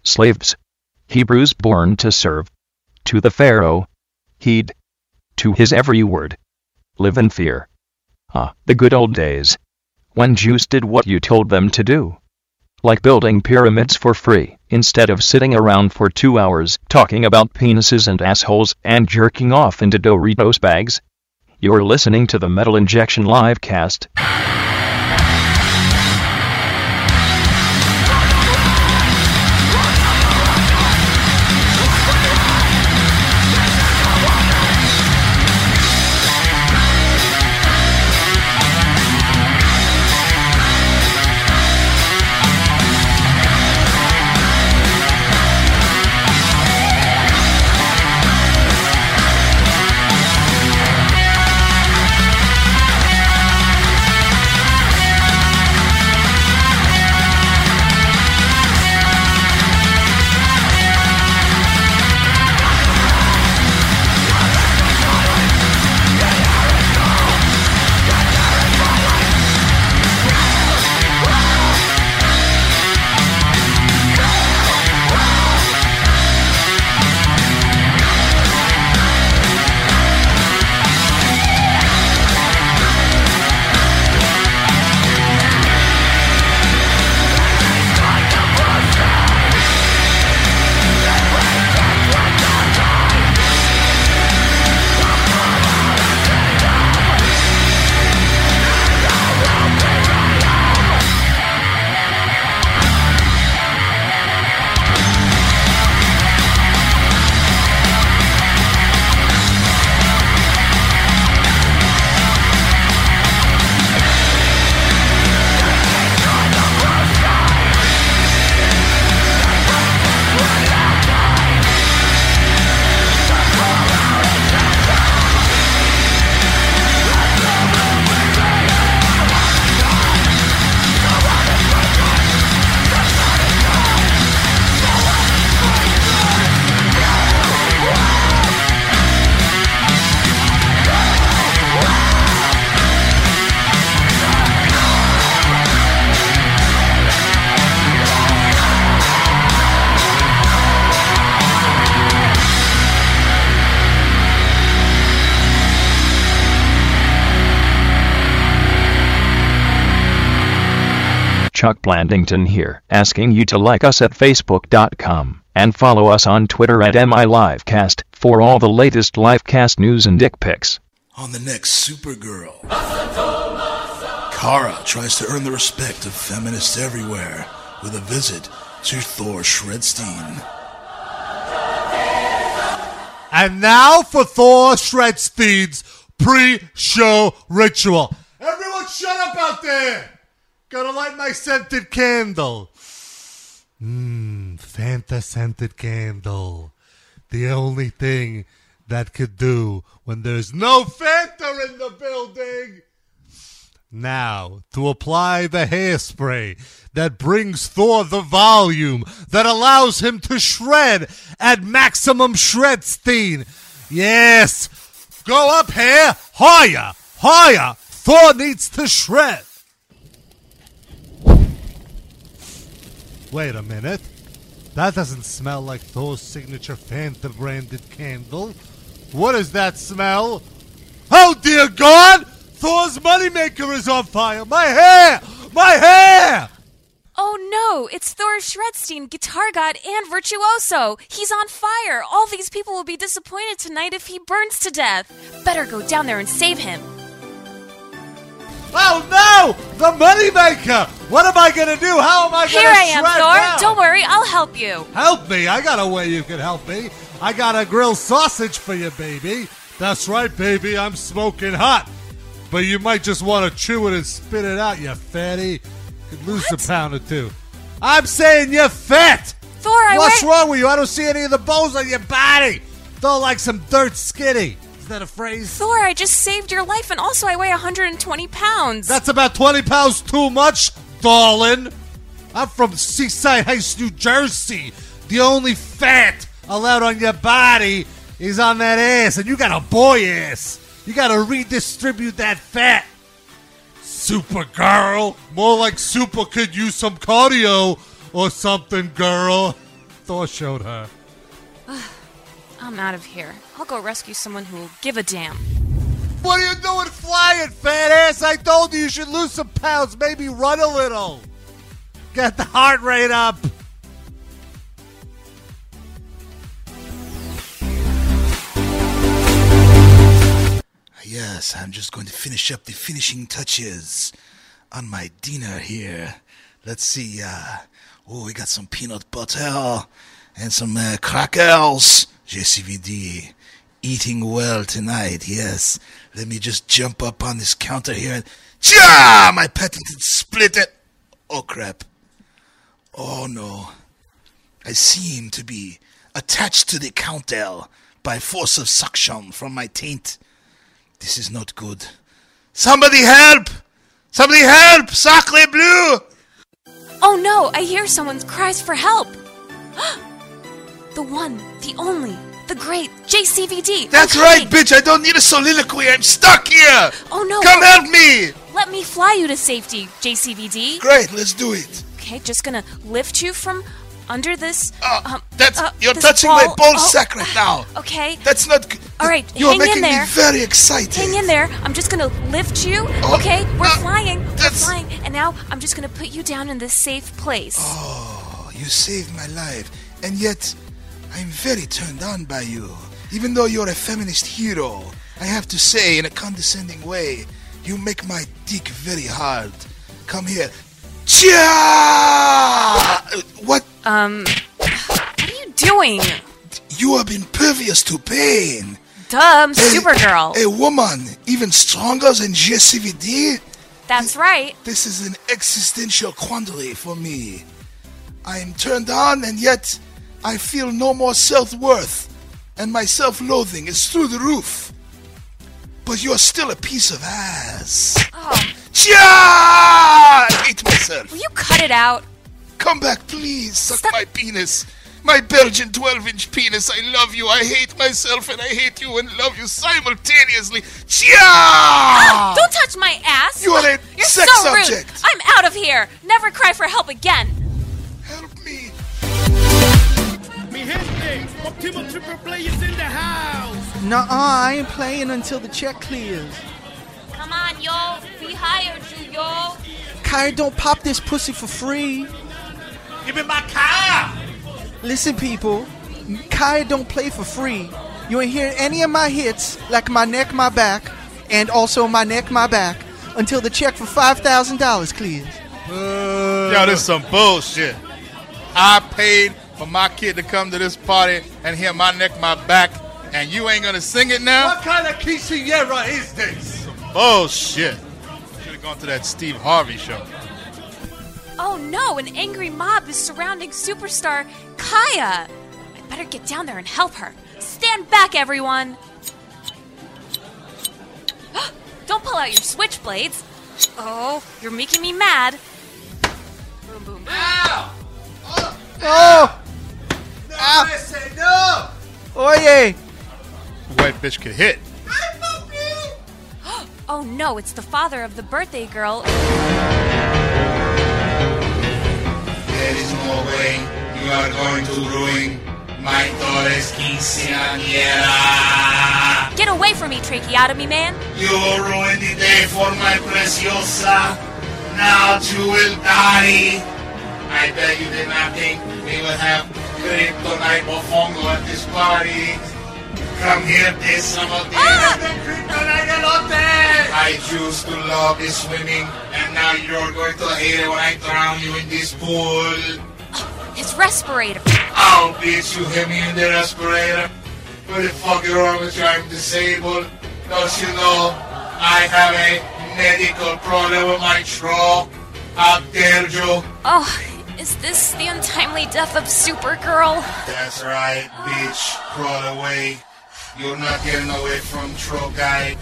Speaker 1: slaves, Hebrews born to serve, to the Pharaoh, heed, to his every word, live in fear. Ah, the good old days, when Jews did what you told them to do. Like building pyramids for free, instead of sitting around for two hours talking about penises and assholes and jerking off into Doritos bags. You're listening to the Metal Injection Livecast. Chuck Blandington here, asking you to like us at facebook.com and follow us on Twitter at MILivecast for all the latest livecast news and dick pics.
Speaker 19: On the next Supergirl, Kara tries to earn the respect of feminists everywhere with a visit to Thor Shredstein.
Speaker 2: And now for Thor Shredstein's pre-show ritual. Everyone shut up out there! Gotta light my scented candle. Mmm, Fanta scented candle. The only thing that could do when there's no Fanta in the building. Now, to apply the hairspray that brings Thor the volume that allows him to shred at maximum shredstein. Yes, go up here, higher, higher. Thor needs to shred. Wait a minute. That doesn't smell like Thor's signature Fanta branded candle. What is that smell? Oh dear God! Thor's moneymaker is on fire! My hair! My hair!
Speaker 6: Oh no, it's Thor Shredstein, guitar god and virtuoso. He's on fire. All these people will be disappointed tonight if he burns to death. Better go down there and save him.
Speaker 2: Oh no! The moneymaker! What am I gonna do? How am I
Speaker 6: Here
Speaker 2: gonna
Speaker 6: I am,
Speaker 2: shred
Speaker 6: Thor.
Speaker 2: now?
Speaker 6: Don't worry, I'll help you.
Speaker 2: Help me! I got a way you can help me. I got a grilled sausage for you, baby. That's right, baby. I'm smoking hot. But you might just want to chew it and spit it out, you fatty. Could lose a pound or two. I'm saying you're fat.
Speaker 6: Thor, I
Speaker 2: What's wrong with you? I don't see any of the bones on your body. They're like some dirt skinny. Is that a phrase?
Speaker 6: Thor, I just saved your life, and also I weigh 120 pounds.
Speaker 2: That's about 20 pounds too much, darling. I'm from Seaside Heights, New Jersey. The only fat allowed on your body is on that ass, and you got a boy ass. You got to redistribute that fat. Supergirl. More like Super could use some cardio or something, girl. Thor showed her.
Speaker 6: I'm out of here. I'll go rescue someone who will give a damn.
Speaker 2: What are you doing flying, fat ass? I told you you should lose some pounds, maybe run a little. Get the heart rate up.
Speaker 19: Yes, I'm just going to finish up the finishing touches on my dinner here. Let's see. Uh, oh, we got some peanut butter and some uh, crackers. JCVD, eating well tonight. Yes. Let me just jump up on this counter here and. Cha! My patented split it. Oh crap. Oh no. I seem to be attached to the counter by force of suction from my taint. This is not good.
Speaker 16: Somebody help! Somebody help! Sacre bleu!
Speaker 6: Oh no, I hear someone's cries for help. the one, the only, the great JCVD.
Speaker 16: That's right, bitch! I don't need a soliloquy. I'm stuck here.
Speaker 6: Oh no.
Speaker 16: Come help me!
Speaker 6: Let me fly you to safety, JCVD.
Speaker 19: Great, let's do it.
Speaker 6: Okay, just gonna lift you from under this. um,
Speaker 19: That's
Speaker 6: uh,
Speaker 19: you're
Speaker 6: this
Speaker 19: touching my
Speaker 6: ball-
Speaker 19: ball
Speaker 6: oh,
Speaker 19: sack right now.
Speaker 6: Okay.
Speaker 19: That's not. g-
Speaker 6: All right,
Speaker 19: You are
Speaker 6: hang in
Speaker 19: making me
Speaker 6: there.
Speaker 19: very excited.
Speaker 6: Hang in there. I'm just gonna lift you.
Speaker 19: Oh.
Speaker 6: okay, we're
Speaker 19: Ah,
Speaker 6: flying. We're flying, and now I'm just gonna put you down in this safe place.
Speaker 19: Oh, you saved my life, and yet I'm very turned on by you. Even though you're a feminist hero, I have to say, in a condescending way, you make my dick very hard. Come here. Chia! What?
Speaker 6: Um, what are you doing?
Speaker 19: You have been pervious to pain.
Speaker 6: Dumb
Speaker 19: A-
Speaker 6: Supergirl.
Speaker 19: A woman even stronger than JCVD?
Speaker 6: That's right.
Speaker 19: This is an existential quandary for me. I am turned on, and yet I feel no more self worth, and my self loathing is through the roof. But you're still a piece of ass.
Speaker 6: Oh,
Speaker 19: Chia! I hate myself. Will
Speaker 6: you cut it out?
Speaker 19: Come back, please. Suck my penis. My Belgian 12 inch penis. I love you. I hate myself, and I hate you and love you simultaneously. Chia!
Speaker 6: Don't touch my ass.
Speaker 19: Ah! You are a
Speaker 6: You're
Speaker 19: sex
Speaker 6: so rude.
Speaker 19: object.
Speaker 6: I'm out of here. Never cry for help again.
Speaker 20: Mi gente, Optimal Triple Play is in the house.
Speaker 3: Nuh-uh, I ain't playing until the check clears.
Speaker 21: Come on, yo. We hired you, yo.
Speaker 3: Kyrie, don't pop this pussy for free.
Speaker 21: Give me my car.
Speaker 3: Listen, people, Kai don't play for free. You ain't hearing any of my hits, like My Neck, My Back, and also My Neck, My Back, until the check for $5,000 clears.
Speaker 4: Yo, this is some bullshit. I paid for my kid to come to this party and hear my neck, my back, and you ain't gonna sing it now? What kind of quinceanera is this? Bullshit. Oh, Should have gone to that Steve Harvey show.
Speaker 6: Oh no, an angry mob is surrounding superstar Kaya. I better get down there and help her. Stand back, everyone. Don't pull out your switchblades. Oh, you're making me mad. Boom, boom, boom.
Speaker 3: Oh!
Speaker 10: No, I say no!
Speaker 3: Oye!
Speaker 4: White bitch could hit.
Speaker 6: Oh no, it's the father of the birthday girl.
Speaker 10: There is no way you are going to ruin my daughter's quinceañera.
Speaker 6: Get away from me, tracheotomy man.
Speaker 10: You ruined the day for my preciosa. Now you will die. I bet you did not think we would have kryptonite mofongo at this party. Come here, taste some of this. I used to love this swimming, and now you're going to hate it when I drown you in this pool.
Speaker 6: His respirator.
Speaker 10: Oh, bitch, you hit me in the respirator. What the fuck is wrong with you? I'm disabled. Don't you know I have a medical problem with my throat? How dare you?
Speaker 6: Oh, is this the untimely death of Supergirl?
Speaker 10: That's right, bitch. Crawl away. You're not getting away from Tro guy.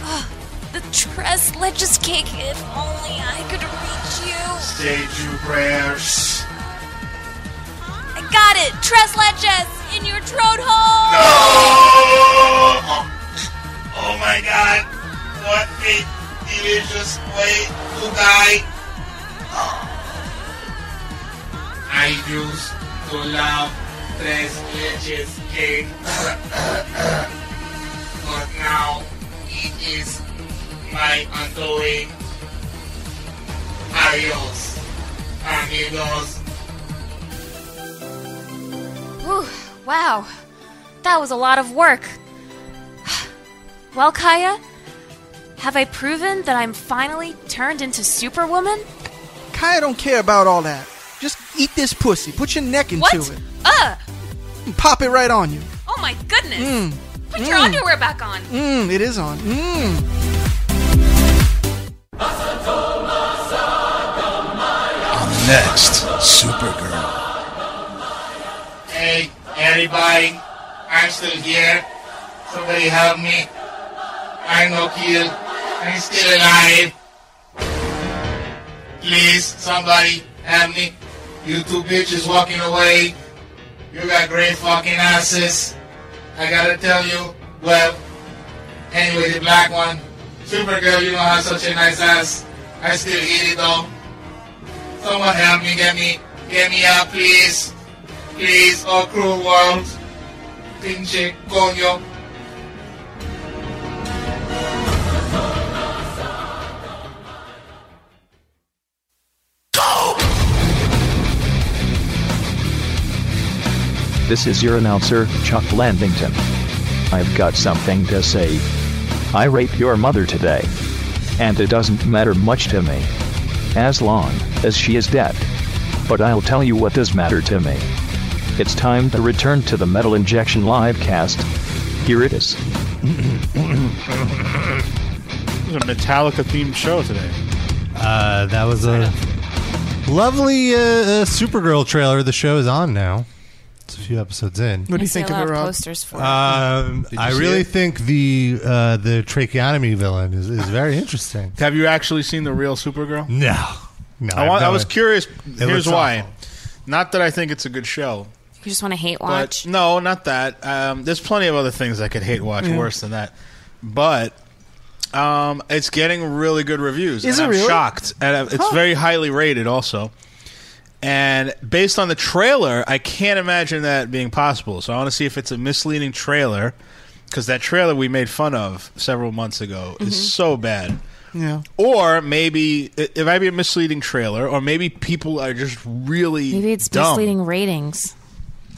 Speaker 6: Oh, the tress ledges cake. If only I could reach you.
Speaker 10: Stage your prayers.
Speaker 6: I got it. Tress ledges in your throat hole.
Speaker 10: No! Oh my god. What a delicious way to die. I used to love tres leches cake. but now it is my undoing. Adios, amigos.
Speaker 6: Whew, wow. That was a lot of work. Well, Kaya, have I proven that I'm finally turned into Superwoman?
Speaker 3: Kaya don't care about all that. Just eat this pussy. Put your neck into
Speaker 6: What?
Speaker 3: it.
Speaker 6: Ugh!
Speaker 3: And pop it right on you.
Speaker 6: Oh my goodness!
Speaker 3: Mm.
Speaker 4: Hmm,
Speaker 6: Put your
Speaker 3: Mm.
Speaker 6: underwear back on.
Speaker 3: Mmm, it is on. Mmm.
Speaker 16: Next, Supergirl.
Speaker 10: Hey, everybody, I'm still here. Somebody help me. I'm no kid. I'm still alive. Please, somebody help me. You two bitches walking away. You got great fucking asses. I gotta tell you, well, anyway, the black one. Supergirl, you don't have such a nice ass. I still eat it though. Someone help me, get me, get me out, please. Please, oh cruel world. Pinche coño.
Speaker 1: This is your announcer, Chuck Landington. I've got something to say. I raped your mother today. And it doesn't matter much to me. As long as she is dead. But I'll tell you what does matter to me. It's time to return to the Metal Injection live cast. Here it is.
Speaker 4: It was a Metallica themed show today.
Speaker 2: Uh, that was a lovely uh, uh, Supergirl trailer. The show is on now. It's a few episodes in.
Speaker 3: What do you think of it, Rob?
Speaker 6: Posters
Speaker 4: Uh,
Speaker 6: for
Speaker 2: Um,
Speaker 4: Did you
Speaker 2: I
Speaker 4: see
Speaker 2: really
Speaker 4: it?
Speaker 2: think the uh, the tracheotomy villain is, is very interesting.
Speaker 4: Have you actually seen the real Supergirl?
Speaker 2: No. No,
Speaker 4: I, want, I
Speaker 2: I've
Speaker 4: was
Speaker 2: never-
Speaker 4: curious. Here's
Speaker 2: looks
Speaker 4: why. Not that I think it's a good show.
Speaker 6: You just want to hate watch.
Speaker 4: But no, not that. Um, there's plenty of other things I could hate watch
Speaker 6: Yeah.
Speaker 4: worse than that. But um, it's getting really good reviews.
Speaker 3: Is
Speaker 4: and
Speaker 3: it
Speaker 4: I'm
Speaker 3: really?
Speaker 4: shocked. And uh, it's
Speaker 3: Huh.
Speaker 4: very highly rated also. And based on the trailer, I can't imagine that being possible. So I want to see if it's a misleading trailer because that trailer we made fun of several months ago
Speaker 6: Mhm.
Speaker 4: is so bad.
Speaker 3: Yeah.
Speaker 4: Or maybe it, it might be a misleading trailer, or maybe people are just really
Speaker 5: Maybe it's
Speaker 4: dumb.
Speaker 5: misleading ratings.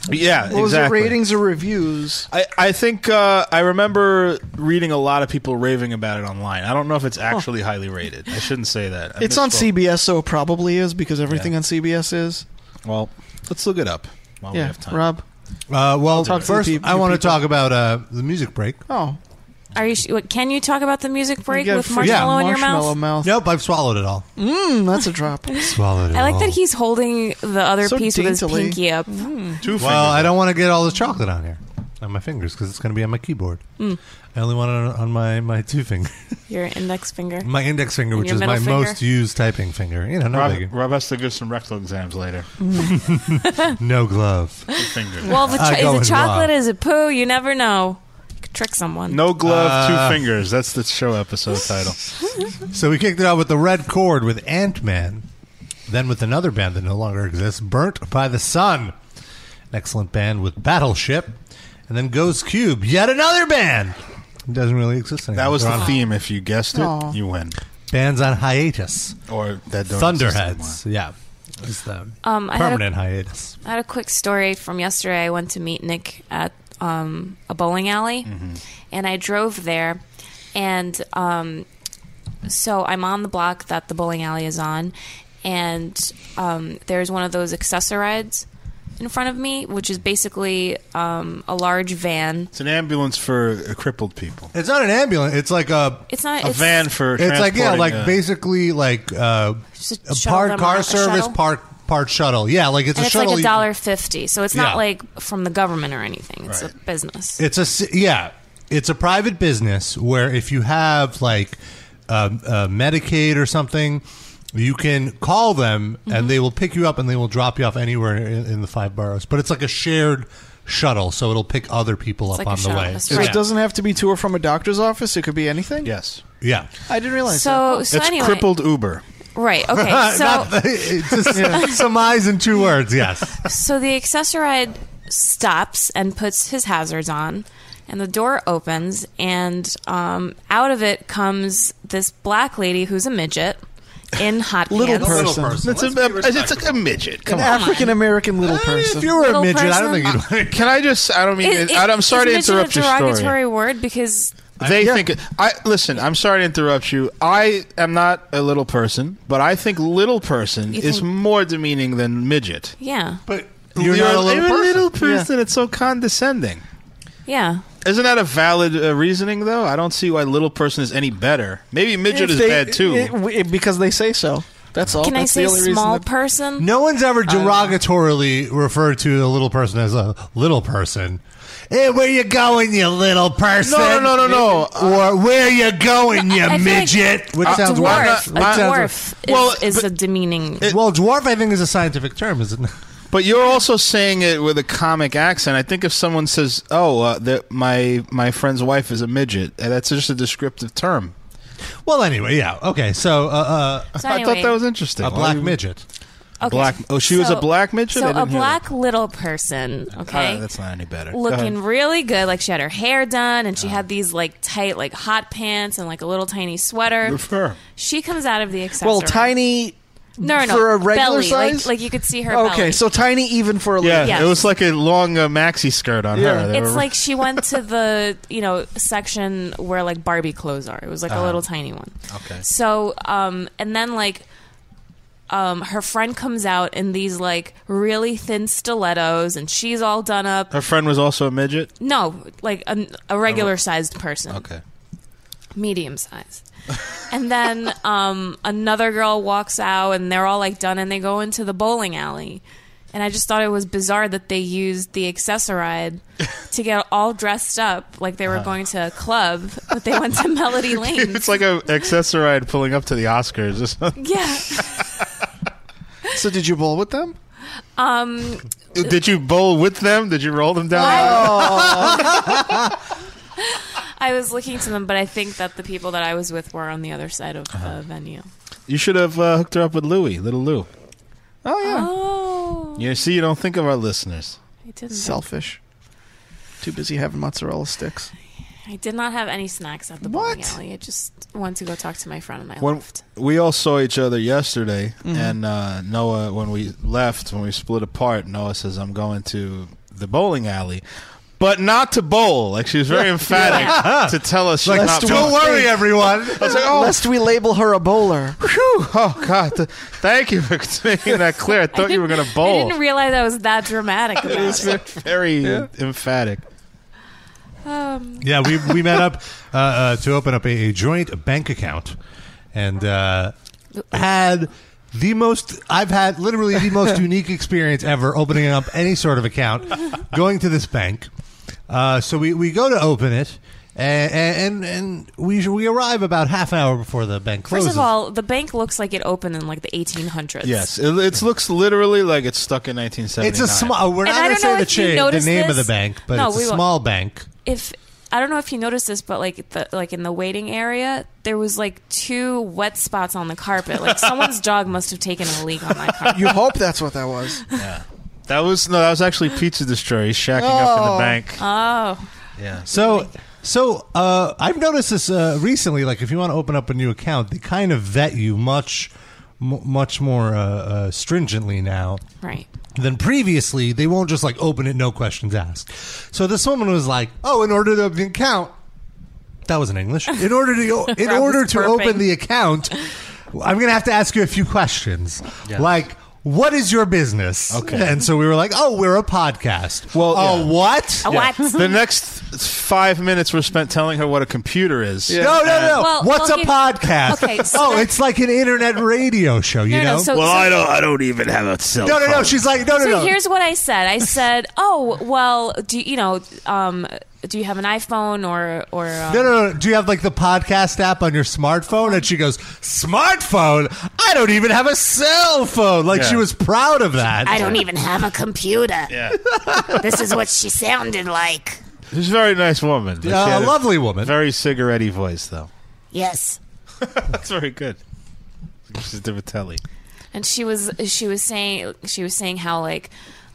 Speaker 4: Yeah,
Speaker 3: Well, is it
Speaker 4: exactly.
Speaker 3: ratings or reviews?
Speaker 4: I, I think uh, I remember reading a lot of people raving about it online. I don't know if it's actually highly rated. I shouldn't say that. I
Speaker 3: it's on
Speaker 4: misspoke.
Speaker 3: CBS, so it probably is because everything on CBS is.
Speaker 4: Well, let's look it up while
Speaker 3: yeah,
Speaker 4: we have time.
Speaker 3: Rob.
Speaker 2: Uh, well,
Speaker 3: Talk to the
Speaker 2: first
Speaker 3: peop-
Speaker 2: I
Speaker 3: you
Speaker 2: want to
Speaker 3: people.
Speaker 2: talk about uh, the music break.
Speaker 3: Oh,
Speaker 5: Are you? sh- what, Can you talk about the music break
Speaker 2: got
Speaker 5: with
Speaker 2: freaking
Speaker 5: marshmallow in your
Speaker 2: marshmallow
Speaker 5: mouth?
Speaker 3: mouth.
Speaker 2: Nope, I've swallowed it all.
Speaker 3: Mm, that's a drop.
Speaker 2: Swallowed it.
Speaker 5: I like
Speaker 2: all.
Speaker 5: that he's holding the other
Speaker 3: So
Speaker 5: piece with
Speaker 3: daintily. Hmm.
Speaker 5: his pinky up.
Speaker 4: Two
Speaker 2: Well, I don't want to get all the chocolate on here on my fingers because it's going to be on my keyboard.
Speaker 5: Mm.
Speaker 2: I only want it on- on my my two fingers,
Speaker 5: Your index finger.
Speaker 2: my index finger,
Speaker 5: And
Speaker 2: which
Speaker 5: your
Speaker 2: is my
Speaker 5: middle finger.
Speaker 2: most used typing finger. You know, no
Speaker 4: Rob,
Speaker 2: biggie.
Speaker 4: Rob has to give some rectal exams later.
Speaker 2: no glove.
Speaker 4: Fingers.
Speaker 5: Well, if, it's
Speaker 4: I
Speaker 5: cho-
Speaker 4: go
Speaker 5: is
Speaker 4: with
Speaker 5: it chocolate?
Speaker 4: Rob.
Speaker 5: Is it poo? You never know. You could trick someone.
Speaker 4: No glove,
Speaker 2: Uh,
Speaker 4: two fingers. That's the show episode title.
Speaker 2: So we kicked it off with the Red Chord with Ant Man, then with another band that no longer exists, Burnt by the Sun, an excellent band with Battleship, and then Ghost Cube, yet another band. It doesn't really exist anymore.
Speaker 4: That was
Speaker 2: They're
Speaker 4: the
Speaker 2: on-
Speaker 4: theme. If you guessed it,
Speaker 2: Aw.
Speaker 4: you win.
Speaker 2: Bands on hiatus.
Speaker 4: Or that don't
Speaker 2: Thunderheads. Yeah. It's the
Speaker 5: Um, I had a-
Speaker 2: permanent hiatus.
Speaker 5: I had a quick story from yesterday. I went to meet Nick at um, a bowling alley,
Speaker 4: Mm-hmm.
Speaker 5: and I drove there, and um, so I'm on the block that the bowling alley is on, and um, there's one of those accessorides in front of me, which is basically um, a large van.
Speaker 4: It's an ambulance for uh, crippled people.
Speaker 2: It's not an ambulance. It's like a
Speaker 5: It's not
Speaker 4: A
Speaker 5: it's,
Speaker 4: van for
Speaker 2: It's like yeah,
Speaker 4: transporting,
Speaker 2: like
Speaker 4: uh,
Speaker 2: basically like uh,
Speaker 5: Just
Speaker 2: a
Speaker 5: shuttle
Speaker 2: part
Speaker 5: them
Speaker 2: car
Speaker 5: around- a
Speaker 2: service,
Speaker 5: shuttle?
Speaker 2: part part shuttle. Yeah, like it's
Speaker 5: and
Speaker 2: a
Speaker 5: it's
Speaker 2: shuttle.
Speaker 5: like a
Speaker 2: you-
Speaker 5: dollar fifty, so it's not
Speaker 2: Yeah.
Speaker 5: like from the government or anything. It's a
Speaker 2: Right.
Speaker 5: business.
Speaker 2: It's a s- yeah. It's a private business where if you have like um, uh, Medicaid or something, you can call them
Speaker 5: Mm-hmm.
Speaker 2: and they will pick you up and they will drop you off anywhere in, in the five boroughs. But it's like a shared shuttle, so it'll pick other people up on the way.
Speaker 3: So it doesn't have to be to or from a doctor's office. It could be anything.
Speaker 4: Yes.
Speaker 2: Yeah.
Speaker 3: I didn't realize.
Speaker 5: So-
Speaker 3: that.
Speaker 5: so It's anyway- crippled
Speaker 4: Uber.
Speaker 5: Right. Okay. So
Speaker 2: Not the- it's just surmise in two words. Yes.
Speaker 5: So the accessoride stops and puts his hazards on, and the door opens, and um, out of it comes this black lady who's a midget in hot
Speaker 3: Little
Speaker 5: pants.
Speaker 3: person. Little person.
Speaker 4: It's a, it's like a midget. Come
Speaker 3: an
Speaker 4: on.
Speaker 3: African American little person.
Speaker 4: if you were a Little midget, I don't person. think
Speaker 2: you'd.
Speaker 4: Can I just? I don't mean.
Speaker 5: Is-
Speaker 4: I, am
Speaker 5: is
Speaker 4: sorry to
Speaker 5: midget
Speaker 4: interrupt
Speaker 5: a
Speaker 4: your story.
Speaker 5: derogatory word because
Speaker 4: They think I listen. I'm sorry to interrupt you. I am not a little person, but I think little person
Speaker 5: You
Speaker 4: is
Speaker 5: think-
Speaker 4: more demeaning than midget.
Speaker 5: yeah,
Speaker 4: but
Speaker 2: You're not a little person.
Speaker 4: It's so condescending.
Speaker 5: yeah.
Speaker 4: Isn't that a valid uh, reasoning though? I don't see why little person is any better. Maybe midget
Speaker 3: If
Speaker 4: is
Speaker 3: they-
Speaker 4: bad too.
Speaker 3: it- it- because they say so. That's all.
Speaker 5: Can I
Speaker 3: That's the
Speaker 5: say
Speaker 3: only reason
Speaker 5: small
Speaker 3: that-
Speaker 5: person?
Speaker 2: No one's
Speaker 5: um,
Speaker 2: ever derogatorily referred to a little person as a little person. Hey, where you going, you little person?
Speaker 4: No, no, no, no,
Speaker 2: Or where you going, you
Speaker 5: I feel like
Speaker 2: midget? which
Speaker 4: Uh,
Speaker 5: a
Speaker 2: sounds
Speaker 5: dwarf.
Speaker 2: which
Speaker 5: a
Speaker 2: sounds-
Speaker 5: dwarf is, is a demeaning.
Speaker 2: well, dwarf, I think, is a scientific term, isn't it?
Speaker 4: But you're also saying it with a comic accent. I think if someone says, "Oh, uh, that my my friend's wife is a midget," uh, that's just a descriptive term.
Speaker 2: Well, anyway, yeah. Okay, so, uh, uh,
Speaker 5: So
Speaker 4: I
Speaker 5: anyway-
Speaker 4: thought that was interesting.
Speaker 2: A
Speaker 4: Why
Speaker 2: black
Speaker 4: you-
Speaker 2: midget.
Speaker 5: Okay.
Speaker 4: Black. Oh, she was a
Speaker 5: So-
Speaker 4: black midget.
Speaker 5: So
Speaker 4: I didn't hear
Speaker 5: a
Speaker 4: that.
Speaker 5: black little person. Okay,
Speaker 4: Ah, that's not any better. Go
Speaker 5: looking
Speaker 4: ahead.
Speaker 5: really good. Like she had her hair done and she had these like tight like hot pants and like a little tiny sweater.
Speaker 4: Good for her.
Speaker 5: She comes out of the accessory.
Speaker 3: Well, tiny.
Speaker 5: no, no, no.
Speaker 3: for a regular
Speaker 5: belly.
Speaker 3: size?
Speaker 5: Like, like you could see her.
Speaker 3: Okay,
Speaker 5: belly.
Speaker 3: so tiny even for a
Speaker 4: Yeah,
Speaker 3: little.
Speaker 4: it was like a long uh, maxi skirt on her. They
Speaker 5: it's
Speaker 4: were-
Speaker 5: like she went to the you know section where like Barbie clothes are. It was like a
Speaker 4: Uh-huh.
Speaker 5: little tiny one.
Speaker 4: Okay.
Speaker 5: So um and then like um her friend comes out in these like really thin stilettos and she's all done up
Speaker 4: her friend was also a midget.
Speaker 5: No, like a, a regular sized person.
Speaker 4: Oh. Okay.
Speaker 5: Medium sized. and then um, another girl walks out and they're all like done and they go into the bowling alley. And I just thought it was bizarre that they used the accessoride to get all dressed up like they were
Speaker 4: Uh-huh.
Speaker 5: going to a club, but they went to Melody Lane.
Speaker 4: it's like a accessoride pulling up to the Oscars. Or something.
Speaker 5: Yeah.
Speaker 3: So did you bowl with them?
Speaker 5: Um,
Speaker 4: Did you bowl with them? Did you roll them down?
Speaker 5: I was looking to them, but I think that the people that I was with were on the other side of
Speaker 4: Uh-huh.
Speaker 5: the venue.
Speaker 4: You should have uh, hooked her up with Louie, little Lou.
Speaker 3: Oh
Speaker 5: yeah.
Speaker 4: You see, you don't think of our listeners.
Speaker 5: I didn't.
Speaker 3: Selfish. Too busy having mozzarella sticks.
Speaker 5: I did not have any snacks at the bowling alley. I just wanted to go talk to my friend and my
Speaker 4: when we all saw each other yesterday,
Speaker 2: Mm-hmm.
Speaker 4: and uh, Noah, when we left, when we split apart, Noah says, "I'm going to the bowling alley." But not to bowl. Like she was very emphatic to tell us.
Speaker 3: Like,
Speaker 4: she's not
Speaker 3: "Lest we-
Speaker 4: bowling."
Speaker 3: don't worry, everyone.
Speaker 4: I was like, "Oh,
Speaker 3: Lest we label her a bowler.
Speaker 4: Whew. Oh God! Th- Thank you for making that clear. I thought you were going to
Speaker 5: I
Speaker 4: bowl.
Speaker 5: didn't realize I was that dramatic
Speaker 4: Oh. It
Speaker 5: about
Speaker 4: was
Speaker 5: it.
Speaker 4: very emphatic.
Speaker 5: Um,
Speaker 2: Yeah, we, we met up uh, uh, to open up a, a joint bank account and uh, had the most, I've had literally the most unique experience ever opening up any sort of account, going to this bank. Uh, so we, we go to open it. And, and and we we arrive about half an hour before the bank closes.
Speaker 5: First of all, the bank looks like it opened in like the 1800s.
Speaker 4: Yes, it, it looks literally like it's stuck in 1979.
Speaker 2: It's a small. We're
Speaker 5: And I
Speaker 2: not going
Speaker 5: don't
Speaker 2: to say
Speaker 5: know
Speaker 2: the
Speaker 5: if you
Speaker 2: chain, the
Speaker 5: noticed
Speaker 2: name of the
Speaker 5: this.
Speaker 2: bank, but
Speaker 5: No,
Speaker 2: it's
Speaker 5: we
Speaker 2: a
Speaker 5: won't.
Speaker 2: small bank.
Speaker 5: If I don't know if you noticed this, but like the like in the waiting area, there was like two wet spots on the carpet. Like someone's dog must have taken a leak on my carpet.
Speaker 3: You hope that's what that was.
Speaker 4: Yeah. That was no, that was actually Pizza Destroyer. He's shacking up
Speaker 2: Oh.
Speaker 4: in the bank.
Speaker 5: Oh.
Speaker 4: Yeah.
Speaker 2: So, so uh, I've noticed this uh, recently. Like, if you want to open up a new account, they kind of vet you much, m- much more uh, uh, stringently now.
Speaker 5: Right.
Speaker 2: Than previously, they won't just like open it, no questions asked. So this woman was like, "Oh, in order to open the account, that was in English. In order to in
Speaker 10: Rob
Speaker 2: order
Speaker 10: was
Speaker 2: to
Speaker 10: burping.
Speaker 2: open the account, I'm going to have to ask you a few questions,
Speaker 10: Yes.
Speaker 2: like." What is your business?
Speaker 4: Okay.
Speaker 2: And so we were like, oh, we're a podcast. Well, a what?
Speaker 4: Yeah. The next five minutes were spent telling her what a computer is.
Speaker 2: No, no, no.
Speaker 4: And-
Speaker 2: What's a podcast?
Speaker 4: okay, so
Speaker 2: oh,
Speaker 4: there-
Speaker 2: it's like an internet radio show, you
Speaker 5: No, no,
Speaker 2: know?
Speaker 5: so- Well, so- I don't- I
Speaker 16: don't even have a cell
Speaker 2: No, no, no. She's like, no, no,
Speaker 5: so
Speaker 2: no.
Speaker 5: here's what I said. I said, "Oh, well, do you, you know? Um, do you have an iPhone or or um,
Speaker 2: no, no, no. Do you have like the podcast app on your smartphone? And she goes, smartphone? I don't even have a cell phone. Like
Speaker 10: Yeah.
Speaker 2: she was proud of that.
Speaker 10: I don't even have a computer.
Speaker 4: Yeah.
Speaker 10: this is what she sounded like.
Speaker 4: She's a very nice woman. but she
Speaker 2: Yeah,
Speaker 4: had
Speaker 2: Uh, a lovely woman.
Speaker 4: Very cigarette voice, though.
Speaker 5: Yes.
Speaker 4: That's very good. She's Divitelli.
Speaker 5: and she was she was saying she was saying how like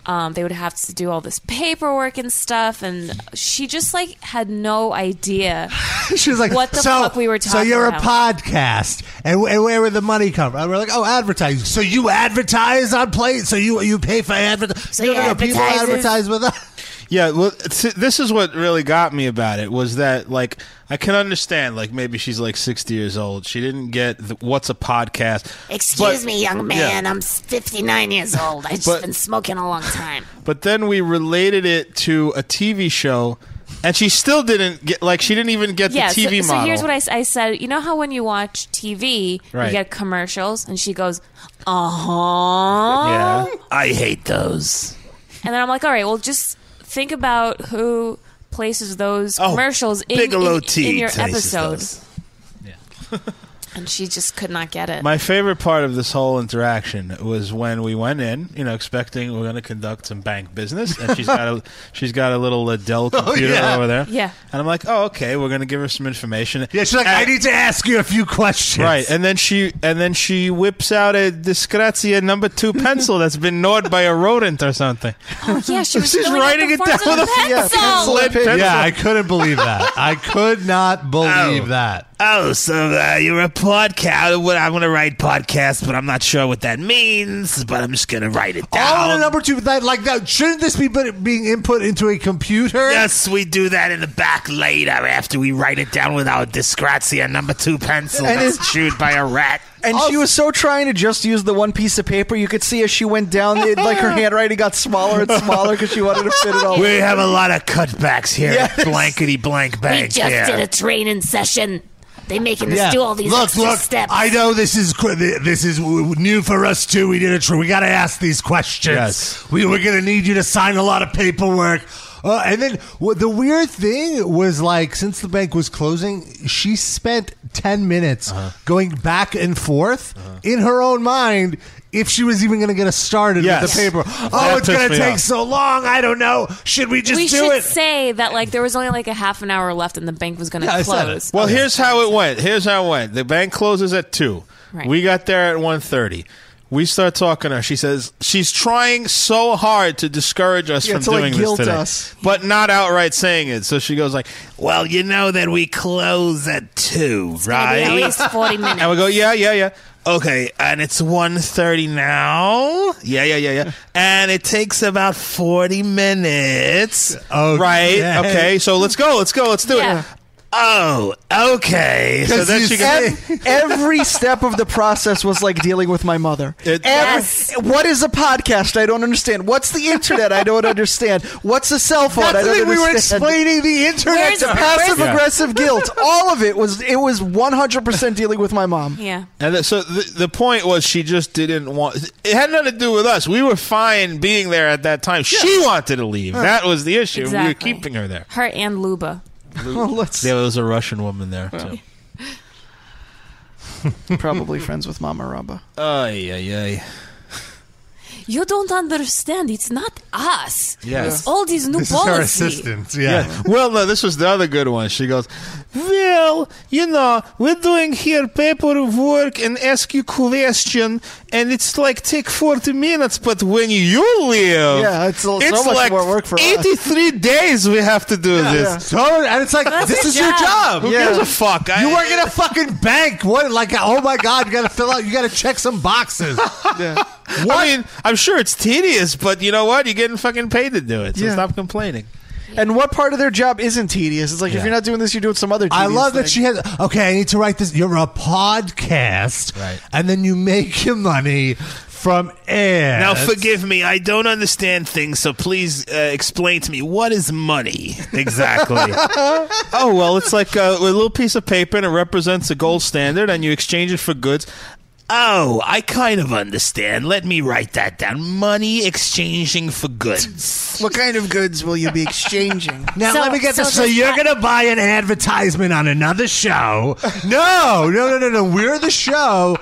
Speaker 5: um, they would have to do all this paperwork and stuff, and she just like had no idea.
Speaker 2: she was like,
Speaker 5: "What the
Speaker 2: so,
Speaker 5: fuck we were
Speaker 2: So
Speaker 5: talking
Speaker 2: you're
Speaker 5: about?"
Speaker 2: a podcast, and, wh- and where would the money come from? And we're like, oh, advertising. So you advertise on play. So you you pay for advertising. So no,
Speaker 10: you
Speaker 2: no, no, people
Speaker 10: advertise-
Speaker 2: advertise with us.
Speaker 4: Yeah, well, it's- this is what really got me about it was that like I can understand like maybe she's like sixty years old. She didn't get the, what's a podcast.
Speaker 10: Excuse
Speaker 4: But-
Speaker 10: me, young man.
Speaker 4: Yeah.
Speaker 10: I'm 59 years old. I've just
Speaker 4: But-
Speaker 10: been smoking a long time.
Speaker 4: But then we related it to a TV show, and she still didn't get like she didn't even get
Speaker 5: yeah.
Speaker 4: the TV
Speaker 5: so,
Speaker 4: model.
Speaker 5: so here's what I, s- I said. You know how when you watch TV,
Speaker 4: Right.
Speaker 5: you get commercials, and she goes, "Uh-huh." "Uh huh."
Speaker 16: I hate those.
Speaker 5: And then I'm like, all right, well, just think about who places those commercials in,
Speaker 4: Bigelow
Speaker 5: in,
Speaker 4: Tea
Speaker 5: in your
Speaker 4: places
Speaker 5: episodes. and she just could not get it.
Speaker 4: My favorite part of this whole interaction was when we went in, you know, expecting we're going to conduct some bank business, and she's got a she's got a little uh, Dell
Speaker 2: Oh,
Speaker 4: computer
Speaker 2: yeah.
Speaker 4: over there.
Speaker 2: Yeah.
Speaker 4: and I'm like, oh, okay, we're going to give her some information.
Speaker 2: Yeah, she's like, I need to ask you a few questions.
Speaker 4: Right, and then she and then she whips out a Discrazia number two pencil that's been gnawed by a rodent or something.
Speaker 5: oh, yeah, she was
Speaker 10: She's
Speaker 5: filling out
Speaker 10: writing
Speaker 5: the
Speaker 10: it
Speaker 5: forms
Speaker 10: down
Speaker 5: with
Speaker 10: with a- yeah,
Speaker 5: pencil.
Speaker 10: pencil and
Speaker 4: pen-
Speaker 2: Yeah, I couldn't believe that. I could not believe that.
Speaker 16: Oh, so uh, you're a podcast. What I want to write podcast, but I'm not sure what that means. But I'm just gonna write it
Speaker 2: Oh,
Speaker 16: down.
Speaker 2: and a number two, that like that. Shouldn't this be put- being input into a computer?
Speaker 16: Yes, we do that in the back later after we write it down with our Discrazia number two pencil
Speaker 3: And
Speaker 16: that's
Speaker 3: it-
Speaker 16: chewed by a rat.
Speaker 3: And she was so trying to just use the one piece of paper. You could see as she went down, it, like her handwriting got smaller and smaller because she wanted to fit it all.
Speaker 16: We have a lot of cutbacks here.
Speaker 3: Yes.
Speaker 16: Blankety blank bank.
Speaker 10: we just
Speaker 16: here.
Speaker 10: did a training session. They making us do all these
Speaker 2: look,
Speaker 10: extra
Speaker 2: look.
Speaker 10: steps.
Speaker 2: I know this is qu- th- this is w- w- new for us too. We did it. We got to ask these questions.
Speaker 10: Yes.
Speaker 2: We were going to need you to sign a lot of paperwork. Uh, and then wh- the weird thing was like since the bank was closing, she spent ten minutes
Speaker 4: Uh-huh.
Speaker 2: going back and forth in her own mind if she was even going to get us started with
Speaker 4: Yes.
Speaker 2: the paper.
Speaker 4: That
Speaker 2: Oh, it's
Speaker 4: pissed
Speaker 2: going to
Speaker 4: me
Speaker 2: take
Speaker 4: off.
Speaker 2: so long. I don't know. Should we just
Speaker 5: we
Speaker 2: do
Speaker 5: should
Speaker 2: it?
Speaker 5: say that like there was only like a half an hour left and the bank was going to close.
Speaker 4: Well, here's how it went. Here's how it went. The bank closes at two.
Speaker 5: Right.
Speaker 4: We got there at 1.30. We start talking to her. She says she's trying so hard to discourage us
Speaker 16: Yeah,
Speaker 4: from
Speaker 16: to, like,
Speaker 4: doing this
Speaker 16: guilt
Speaker 4: today,
Speaker 16: us.
Speaker 4: but not outright saying it. So she goes like,
Speaker 16: Well, you know that we close at two,
Speaker 4: gonna
Speaker 16: right?
Speaker 4: be at least 40 minutes.
Speaker 16: And we go, yeah, yeah, yeah. Okay, and it's 1.30 now. Yeah, yeah, yeah, yeah. And it takes about 40 minutes.
Speaker 2: Oh,
Speaker 16: right?
Speaker 4: yeah.
Speaker 16: Okay, so let's go, let's go, let's do
Speaker 5: Yeah.
Speaker 16: it. Oh, okay. So then she goes,
Speaker 3: Ev- every step of the process was like dealing with my mother. Every-
Speaker 5: Yes.
Speaker 3: What is a podcast? I don't understand. What's the internet? I don't understand. What's a cell phone? I
Speaker 2: That's
Speaker 3: don't
Speaker 2: the thing, we were
Speaker 3: understand.
Speaker 2: explaining the internet Where's- to her.
Speaker 3: passive
Speaker 4: Yeah.
Speaker 3: aggressive guilt. All of it was it was one hundred percent dealing with my mom.
Speaker 5: Yeah.
Speaker 4: And th- so the, the point was, she just didn't want. It had nothing to do with us. We were fine being there at that time. She wanted to leave.
Speaker 5: Huh.
Speaker 4: That was the issue. We were
Speaker 5: Exactly.
Speaker 4: keeping her there.
Speaker 5: Oh, Her and Luba.
Speaker 4: There was a Russian woman there too.
Speaker 3: Probably friends with Mama Ramba.
Speaker 4: Ay, ay, ay.
Speaker 5: You don't understand. It's not us.
Speaker 4: Yeah.
Speaker 5: It's all these new policies.
Speaker 2: yeah.
Speaker 4: Well, no, this was the other good one. She goes, Well, you know, we're doing here paperwork and ask you question, and it's like take 40 minutes, but when you leave,
Speaker 2: Yeah, it's so much
Speaker 4: like
Speaker 2: more work for us.
Speaker 4: 83 days we have to do this.
Speaker 2: So, and it's like
Speaker 4: That's
Speaker 2: this
Speaker 4: your
Speaker 2: is your
Speaker 4: job.
Speaker 2: job.
Speaker 4: Who gives a fuck? I-
Speaker 2: you work at a fucking bank. What? Like, oh my god, you got to fill out. You got to check some boxes.
Speaker 4: I mean, I'm sure it's tedious, but you know what? You're getting fucking paid to do it, so
Speaker 3: Yeah.
Speaker 4: stop complaining.
Speaker 3: And what part of their job isn't tedious? It's like
Speaker 4: Yeah.
Speaker 3: if you're not doing this, you're doing some other.
Speaker 2: I
Speaker 3: tedious
Speaker 2: love that
Speaker 3: thing.
Speaker 2: she has. Okay, I need to write this. You're a podcast, right? And then you make your money from air.
Speaker 16: Now, forgive me, I don't understand things, so please uh, explain to me what is money exactly?
Speaker 4: oh well, it's like a, a little piece of paper and it represents a gold standard, and you exchange it for goods.
Speaker 16: oh, I kind of understand. Let me write that down. Money exchanging for goods.
Speaker 3: What kind of goods will you be exchanging?
Speaker 2: Now let me get this. So you're gonna buy an advertisement on another show? No, no, no, no, no. We're the show.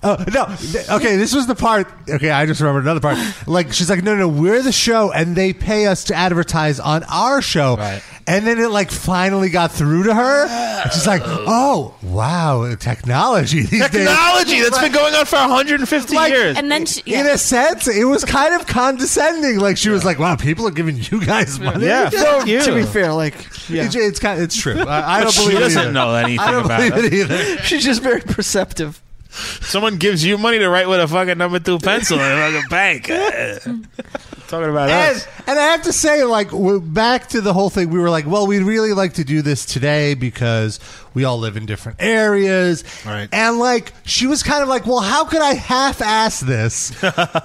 Speaker 2: Uh, no, th- okay. This was the part. Okay, I just remembered another part. Like she's like, no, no, we're the show, and they pay us to advertise on our show. Right. And then it like finally got through to her. And she's like, oh wow, technology. These
Speaker 4: Technology
Speaker 2: Days.
Speaker 4: that's been going on for 150 years.
Speaker 5: And then she,
Speaker 2: In a sense, it was kind of condescending. Like she was like, "Wow, people are giving you guys money."
Speaker 4: Yeah,
Speaker 2: Though,
Speaker 4: fuck you.
Speaker 2: to be fair,
Speaker 3: like
Speaker 2: it's, it's kind, it's true. I, I don't
Speaker 4: She
Speaker 2: believe it
Speaker 4: doesn't
Speaker 2: either.
Speaker 4: know anything
Speaker 2: I don't
Speaker 4: about
Speaker 2: believe
Speaker 4: it.
Speaker 2: it either.
Speaker 3: She's just very perceptive.
Speaker 4: Someone gives you money to write with a fucking number two pencil in a fucking bank. Uh, talking about us.
Speaker 2: And, and I have to say, like, we're back to the whole thing. We were like, well, we'd really like to do this today because we all live in different areas. Right. And, like, she was kind of like, well, how could I half ass this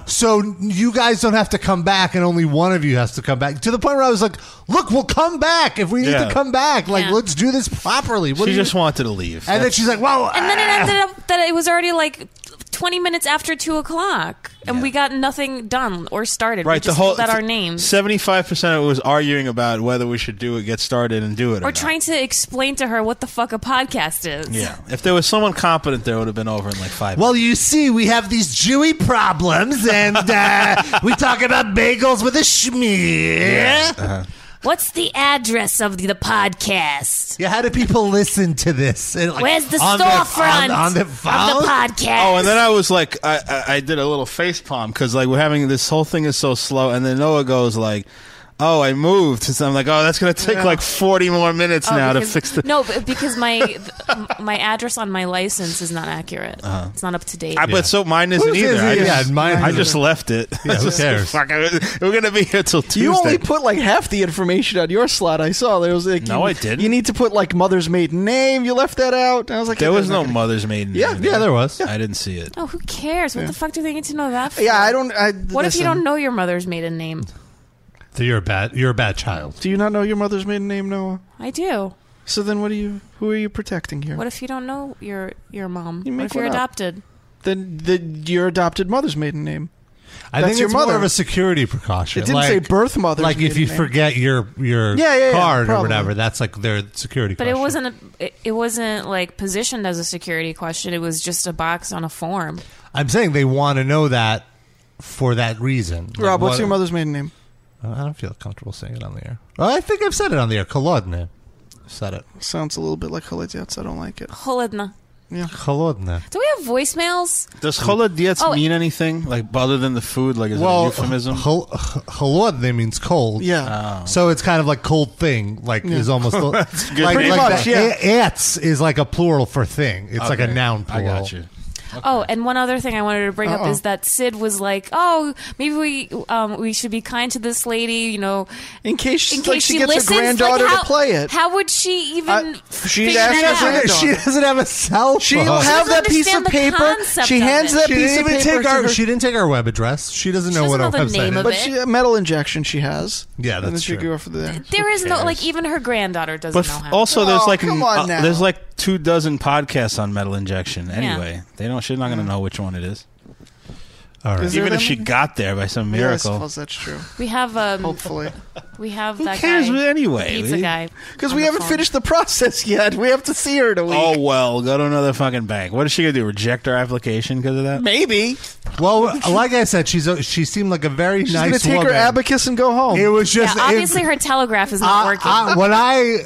Speaker 2: so you guys don't have to come back and only one of you has to come back? To the point where I was like, look, we'll come back if we need
Speaker 4: Yeah.
Speaker 2: to come back. Like,
Speaker 5: Yeah.
Speaker 2: let's do this properly. What do
Speaker 4: she
Speaker 2: you-
Speaker 4: just wanted to leave.
Speaker 2: And then
Speaker 4: That's-
Speaker 2: she's like, wow.
Speaker 5: And then it ended up that it was already like 20 minutes after 2 o'clock, and we got nothing done or started. we
Speaker 4: Right,
Speaker 5: just
Speaker 4: the whole
Speaker 5: filled out our names.
Speaker 4: Seventy-five percent of it was arguing about whether we should do it, get started, and do it. Or,
Speaker 5: Or trying to explain to her what the fuck a podcast is.
Speaker 4: not. yeah, if there was someone competent, there would have been over in like five.
Speaker 2: Well, you see, we have these Jewy problems, and uh, we talk about bagels with a schmear.
Speaker 4: Uh-huh.
Speaker 5: What's the address of the, the podcast?
Speaker 2: Yeah, how do people listen to this? And, like,
Speaker 5: Where's the
Speaker 2: on their-
Speaker 5: storefront
Speaker 2: on, on their
Speaker 5: of the
Speaker 2: phone?
Speaker 5: podcast?
Speaker 4: Oh, and then I was like, I, I, I did a little face palm because like we're having this whole thing is so slow, and then Noah goes like, "Oh, I moved." So I'm like, "Oh, that's gonna take
Speaker 5: Yeah.
Speaker 4: like 40 more minutes
Speaker 5: Oh,
Speaker 4: now to
Speaker 5: because-
Speaker 4: fix the."
Speaker 5: No, but because my th- my address on my license is not accurate.
Speaker 4: Uh-huh.
Speaker 5: It's not up to date.
Speaker 4: I, but so mine isn't
Speaker 2: Whose is
Speaker 4: either. I
Speaker 2: it?
Speaker 4: just,
Speaker 2: Yeah, mine
Speaker 4: I
Speaker 2: isn't.
Speaker 4: just left it.
Speaker 2: Yeah, who
Speaker 4: Just
Speaker 2: cares?
Speaker 4: fuck, I- we're gonna be here till Tuesday.
Speaker 3: You only put like half the information on your slot. I saw there was like
Speaker 4: No,
Speaker 3: you,
Speaker 4: I didn't.
Speaker 3: You need to put like mother's maiden name. You left that out. And I was like,
Speaker 4: there
Speaker 3: okay,
Speaker 4: was
Speaker 3: I'm not
Speaker 4: no
Speaker 3: gonna-
Speaker 4: mother's maiden.
Speaker 3: Yeah,
Speaker 4: name.
Speaker 3: yeah, there was.
Speaker 4: I didn't see it.
Speaker 5: Oh, who cares? What
Speaker 4: Yeah.
Speaker 5: the fuck do they need to know that for?
Speaker 3: Yeah, I don't. I,
Speaker 5: What if you don't know your mother's maiden name?
Speaker 2: So you're a bad, you're a bad child.
Speaker 3: Do you not know your mother's maiden name, Noah?
Speaker 5: I do.
Speaker 3: So then, what are you? Who are you protecting here?
Speaker 5: What if you don't know your your mom?
Speaker 3: You
Speaker 5: what
Speaker 3: make
Speaker 5: if you're
Speaker 3: one up.
Speaker 5: adopted?
Speaker 3: then the, your adopted mother's maiden name?
Speaker 2: I
Speaker 3: That's
Speaker 2: think
Speaker 3: your
Speaker 2: it's
Speaker 3: mother.
Speaker 2: more of a security precaution.
Speaker 3: It didn't
Speaker 2: like,
Speaker 3: say birth mother's
Speaker 2: Like if
Speaker 3: maiden
Speaker 2: you
Speaker 3: name.
Speaker 2: forget your your
Speaker 5: Yeah, yeah, yeah,
Speaker 2: card or
Speaker 5: probably.
Speaker 2: whatever, that's like their security.
Speaker 5: But it wasn't a, it, it wasn't like positioned as a security question. It was just a box on a form.
Speaker 2: I'm saying they want to know that for that reason. Like,
Speaker 3: Rob, what's
Speaker 2: what-
Speaker 3: your mother's maiden name?
Speaker 2: I don't feel comfortable saying it on the air. Well, I think I've said it on the air. Kolodna. Said it.
Speaker 3: Sounds a little bit like Khalid Yats. I don't like it.
Speaker 5: Холодно.
Speaker 3: Yeah.
Speaker 2: Kolodna.
Speaker 5: Do we have voicemails?
Speaker 4: Does cholad dietz
Speaker 5: Oh.
Speaker 4: mean anything? Like other than the food? Like is
Speaker 2: well,
Speaker 4: it a euphemism?
Speaker 2: hol- Halod they means cold.
Speaker 4: Yeah. Oh.
Speaker 2: So it's kind of like cold thing. Like
Speaker 4: Yeah.
Speaker 2: is almost
Speaker 4: That's
Speaker 2: like,
Speaker 4: good. Pretty
Speaker 2: like
Speaker 4: much,
Speaker 2: the
Speaker 4: yeah.
Speaker 2: a- ants is like a plural for thing. It's like a
Speaker 4: Okay.
Speaker 2: noun
Speaker 4: I
Speaker 2: plural.
Speaker 4: got
Speaker 2: you.
Speaker 5: Oh, and one other thing I wanted to bring up
Speaker 2: Uh-oh.
Speaker 5: is that Sid was like, "Oh, maybe we um, we should be kind to this lady, you know,
Speaker 3: in case
Speaker 5: in
Speaker 3: like,
Speaker 5: case
Speaker 3: she gets her
Speaker 5: listens,
Speaker 3: granddaughter to
Speaker 5: how,
Speaker 3: play it.
Speaker 5: How would she even?
Speaker 3: She'd
Speaker 5: figure
Speaker 3: ask
Speaker 5: it
Speaker 3: her
Speaker 5: out?
Speaker 3: granddaughter.
Speaker 2: She doesn't have a cell phone.
Speaker 3: She'll have that piece of
Speaker 5: understand the
Speaker 3: paper.
Speaker 5: concept
Speaker 3: She
Speaker 5: of
Speaker 3: hands
Speaker 5: it.
Speaker 3: that
Speaker 2: She
Speaker 3: piece
Speaker 2: didn't
Speaker 3: of
Speaker 2: even
Speaker 3: paper.
Speaker 2: take
Speaker 3: to
Speaker 2: our.
Speaker 3: her-
Speaker 2: She didn't take our web address. She doesn't know what our website is.
Speaker 3: but she, a metal injection she has.
Speaker 2: Yeah,
Speaker 3: and then
Speaker 2: that's
Speaker 3: she
Speaker 2: true.
Speaker 3: Go for the,
Speaker 5: There is no
Speaker 4: cares?
Speaker 5: like even her granddaughter doesn't
Speaker 4: But
Speaker 5: know
Speaker 4: f-
Speaker 5: how.
Speaker 4: also,
Speaker 2: Oh,
Speaker 4: there's like an-
Speaker 5: come on
Speaker 4: uh,
Speaker 5: now.
Speaker 4: there's like two dozen podcasts on metal injection.
Speaker 5: Yeah.
Speaker 4: Anyway, they don't. She's not going to know which one it is. All
Speaker 5: right. Is there
Speaker 4: Even if she
Speaker 5: anything-
Speaker 4: got there by some
Speaker 5: Yeah, I
Speaker 4: miracle,
Speaker 5: suppose
Speaker 3: that's true.
Speaker 5: we have um,
Speaker 3: hopefully
Speaker 5: we have
Speaker 4: Who
Speaker 5: that
Speaker 4: cares
Speaker 5: guy,
Speaker 4: anyway?
Speaker 5: the pizza
Speaker 4: We-
Speaker 5: guy,
Speaker 3: because
Speaker 5: on
Speaker 3: we
Speaker 5: the
Speaker 3: haven't
Speaker 5: phone.
Speaker 3: finished the process yet. We have to see her in a week.
Speaker 4: Oh well, go to another fucking bank. What is she gonna do? Reject our application because of that?
Speaker 3: Maybe.
Speaker 2: Well, like I said, she's a, she seemed like a very
Speaker 3: She's gonna
Speaker 2: nice
Speaker 3: take
Speaker 2: woman.
Speaker 3: her abacus and go home.
Speaker 2: It was just- it-
Speaker 5: yeah, obviously her telegraph is not working.
Speaker 2: I, when I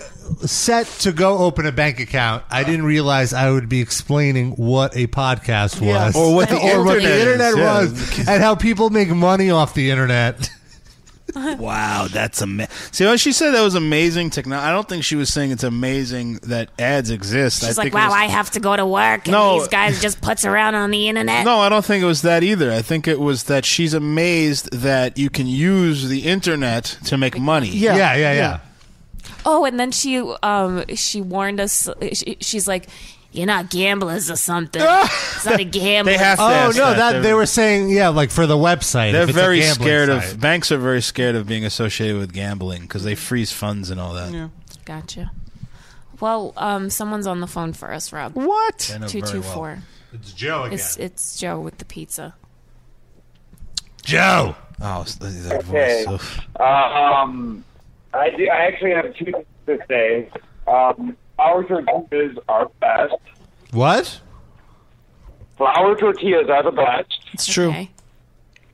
Speaker 2: set to go open a bank account, I didn't realize I would be explaining what a podcast
Speaker 4: Yeah.
Speaker 2: was,
Speaker 4: Or what the
Speaker 2: or what
Speaker 4: internet
Speaker 2: the
Speaker 4: is,
Speaker 2: internet
Speaker 4: yeah.
Speaker 2: was, and how people make money off the internet.
Speaker 4: wow, that's amazing. See, when she said that was amazing technology, I don't think she was saying it's amazing that ads exist.
Speaker 5: She's
Speaker 4: I
Speaker 5: like,
Speaker 4: think it
Speaker 5: wow,
Speaker 4: was-
Speaker 5: I have to go to work, and
Speaker 4: No.
Speaker 5: these guys just puts around on the internet.
Speaker 4: No, I don't think it was that either. I think it was that she's amazed that you can use the internet to make money.
Speaker 5: Yeah. Yeah, yeah, yeah. Oh, and then she um she warned us. She, she's like, "You're not gamblers or something. it's not a gamble.
Speaker 2: oh no, that, they were saying yeah, like for the website.
Speaker 4: They're
Speaker 2: if it's a
Speaker 4: very
Speaker 2: gambling
Speaker 4: scared of
Speaker 2: site.
Speaker 4: banks are very scared of being associated with gambling because they freeze funds and all that.
Speaker 5: Yeah. Gotcha. Well, um, someone's on the phone for us, Rob.
Speaker 3: What?
Speaker 4: I know
Speaker 5: Two
Speaker 4: very
Speaker 5: two
Speaker 4: well.
Speaker 5: four.
Speaker 2: It's Joe again.
Speaker 5: It's, it's Joe with the pizza.
Speaker 2: Joe.
Speaker 4: Oh, it's- that
Speaker 13: Okay.
Speaker 4: voice. oof.
Speaker 13: Um, I do. I actually have two things to say. Um, flour tortillas are best.
Speaker 2: What?
Speaker 13: Flour tortillas are the best.
Speaker 3: It's true.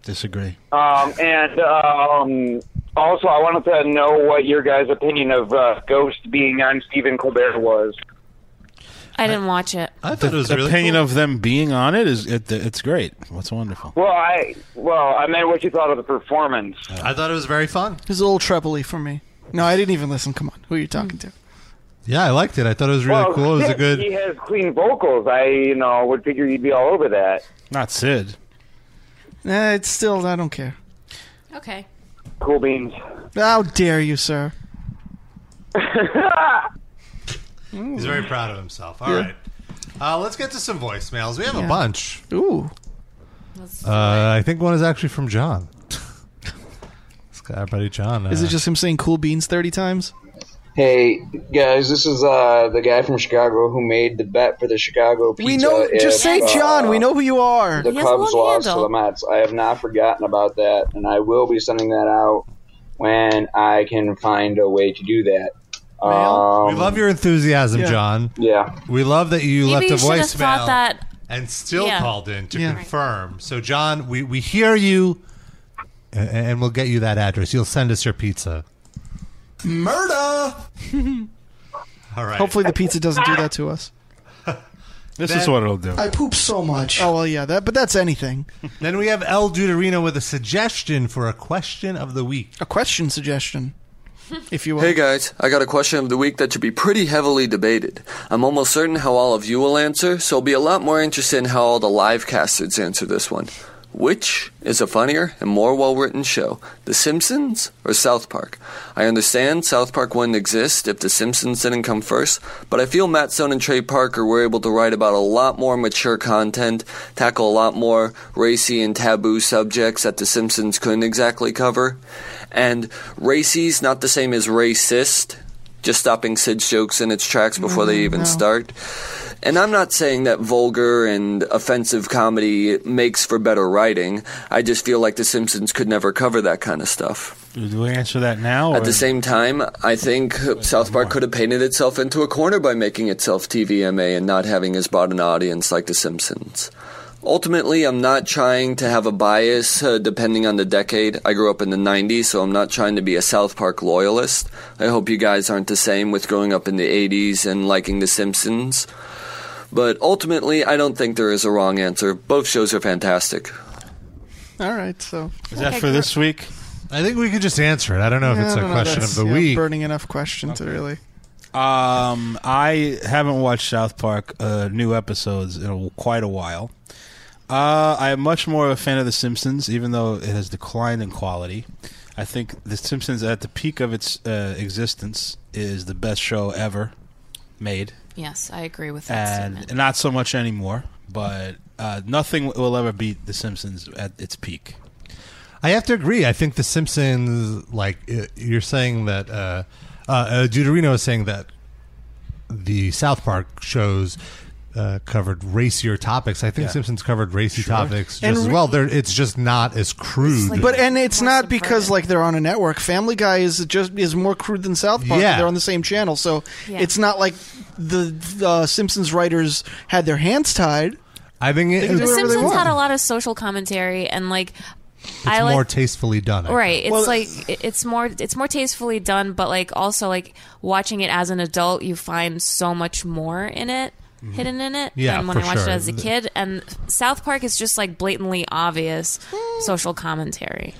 Speaker 4: Disagree.
Speaker 13: Um, and um, also, I wanted to know what your guys' opinion of uh, Ghost being on Stephen Colbert was.
Speaker 5: I didn't watch it.
Speaker 2: I
Speaker 4: The, the opinion of them being on it is it, it's great. What's wonderful.
Speaker 13: Well, I well, I meant what you thought of the performance.
Speaker 2: I thought it was very fun.
Speaker 3: It was a little trebly for me. No, I didn't even listen. Come on, who are you talking to?
Speaker 2: Yeah, I liked it. I thought it was really
Speaker 13: well,
Speaker 2: cool. It was a
Speaker 13: Sid,
Speaker 2: good.
Speaker 13: He has clean vocals. I you know would figure you'd be all over that.
Speaker 4: Not Sid.
Speaker 3: Nah, it's still. I don't care.
Speaker 5: Okay.
Speaker 13: Cool beans.
Speaker 3: How dare you, sir?
Speaker 2: He's very proud of himself. All
Speaker 3: Yeah.
Speaker 2: right, uh, let's get to some voicemails. We have
Speaker 3: Yeah.
Speaker 2: a bunch.
Speaker 3: Ooh.
Speaker 2: Uh, I think one is actually from John. This guy, our buddy John.
Speaker 3: Is
Speaker 2: uh,
Speaker 3: it just him saying "cool beans" thirty times?
Speaker 22: Hey guys, this is uh, the guy from Chicago who made the bet for the Chicago pizza.
Speaker 3: We know.
Speaker 22: if,
Speaker 3: Just say
Speaker 22: uh,
Speaker 3: John. We know who you are.
Speaker 22: The Cubs lost to the Mets. I have not forgotten about that, and I will be sending that out when I can find a way to do that. Um,
Speaker 2: we love your enthusiasm, John.
Speaker 22: Yeah,
Speaker 2: we love that you
Speaker 5: Maybe
Speaker 2: left
Speaker 5: you
Speaker 2: a
Speaker 5: should have
Speaker 2: voicemail
Speaker 5: thought that.
Speaker 2: and still
Speaker 5: Yeah.
Speaker 2: called in to
Speaker 5: Yeah.
Speaker 2: confirm. So, John, we we hear you, a- and we'll get you that address. You'll send us your pizza.
Speaker 3: Murder.
Speaker 2: All right.
Speaker 3: Hopefully, the pizza doesn't do that to us.
Speaker 4: This
Speaker 2: is
Speaker 4: is what it'll do.
Speaker 3: I poop so much. Oh well, yeah, that. But that's anything.
Speaker 2: Then we have El Duderino with a suggestion for a question of the week.
Speaker 3: A question suggestion, if you will.
Speaker 23: Hey guys, I got a question of the week that should be pretty heavily debated. I'm almost certain how all of you will answer, so I'll be a lot more interested in how all the live casters answer this one. Which is a funnier and more well written show, The Simpsons or South Park? I understand South Park wouldn't exist if The Simpsons didn't come first, but I feel Matt Stone and Trey Parker were able to write about a lot more mature content, tackle a lot more racy and taboo subjects that The Simpsons couldn't exactly cover. And racy's not the same as racist, just stopping Sid's jokes in its tracks before they even start. And I'm not saying that vulgar and offensive comedy makes for better writing. I just feel like The Simpsons could never cover that kind of stuff.
Speaker 4: Do we answer that now?
Speaker 23: At
Speaker 4: or-
Speaker 23: the same time, I think South Park could have painted itself into a corner by making itself TVMA and not having as broad an audience like The Simpsons. Ultimately, I'm not trying to have a bias uh, depending on the decade. I grew up in the 90s, so I'm not trying to be a South Park loyalist. I hope you guys aren't the same with growing up in the 80s and liking The Simpsons. But ultimately, I don't think there is a wrong answer. Both shows are fantastic.
Speaker 3: All right, so
Speaker 4: Is that for this week?
Speaker 2: I think we could just answer it. I don't know if
Speaker 3: Yeah,
Speaker 2: it's
Speaker 3: I
Speaker 2: a
Speaker 3: don't know,
Speaker 2: question of
Speaker 3: that's,
Speaker 2: the
Speaker 3: yeah,
Speaker 2: week.
Speaker 3: Burning enough question to really.
Speaker 4: Um, I haven't watched South Park uh, new episodes in a, quite a while. Uh, I am much more of a fan of The Simpsons, even though it has declined in quality. I think The Simpsons, at the peak of its uh, existence, is the best show ever made
Speaker 5: Yes, I agree with that.
Speaker 4: and
Speaker 5: statement.
Speaker 4: not so much anymore. But uh, nothing will ever beat The Simpsons at its peak.
Speaker 2: I have to agree. I think The Simpsons, like i- you're saying that, uh, uh, uh, Deuterino is saying that the South Park shows uh, covered racier topics. I think
Speaker 3: Yeah.
Speaker 2: Simpsons covered racy topics
Speaker 3: And
Speaker 2: just as
Speaker 3: re-
Speaker 2: well. They're, it's just not as crude.
Speaker 3: but and it's not because like they're on a network. Family Guy is just is more crude than South Park.
Speaker 2: Yeah.
Speaker 3: They're on the same channel, so
Speaker 2: Yeah.
Speaker 3: it's not like the, the uh, Simpsons writers had their hands tied.
Speaker 2: I think
Speaker 3: it,
Speaker 5: the Simpsons had a lot of social commentary and like
Speaker 2: it's
Speaker 5: I
Speaker 2: more
Speaker 5: like
Speaker 2: tastefully done. I
Speaker 5: right.
Speaker 2: think.
Speaker 5: It's like it- it's more it's more tastefully done, but like also like watching it as an adult, you find so much more in it. Hidden in it,
Speaker 2: Mm-hmm. Yeah,
Speaker 5: than when
Speaker 2: for
Speaker 5: I watched
Speaker 2: sure.
Speaker 5: it as a kid, and South Park is just like blatantly obvious social commentary.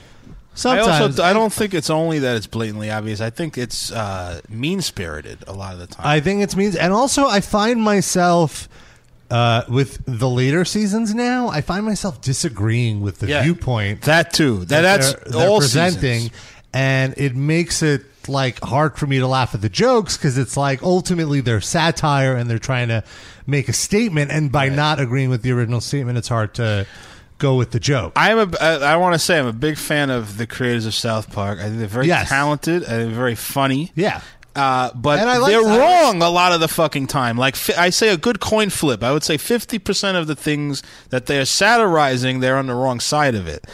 Speaker 4: I also I don't think it's only that it's blatantly obvious. I think it's uh, mean spirited a lot of the time.
Speaker 2: I think it's means, and also I find myself uh, with the later seasons now. I find myself disagreeing with the
Speaker 4: Yeah.
Speaker 2: viewpoint
Speaker 4: that too. That- that's
Speaker 2: they're, they're
Speaker 4: all
Speaker 2: presenting, and it makes it like hard for me to laugh at the jokes because it's like ultimately they're satire and they're trying to make a statement, and by not agreeing with the original statement, it's hard to go with the joke.
Speaker 4: I'm a. I, I want to say I'm a big fan of the creators of South Park. I think they're very
Speaker 2: Yes.
Speaker 4: talented. I think they're very funny.
Speaker 2: Yeah.
Speaker 4: Uh, but
Speaker 2: And I like-
Speaker 4: they're
Speaker 2: I-
Speaker 4: wrong a lot of the fucking time. Like fi- I say, a good coin flip. I would say fifty percent of the things that they're satirizing, they're on the wrong side of it,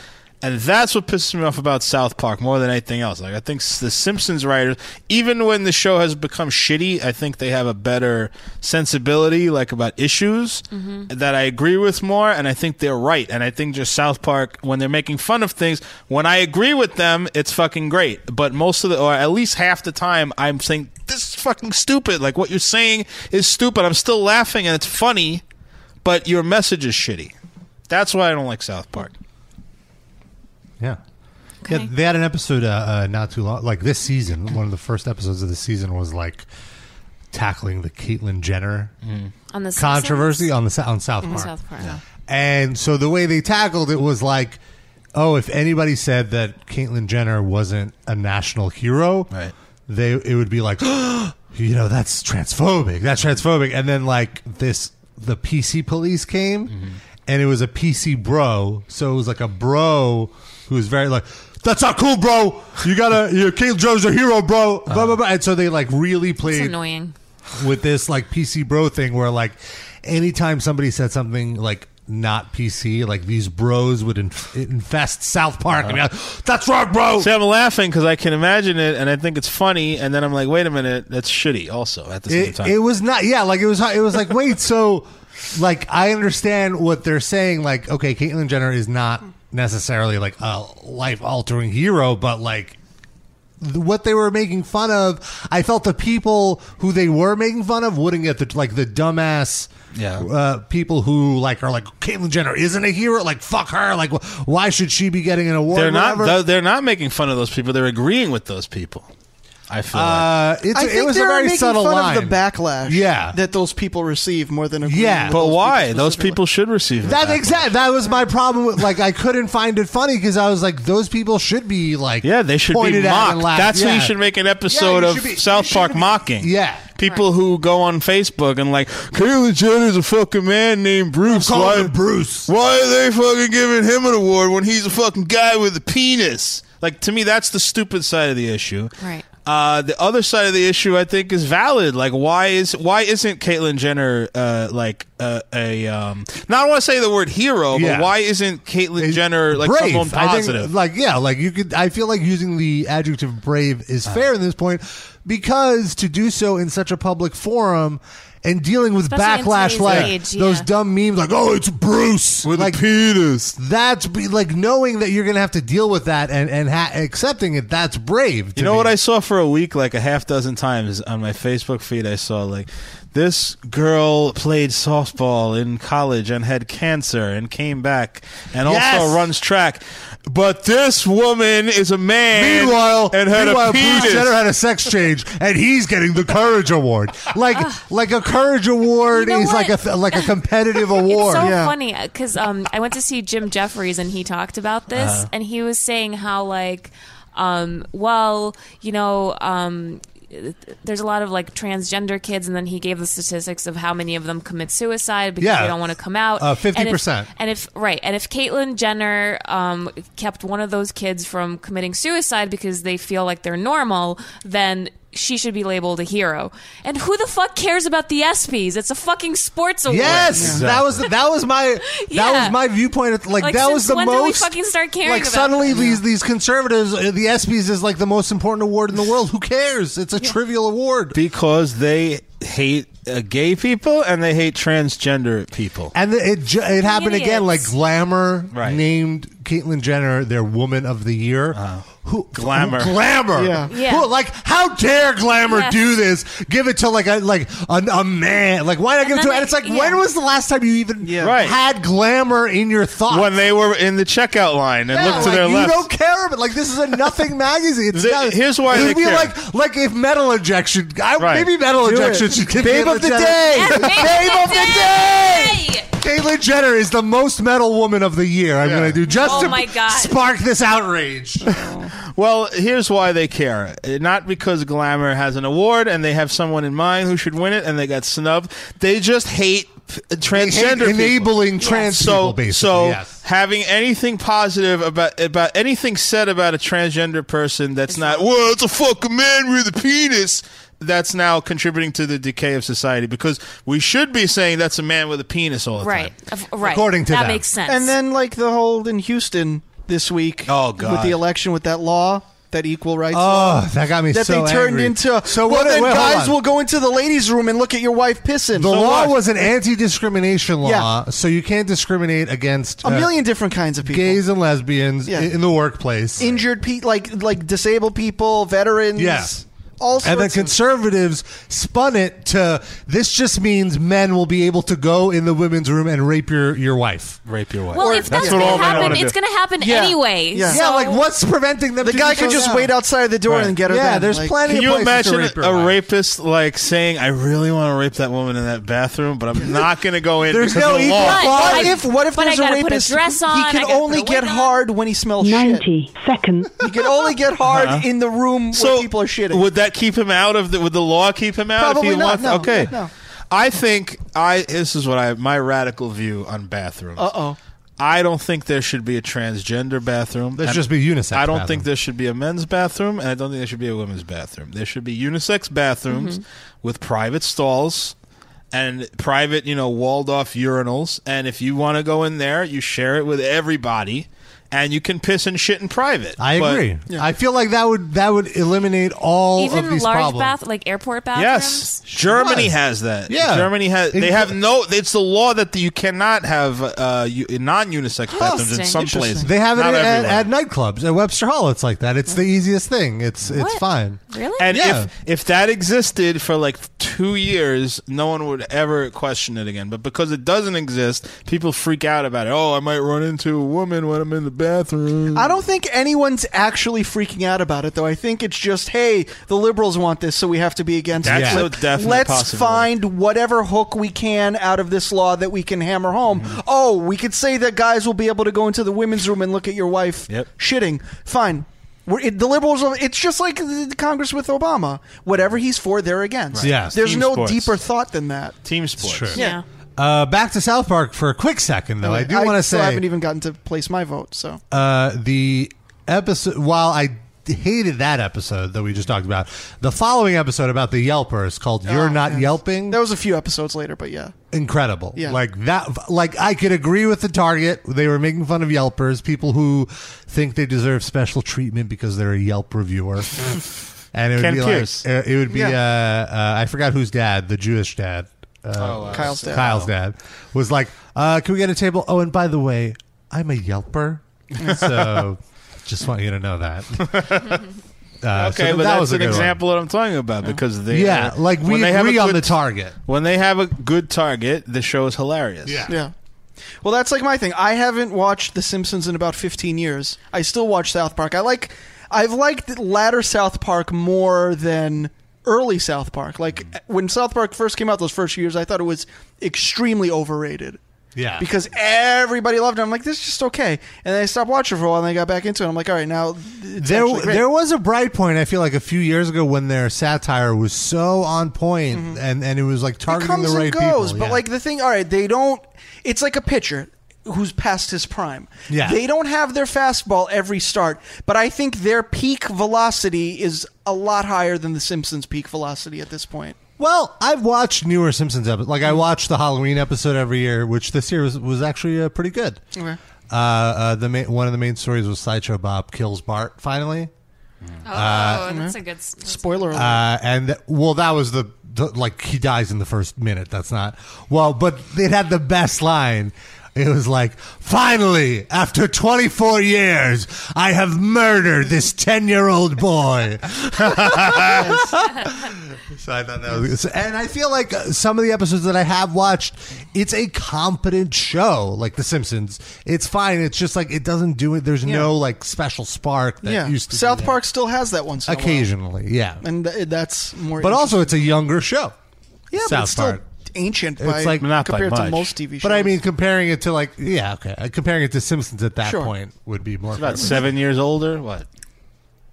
Speaker 4: and that's what pisses me off about South Park more than anything else. Like I think s- the Simpsons writers, even when the show has become shitty, I think they have a better sensibility, like about issues that I agree with more, and I think they're right. And I think just South Park, when they're making fun of things, when I agree with them, it's fucking great. But most of the, or at least half the time, I'm saying, this is fucking stupid. Like, what you're saying is stupid. I'm still laughing and it's funny, but your message is shitty. That's why I don't like South Park.
Speaker 2: Yeah. Yeah, they had an episode uh, uh, not too long, like this season. One of the first episodes of the season was like tackling the Caitlyn Jenner
Speaker 5: Mm. On The
Speaker 2: controversy
Speaker 5: Simpsons?
Speaker 2: on the Sou- on South
Speaker 5: On
Speaker 2: Park.
Speaker 5: South Park, yeah.
Speaker 2: And so the way they tackled it was like, oh, if anybody said that Caitlyn Jenner wasn't a national hero, right. they it would be like, you know, that's transphobic. That's transphobic. And then like this, the PC police came, and it was a PC bro. So it was like a bro who was very like. That's not cool, bro. You gotta, your Caitlyn Jenner's a hero, bro. Blah blah blah. And so they like really
Speaker 5: It's
Speaker 2: played
Speaker 5: annoying.
Speaker 2: with this like PC bro thing where like anytime somebody said something like not PC, like these bros would inf- infest South Park and be like, Uh-huh. that's right, bro.
Speaker 4: See, I'm laughing because I can imagine it and I think it's funny, and then I'm like, wait a minute, that's shitty also at the same
Speaker 2: it,
Speaker 4: time.
Speaker 2: it was not. Yeah, like it was. It was like wait. So, like I understand what they're saying. Like okay, Caitlyn Jenner is not necessarily like a life altering hero, but like th- what they were making fun of, I felt the people who they were making fun of wouldn't get the like the dumbass.
Speaker 4: Yeah.
Speaker 2: Uh, people who like are like Caitlyn Jenner isn't a hero. Like fuck her. Like wh- why should she be getting an award?
Speaker 4: they're not.
Speaker 2: Whatever.
Speaker 4: though They're not making fun of those people. They're agreeing with those people. I feel.
Speaker 2: Uh, it's,
Speaker 3: I think
Speaker 2: it was a
Speaker 3: they're
Speaker 2: very
Speaker 3: making
Speaker 2: subtle
Speaker 3: fun
Speaker 2: line.
Speaker 3: of the backlash
Speaker 2: Yeah.
Speaker 3: that those people receive more than agreeing
Speaker 2: Yeah.
Speaker 3: with
Speaker 2: But
Speaker 3: those
Speaker 4: why?
Speaker 3: people
Speaker 4: Those
Speaker 3: specifically.
Speaker 4: people should receive it.
Speaker 2: That exact. That was my problem. With, like, I couldn't find it funny because I was like, those people should be like, yeah,
Speaker 4: they should be
Speaker 2: pointed at
Speaker 4: mocked.
Speaker 2: and laughed.
Speaker 4: That's
Speaker 2: yeah.
Speaker 4: who you should make an episode
Speaker 2: Yeah, you
Speaker 4: of
Speaker 2: should be-
Speaker 4: South Park mocking.
Speaker 2: Yeah.
Speaker 4: People who go on Facebook and like, Caitlyn Jenner's a fucking man named Bruce.
Speaker 24: calling
Speaker 4: Why,
Speaker 24: him
Speaker 2: Bruce.
Speaker 4: Why are they fucking giving him an award when he's a fucking guy with a penis? Like to me, that's the stupid side of the issue.
Speaker 5: Right.
Speaker 4: Uh, the other side of the issue, I think, is valid. Like, why is why isn't Caitlyn Jenner uh, like uh, a um? Not want to say the word hero,
Speaker 2: Yeah.
Speaker 4: but why isn't Caitlyn Jenner like
Speaker 2: brave.
Speaker 4: someone
Speaker 2: I
Speaker 4: positive?
Speaker 2: think, like, yeah, like you could. I feel like using the adjective brave is fair at this point because to do so in such a public forum. And dealing with
Speaker 24: Especially in
Speaker 2: backlash
Speaker 24: today's
Speaker 2: like
Speaker 24: age, yeah.
Speaker 2: those dumb memes, like "Oh, it's Bruce with like, a penis." That's be, like knowing that you're gonna have to deal with that and and ha- accepting it. That's brave.
Speaker 4: You know what I saw for a week, like a half dozen times on my Facebook feed. I saw like This girl played softball in college and had cancer and came back and
Speaker 10: Yes!
Speaker 4: also runs track. But this woman is a man.
Speaker 2: Meanwhile,
Speaker 4: and had
Speaker 2: meanwhile
Speaker 4: a penis.
Speaker 2: Bruce Jenner had a sex change, and he's getting the Courage Award. Like, like a Courage Award
Speaker 5: You know
Speaker 2: is like a th- like a competitive award.
Speaker 5: It's so funny because um, I went to see Jim Jeffries and he talked about this,
Speaker 2: Uh-huh.
Speaker 5: and he was saying how like, um, well, you know. Um, there's a lot of like transgender kids, and then he gave the statistics of how many of them commit suicide because
Speaker 2: Yeah.
Speaker 5: they don't want to come out.
Speaker 2: Uh,
Speaker 5: And if-
Speaker 2: 50%.
Speaker 5: And if right, and if Caitlyn Jenner um, kept one of those kids from committing suicide because they feel like they're normal, then she should be labeled a hero. And who the fuck cares about the ESPYS? It's a fucking sports award.
Speaker 2: Yes, that was that was my
Speaker 5: Yeah.
Speaker 2: that was my viewpoint. Of, like,
Speaker 5: Like,
Speaker 2: that
Speaker 5: since
Speaker 2: was the
Speaker 5: when did we
Speaker 2: most.
Speaker 5: fucking start caring
Speaker 2: Like
Speaker 5: about
Speaker 2: suddenly
Speaker 5: it?
Speaker 2: these these conservatives, uh, the ESPYS is like the most important award in the world. Who cares? It's a trivial award.
Speaker 4: Because they hate uh, gay people and they hate transgender people.
Speaker 2: And the- it ju- it happened again. Like Glamour named Caitlyn Jenner their Woman of the Year. Who
Speaker 4: Uh-huh. Glamour.
Speaker 2: who- Glamour.
Speaker 4: Yeah.
Speaker 19: Yeah.
Speaker 2: Who- like how dare Glamour
Speaker 19: Yes.
Speaker 2: do this? Give it to like a like a, a man. Like why not give it to?
Speaker 19: then
Speaker 2: and it's like when was the last time you even
Speaker 4: Right.
Speaker 2: had Glamour in your thoughts?
Speaker 4: When they were in the checkout line and
Speaker 2: Yeah,
Speaker 4: looked to
Speaker 2: like,
Speaker 4: their
Speaker 2: you
Speaker 4: left.
Speaker 2: don't care about like this is a nothing magazine. It's
Speaker 4: They-
Speaker 2: not,
Speaker 4: here's why
Speaker 2: it
Speaker 4: they
Speaker 2: would be
Speaker 4: care.
Speaker 2: like like if metal injection. I, Maybe metal
Speaker 4: Do
Speaker 2: injection
Speaker 4: it.
Speaker 2: should get
Speaker 4: Babe of
Speaker 2: Caitlyn
Speaker 4: the
Speaker 2: Jenner.
Speaker 4: day.
Speaker 19: Yes, babe
Speaker 2: babe
Speaker 19: of
Speaker 2: of
Speaker 19: the
Speaker 2: the day. Caitlyn Jenner is the most metal woman of the year. I'm going to do just
Speaker 5: Oh
Speaker 2: to
Speaker 5: my God.
Speaker 2: spark this outrage.
Speaker 4: Well, here's why they care. Uh, Not because Glamour has an award and they have someone in mind who should win it and they got snubbed. They just hate p- transgender
Speaker 2: hate enabling
Speaker 4: people.
Speaker 2: trans
Speaker 4: so,
Speaker 2: people, basically,
Speaker 4: So
Speaker 2: yes.
Speaker 4: having anything positive about about anything said about a transgender person that's not well, it's a fucking man with a penis. That's now contributing to the decay of society because we should be saying that's a man with a penis all the
Speaker 5: Right. Of- Right.
Speaker 4: According to
Speaker 5: that
Speaker 4: them.
Speaker 5: makes sense.
Speaker 3: And then like the whole in Houston this week. Oh
Speaker 4: God.
Speaker 3: With the election with that law. That equal rights.
Speaker 2: Oh,
Speaker 3: law,
Speaker 2: that got me
Speaker 3: That
Speaker 2: so
Speaker 3: they turned
Speaker 2: angry.
Speaker 3: into.
Speaker 2: So
Speaker 3: So well,
Speaker 2: what-
Speaker 3: then
Speaker 2: wait, hold
Speaker 3: guys
Speaker 2: on.
Speaker 3: will go into the ladies' room and look at your wife pissing.
Speaker 2: The law was an anti-discrimination discrimination law, so you can't discriminate against uh,
Speaker 3: A million different kinds of people,
Speaker 2: gays and lesbians
Speaker 3: Yeah.
Speaker 2: i- in the workplace.
Speaker 3: injured people, like like disabled people, veterans.
Speaker 2: Yeah.
Speaker 3: All sorts
Speaker 2: and then
Speaker 3: of
Speaker 2: conservatives spun it to this just means men will be able to go in the women's room and rape your, your wife.
Speaker 4: Rape your wife.
Speaker 5: well, if that's, going to happen, it's going to happen
Speaker 2: Yeah.
Speaker 5: anyway.
Speaker 2: Yeah.
Speaker 5: so-
Speaker 2: Yeah, like, what's preventing them?
Speaker 3: The
Speaker 2: to
Speaker 3: guy
Speaker 2: do
Speaker 3: could
Speaker 2: so
Speaker 3: just
Speaker 2: now?
Speaker 3: wait outside the door and get her.
Speaker 2: Yeah,
Speaker 3: then,
Speaker 2: there's
Speaker 3: like-
Speaker 2: plenty
Speaker 4: Can
Speaker 2: of
Speaker 4: you
Speaker 2: places
Speaker 4: imagine
Speaker 2: to rape your
Speaker 4: a
Speaker 2: wife.
Speaker 4: rapist like saying, "I really want to rape that woman in that bathroom, but I'm not going to go in"?
Speaker 3: There's
Speaker 4: because
Speaker 3: no
Speaker 4: of the
Speaker 3: equal
Speaker 4: law."
Speaker 3: But-
Speaker 5: But
Speaker 3: What if what if
Speaker 5: but I
Speaker 3: there's a
Speaker 5: gotta put a
Speaker 3: rapist?
Speaker 5: dress on,
Speaker 3: he
Speaker 5: I
Speaker 3: can
Speaker 5: gotta
Speaker 3: only
Speaker 5: put a
Speaker 3: get hard when he smells 90 shit. seconds. He can only get hard
Speaker 4: Uh-huh.
Speaker 3: in the room where people are shitting.
Speaker 4: Would that keep him out of the? Would the law keep him out?
Speaker 3: Probably
Speaker 4: if he
Speaker 3: not,
Speaker 4: wants-
Speaker 3: no,
Speaker 4: okay.
Speaker 3: no.
Speaker 4: I think I. This is what I. My radical view on bathrooms.
Speaker 3: Uh oh.
Speaker 4: I don't think there should be a transgender bathroom.
Speaker 2: There
Speaker 4: And
Speaker 2: should just be unisex
Speaker 4: I don't
Speaker 2: bathroom.
Speaker 4: think there should be a men's bathroom, and I don't think there should be a women's bathroom. There should be unisex bathrooms
Speaker 5: Mm-hmm.
Speaker 10: Mhm.
Speaker 4: with private stalls and private, you know, walled off urinals. And if you want to go in there, you share it with everybody, and you can piss and shit in private.
Speaker 2: I
Speaker 4: But-
Speaker 2: agree. I feel like that would that would eliminate all
Speaker 5: Even
Speaker 2: of these
Speaker 5: large
Speaker 2: problems.
Speaker 5: bath, like airport bathrooms.
Speaker 4: Yes, Germany
Speaker 2: What?
Speaker 4: has that.
Speaker 2: Yeah.
Speaker 4: Germany has. They
Speaker 2: It-
Speaker 4: have no. It's the law that you cannot have uh, u- non-unisex bathrooms in some places.
Speaker 2: They have it
Speaker 4: Not
Speaker 2: at, at,
Speaker 4: everywhere.
Speaker 2: at nightclubs at Webster Hall. It's like that. It's the easiest thing. It's it's fine.
Speaker 5: Really?
Speaker 4: And
Speaker 2: Yeah.
Speaker 4: if if that existed for like two years, no one would ever question it again. But because it doesn't exist, people freak out about it. Oh, I might run into a woman when I'm in the bathroom.
Speaker 3: I don't think anyone's actually freaking out about it, though. I think it's just, hey, the liberals want this, so we have to be against
Speaker 4: That's
Speaker 3: it.
Speaker 4: a
Speaker 3: Let-
Speaker 4: definite
Speaker 3: Let's
Speaker 4: possibility.
Speaker 3: find whatever hook we can out of this law that we can hammer home.
Speaker 4: Mm-hmm.
Speaker 3: Oh, we could say that guys will be able to go into the women's room and look at your wife shitting. Fine. We're, it, the liberals, are- it's just like the the Congress with Obama. Whatever he's for, they're against.
Speaker 2: Right. Yes.
Speaker 3: There's
Speaker 2: Team
Speaker 3: no
Speaker 2: sports.
Speaker 3: deeper thought than that.
Speaker 4: Team sports.
Speaker 3: Yeah.
Speaker 2: Uh, back to South Park for a quick second, though. I do want to
Speaker 3: still
Speaker 2: say
Speaker 3: haven't even gotten to place my vote, so.
Speaker 2: uh, the episode. While I hated that episode that we just talked about, the following episode about the Yelpers called "You're Not Yelping."
Speaker 3: Oh, That was a few episodes later, but yeah.
Speaker 2: incredible.
Speaker 3: Yeah.
Speaker 2: Like that like I could agree with the target. They were making fun of Yelpers, people who think they deserve special treatment because they're a Yelp reviewer. and it would
Speaker 4: Ken
Speaker 2: be
Speaker 4: Pierce.
Speaker 2: like it would be
Speaker 4: Yeah.
Speaker 2: uh, uh, I forgot whose dad, the Jewish dad. Uh,
Speaker 4: Oh, uh, Kyle's dad.
Speaker 2: Kyle's dad was like, uh, "Can we get a table?" Oh, and by the way, I'm a Yelper, so just want you to know that. Uh,
Speaker 9: okay,
Speaker 2: so that
Speaker 9: but that's
Speaker 2: was a
Speaker 9: an
Speaker 2: good one.
Speaker 9: example of what I'm talking about because they uh,
Speaker 2: Yeah, like we
Speaker 9: when they have
Speaker 2: agree
Speaker 9: a
Speaker 2: on
Speaker 9: good-
Speaker 2: the target.
Speaker 9: When they have a good target, the show is hilarious.
Speaker 3: Yeah. Well, that's like my thing. I haven't watched The Simpsons in about 15 years. I still watch South Park. I like I've liked latter South Park more than early South Park. Like when South Park first came out those first years, I thought it was extremely overrated.
Speaker 2: Yeah.
Speaker 3: Because everybody loved it. I'm like, this is just okay. And then I stopped watching for a while and I got back into it. I'm like, all right, now it's
Speaker 2: there,
Speaker 3: actually great.
Speaker 2: there was a bright point. I feel like a few years ago when their satire was so on point and and it was like targeting
Speaker 3: Mm-hmm. comes
Speaker 2: the right
Speaker 3: and goes,
Speaker 2: people.
Speaker 3: but
Speaker 2: yeah.
Speaker 3: like the thing, all right, they don't. It's like a pitcher who's past his prime.
Speaker 2: Yeah.
Speaker 3: they don't have their fastball every start, but I think their peak velocity is a lot higher than the Simpsons' peak velocity at this point.
Speaker 2: well, I've watched newer Simpsons episodes. Like I watch the Halloween episode every year, which this year was was actually uh, pretty good.
Speaker 3: Okay.
Speaker 2: Uh, uh, the main, one of the main stories was sideshow Bob kills Bart finally.
Speaker 5: Oh,
Speaker 2: Uh,
Speaker 5: that's a good s-
Speaker 3: Mm-hmm. spoiler alert.
Speaker 2: Uh, and th- well, that was the, the like he dies in the first minute. That's not well, but it had the best line. It was like, finally, after 24 years, I have murdered this 10 year old boy. So I thought that was- and I feel like uh, some of the episodes that I have watched, it's a competent show, like The Simpsons. It's fine. It's just like it doesn't do it. There's
Speaker 3: Yeah.
Speaker 2: no like special spark that
Speaker 3: yeah,
Speaker 2: used to
Speaker 3: South
Speaker 2: be there.
Speaker 3: Park still has that once in a while.
Speaker 2: occasionally, yeah.
Speaker 3: and th- that's more.
Speaker 2: But also, it's a younger show.
Speaker 3: yeah,
Speaker 2: South
Speaker 3: but it's still
Speaker 2: Park.
Speaker 3: ancient.
Speaker 2: It's
Speaker 3: by,
Speaker 2: like
Speaker 3: compared to most TV shows.
Speaker 2: But I mean, comparing it to like, yeah, okay, Uh, comparing it to Simpsons at that
Speaker 3: Sure.
Speaker 2: point would be more.
Speaker 9: It's about
Speaker 2: fair.
Speaker 9: seven years older. What?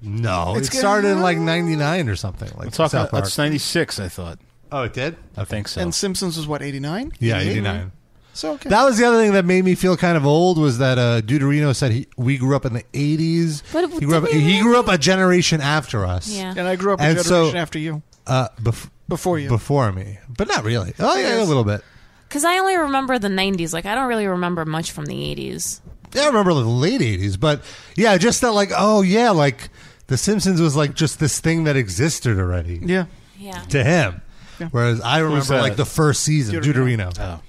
Speaker 2: No,
Speaker 9: It's
Speaker 2: Oh, it
Speaker 9: good.
Speaker 2: started in like '99 or something. Like
Speaker 9: I'm talking
Speaker 2: South
Speaker 9: about-
Speaker 2: Park.
Speaker 9: it's 96, I thought.
Speaker 2: Oh, it did?
Speaker 9: I think so.
Speaker 3: and Simpsons was what eighty nine.
Speaker 2: Yeah, '89.
Speaker 3: So okay.
Speaker 2: That was the other thing that made me feel kind of old was that uh, Deuterino said he, we grew up in the '80s.
Speaker 3: But
Speaker 2: he grew up.
Speaker 3: did we
Speaker 2: He grew up a generation after us.
Speaker 3: Yeah. And I grew up a
Speaker 2: And
Speaker 3: generation after you.
Speaker 2: Uh, bef-
Speaker 3: before you.
Speaker 2: Before me, but not really. Oh yeah, a
Speaker 5: Yes.
Speaker 2: little bit.
Speaker 5: Because I only remember the 90s. Like, I don't really remember much from the 80s.
Speaker 2: Yeah, I remember the late '80s, but yeah, just that like, oh yeah, like The Simpsons was like just this thing that existed already.
Speaker 3: Yeah,
Speaker 5: yeah.
Speaker 2: To him, whereas I
Speaker 9: Who's
Speaker 2: remember
Speaker 9: that? Oh,
Speaker 2: like the first season, Deuterino.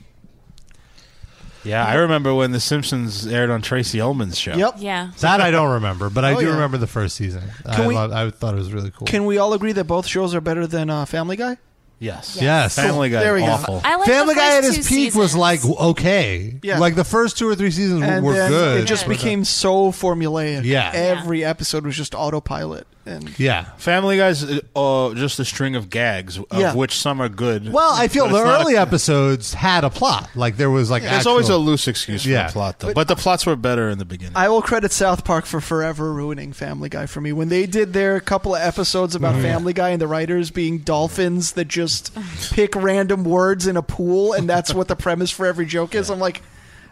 Speaker 9: Yeah, I remember when The Simpsons aired on Tracy Ullman's show.
Speaker 3: Yep.
Speaker 5: Yeah.
Speaker 2: That I don't remember, but I
Speaker 3: Oh,
Speaker 2: do
Speaker 3: yeah.
Speaker 2: remember the first season.
Speaker 3: Can
Speaker 2: I,
Speaker 3: we-
Speaker 2: loved- I thought it was really cool.
Speaker 3: Can we all agree that both shows are better than uh, Family Guy?
Speaker 9: Yes.
Speaker 2: Yes.
Speaker 9: Family Guy,
Speaker 3: There we go.
Speaker 9: awful.
Speaker 3: I like
Speaker 2: Family
Speaker 3: the
Speaker 2: Guy at
Speaker 3: first
Speaker 2: his
Speaker 3: two
Speaker 2: peak was like okay.
Speaker 3: Yeah.
Speaker 2: Like the first two or three seasons
Speaker 3: And
Speaker 2: were
Speaker 3: then
Speaker 2: good.
Speaker 3: It just became so formulaic.
Speaker 2: Yeah.
Speaker 3: Every episode was just autopilot. And
Speaker 2: Yeah.
Speaker 9: Family Guy's uh, uh, just a string of gags, of
Speaker 2: Yeah.
Speaker 9: which some are good.
Speaker 2: Well, I feel
Speaker 9: but it's
Speaker 2: the
Speaker 9: not a-
Speaker 2: early episodes had a plot. Like there was like
Speaker 9: There's always a
Speaker 2: actual-
Speaker 9: loose excuse for
Speaker 2: Yeah.
Speaker 9: the plot, though.
Speaker 3: But-
Speaker 9: But, the plots were better in the beginning.
Speaker 3: I will credit South Park for forever ruining Family Guy for me. When they did their couple of episodes about
Speaker 2: Mm-hmm.
Speaker 9: Mhm.
Speaker 3: Family Guy and the writers being dolphins that just pick random words in a pool, and that's what the premise for every joke is, I'm like,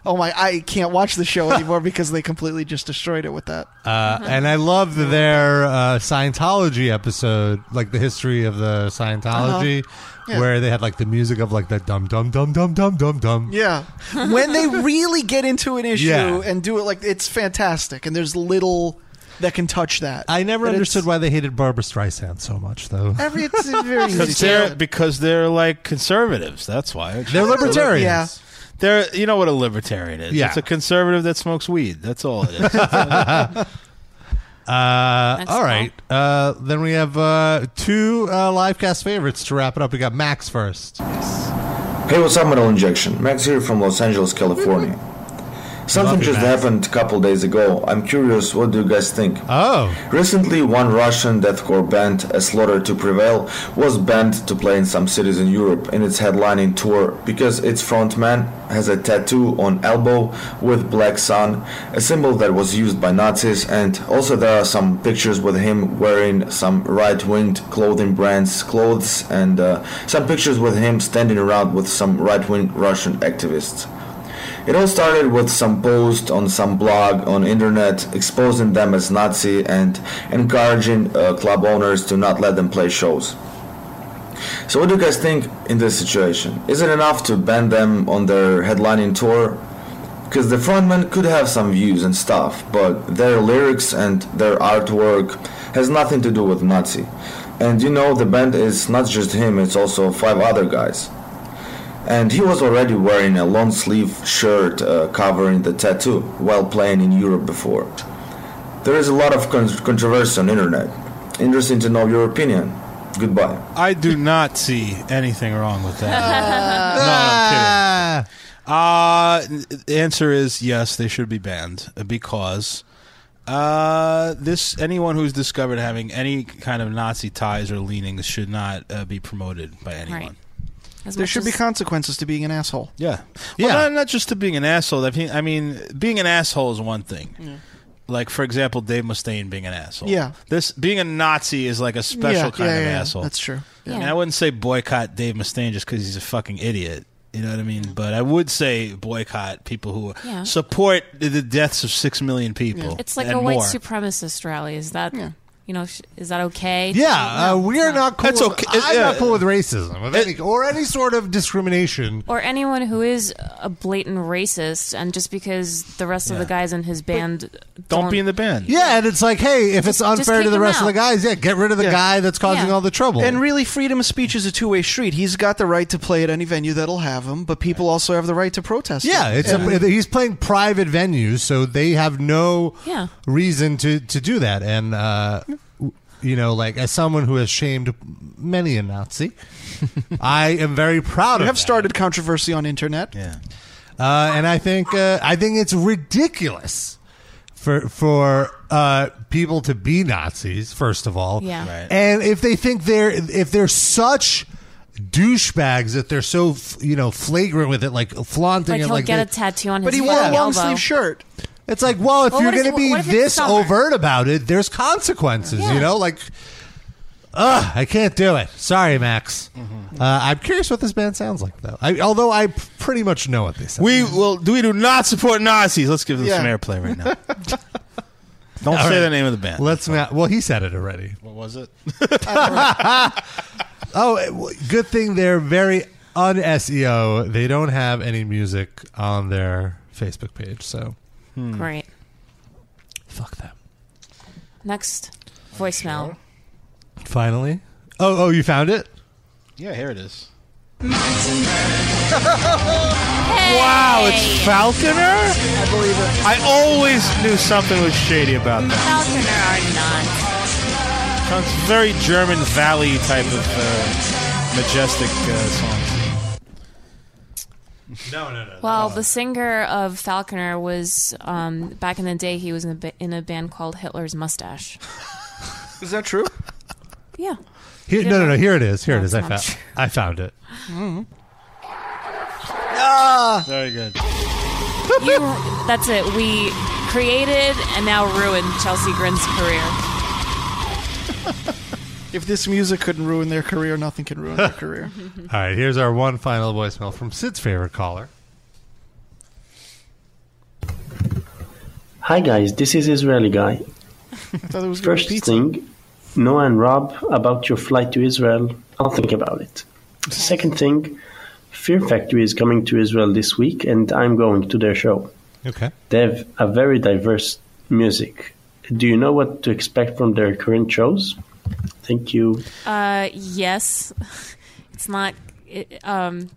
Speaker 3: oh my, I can't watch the show anymore because they completely just destroyed it with that.
Speaker 2: Uh, and I love the, their uh, Scientology episode, like the history of the Scientology,
Speaker 3: Uh-huh. Yeah.
Speaker 2: where they had like the music of like the dum dum dum dum dum dum dum.
Speaker 3: Yeah. When they really get into an issue
Speaker 2: Yeah.
Speaker 3: and do it like it's fantastic and there's little that can touch that.
Speaker 2: I never
Speaker 3: That it's-
Speaker 2: understood why they hated Barbara Streisand so much, though.
Speaker 3: Every it's very easy.
Speaker 9: Because
Speaker 3: to
Speaker 9: they're
Speaker 3: do.
Speaker 9: because they're like conservatives. That's why
Speaker 2: They're libertarians. Yeah.
Speaker 9: They're you know what a libertarian is.
Speaker 2: Yeah.
Speaker 9: It's a conservative that smokes weed. That's all it is.
Speaker 2: Uh, all right. Uh, then we have uh, two uh, live cast favorites to wrap it up. We got Max first.
Speaker 7: Hey, what's up, Metal Injection? Max here from Los Angeles, California. Something just happened a couple days ago. I'm curious, what do you guys think?
Speaker 2: Oh.
Speaker 7: Recently, one Russian deathcore band, A Slaughter to Prevail, was banned to play in some cities in Europe in its headlining tour because its frontman has a tattoo on elbow with black sun, a symbol that was used by Nazis, and also there are some pictures with him wearing some right-winged clothing brands clothes and uh, some pictures with him standing around with some right-wing Russian activists. It all started with some post on some blog on internet exposing them as Nazi and encouraging uh, club owners to not let them play shows. So what do you guys think in this situation? Is it enough to ban them on their headlining tour? Because the frontman could have some views and stuff, but their lyrics and their artwork has nothing to do with Nazi. And you know the band is not just him, it's also five other guys and he was already wearing a long sleeve shirt uh, covering the tattoo while playing in Europe before. There is a lot of con- controversy on internet. Interesting to know your opinion. Goodbye.
Speaker 4: I do not see anything wrong with
Speaker 2: that.
Speaker 4: no, I'm kidding. Uh, the answer is yes, they should be banned because uh, this anyone who's discovered having any kind of Nazi ties or leanings should not uh, be promoted by anyone.
Speaker 3: Right. there should be consequences to being an asshole.
Speaker 4: Yeah. Well, not, not just to being an asshole. I mean- I mean, being an asshole is one thing.
Speaker 3: Mm.
Speaker 4: Like, for example, Dave Mustaine being an asshole.
Speaker 3: Yeah.
Speaker 4: This being a Nazi is like a special
Speaker 3: Yeah,
Speaker 4: kind
Speaker 3: yeah,
Speaker 4: of
Speaker 3: yeah, yeah.
Speaker 4: asshole.
Speaker 3: That's true.
Speaker 4: I mean,
Speaker 3: Yeah.
Speaker 4: I wouldn't say boycott Dave Mustaine just because he's a fucking idiot. You know what I mean? But I would say boycott people who
Speaker 5: Yeah.
Speaker 4: support the- the deaths of six million people.
Speaker 5: It's like
Speaker 4: and
Speaker 5: a white
Speaker 4: more.
Speaker 5: supremacist rally. Is that you know? Sh- is that okay?
Speaker 2: Yeah, uh, we are not cool.
Speaker 5: That's
Speaker 2: with-
Speaker 5: okay.
Speaker 2: I'm
Speaker 5: Yeah.
Speaker 2: not cool with racism with any, or any sort of discrimination.
Speaker 5: Or anyone who is a blatant racist, and just because the rest of the guys in his band
Speaker 4: band.
Speaker 2: Yeah, and it's like, hey, if it's
Speaker 5: just
Speaker 2: unfair to
Speaker 5: kick
Speaker 2: the
Speaker 5: him
Speaker 2: rest of
Speaker 5: out.
Speaker 2: the guys, yeah, get rid of the guy that's causing all the trouble.
Speaker 3: And really, freedom of speech is a two way street. He's got the right to play at any venue that'll have him, but people also have the right to protest.
Speaker 2: yeah,
Speaker 3: it.
Speaker 2: it's A, he's playing private venues, so they have no
Speaker 3: Yeah.
Speaker 2: reason to to do that. And uh, w- you know, like as someone who has shamed many a Nazi, I am very proud
Speaker 3: You
Speaker 2: of.
Speaker 3: have
Speaker 2: that.
Speaker 3: started controversy on internet.
Speaker 4: Yeah.
Speaker 2: Uh, and I think uh, I think it's ridiculous for for uh, people to be Nazis. First of all,
Speaker 6: Yeah. Right.
Speaker 2: And if they think they're if they're such douchebags that they're so f- you know flagrant with it, like flaunting
Speaker 5: Like
Speaker 2: it,
Speaker 5: he'll
Speaker 2: like
Speaker 5: get
Speaker 2: they-
Speaker 5: a tattoo on his.
Speaker 3: But he wore a
Speaker 5: fucking
Speaker 3: long
Speaker 5: elbow.
Speaker 3: sleeve shirt.
Speaker 2: It's like, well, if
Speaker 5: Well,
Speaker 2: you're
Speaker 5: what if-
Speaker 2: going to be
Speaker 5: what if it's
Speaker 2: this
Speaker 5: summer?
Speaker 2: overt about it, there's consequences. You know, like, ugh, I can't do it. Sorry, Max.
Speaker 5: Mm-hmm.
Speaker 2: Uh, I'm curious what this band sounds like, though. I, although I p- pretty much know what they sound.
Speaker 4: We will. We do not support Nazis. Let's give them
Speaker 2: Yeah.
Speaker 4: some airplay right now. Don't
Speaker 2: All
Speaker 4: say
Speaker 2: right.
Speaker 4: the name of the band.
Speaker 2: Let's not. Well, he said it already.
Speaker 4: What was it?
Speaker 2: Oh, it- w- good thing they're very un SEO. They don't have any music on their Facebook page, so
Speaker 5: Great. Fuck them. Next voicemail.
Speaker 2: finally. Oh, oh, you found it.
Speaker 4: Yeah, here it is.
Speaker 6: Wow,
Speaker 4: it's Falconer? I
Speaker 3: believe it.
Speaker 4: I always knew something was shady about that.
Speaker 5: Falconer are not.
Speaker 4: Sounds very German Valley type of uh, majestic uh, song.
Speaker 2: No, no, no.
Speaker 5: Well, the singer of Falconer was um, back in the day. He was in a, ba- in a band called Hitler's Mustache.
Speaker 3: Is that true?
Speaker 5: Yeah.
Speaker 2: Here, no, no, no. Here it is. Here
Speaker 5: No,
Speaker 2: it is. I
Speaker 5: it's
Speaker 2: found.
Speaker 5: not.
Speaker 2: I found it.
Speaker 5: Ah!
Speaker 4: Hmm. Very good.
Speaker 5: you, that's it. We created and now ruined Chelsea Grin's career.
Speaker 3: If this music couldn't ruin their career, nothing can ruin their career.
Speaker 2: All right, here's our one final voicemail from Sid's favorite caller.
Speaker 25: Hi guys, this is Israeli guy.
Speaker 3: I thought it was gonna be
Speaker 25: First thing, Noah and Rob about your flight to Israel. I'll think about it. Second thing, Fear Factory is coming to Israel this week, and I'm going to their show.
Speaker 2: Okay.
Speaker 25: They have a very diverse music. Do you know what to expect from their current shows? Thank you.
Speaker 5: Uh, yes, it's not. It, um,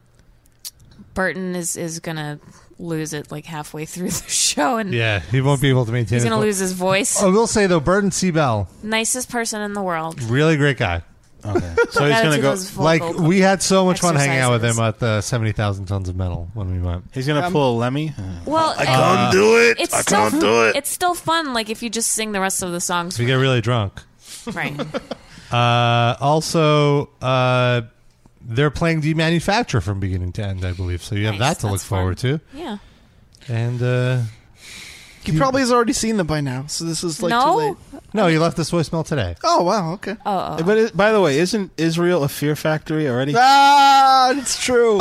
Speaker 5: Burton is is gonna lose it like halfway through the show, and
Speaker 2: Yeah, he won't be able to maintain.
Speaker 5: He's
Speaker 2: his
Speaker 5: gonna
Speaker 2: vo-
Speaker 5: lose his voice.
Speaker 2: I will say though, Burton Seabell,
Speaker 5: nicest person in the world.
Speaker 2: really great guy.
Speaker 4: Okay,
Speaker 5: So he's Gotta gonna do go- those vocal
Speaker 2: Like we had so much fun hanging out with
Speaker 5: exercises.
Speaker 2: him at the seventy thousand tons of metal when we went.
Speaker 4: He's gonna
Speaker 5: Um,
Speaker 4: pull a Lemmy.
Speaker 5: Well,
Speaker 4: I can't do it.
Speaker 5: It's
Speaker 4: I
Speaker 5: still,
Speaker 4: can't do it.
Speaker 5: It's still fun, like if you just sing the rest of the songs.
Speaker 2: We get really drunk.
Speaker 5: right.
Speaker 2: Uh, also, uh, they're playing Demanufacture from beginning to end, I believe. So you have
Speaker 5: Nice,
Speaker 2: that to look
Speaker 5: that's fun.
Speaker 2: forward to.
Speaker 5: Yeah.
Speaker 2: And uh,
Speaker 3: He probably has already seen them by now, so this is like too late.
Speaker 2: no, you left this voicemail today.
Speaker 3: Oh wow, okay.
Speaker 5: Oh,
Speaker 4: But it, by the way, isn't Israel a fear factory already?
Speaker 3: ah, it's true.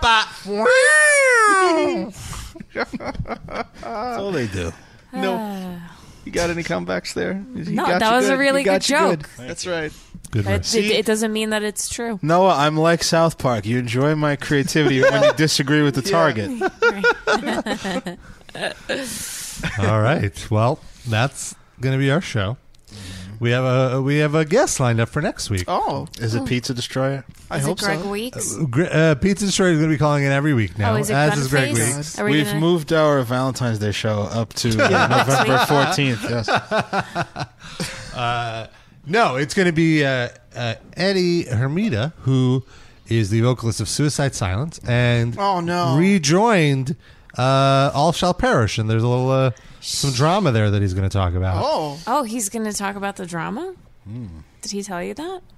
Speaker 4: That's all they do.
Speaker 3: No. You got any comebacks there? He
Speaker 5: No,
Speaker 3: got
Speaker 5: that
Speaker 3: you
Speaker 5: was a
Speaker 3: good. He
Speaker 5: really
Speaker 3: got
Speaker 5: good
Speaker 3: you
Speaker 5: joke.
Speaker 3: That's right.
Speaker 2: Good
Speaker 5: But it, it doesn't mean that it's true.
Speaker 4: Noah, I'm like South Park. You enjoy my creativity when you disagree with the
Speaker 5: Yeah.
Speaker 4: target.
Speaker 2: Uh, All right. Well, that's going to be our show. We have a we have a guest lined up for next week.
Speaker 3: Oh,
Speaker 4: is it Pizza Destroyer?
Speaker 3: I
Speaker 5: Is it
Speaker 3: hope
Speaker 5: Greg
Speaker 3: so.
Speaker 5: Weeks?
Speaker 2: Gre- Uh, Pizza Destroyer is going to be calling in every week now,
Speaker 5: Oh, is it
Speaker 2: as is Greg
Speaker 5: Gunface?
Speaker 2: Weeks.
Speaker 5: Are we
Speaker 4: We've
Speaker 5: gonna-
Speaker 4: moved our Valentine's Day show up to
Speaker 2: Yeah,
Speaker 4: November
Speaker 2: next week.
Speaker 4: 14th. Yes.
Speaker 2: Uh, No, it's going to be uh, uh, Eddie Hermida, who is the vocalist of Suicide Silence, and
Speaker 3: Oh, no.
Speaker 2: rejoined uh, All Shall Perish, and there's a little uh, some drama there that he's going to talk about.
Speaker 5: Oh. Oh, he's going to talk about the drama?
Speaker 4: Hmm.
Speaker 5: Did he tell you that?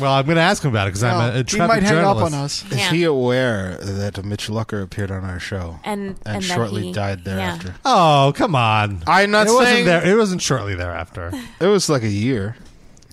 Speaker 2: Well, I'm going to ask him about it because I'm a, a intrepid journalist.
Speaker 4: Is
Speaker 5: Yeah.
Speaker 4: he aware that Mitch Lucker appeared on our show
Speaker 5: And- and that
Speaker 4: shortly
Speaker 5: he-
Speaker 4: died
Speaker 5: yeah.
Speaker 4: thereafter?
Speaker 2: Oh, come on!
Speaker 4: I'm not
Speaker 2: it
Speaker 4: saying-
Speaker 2: wasn't there. It wasn't shortly thereafter.
Speaker 4: It was like a year,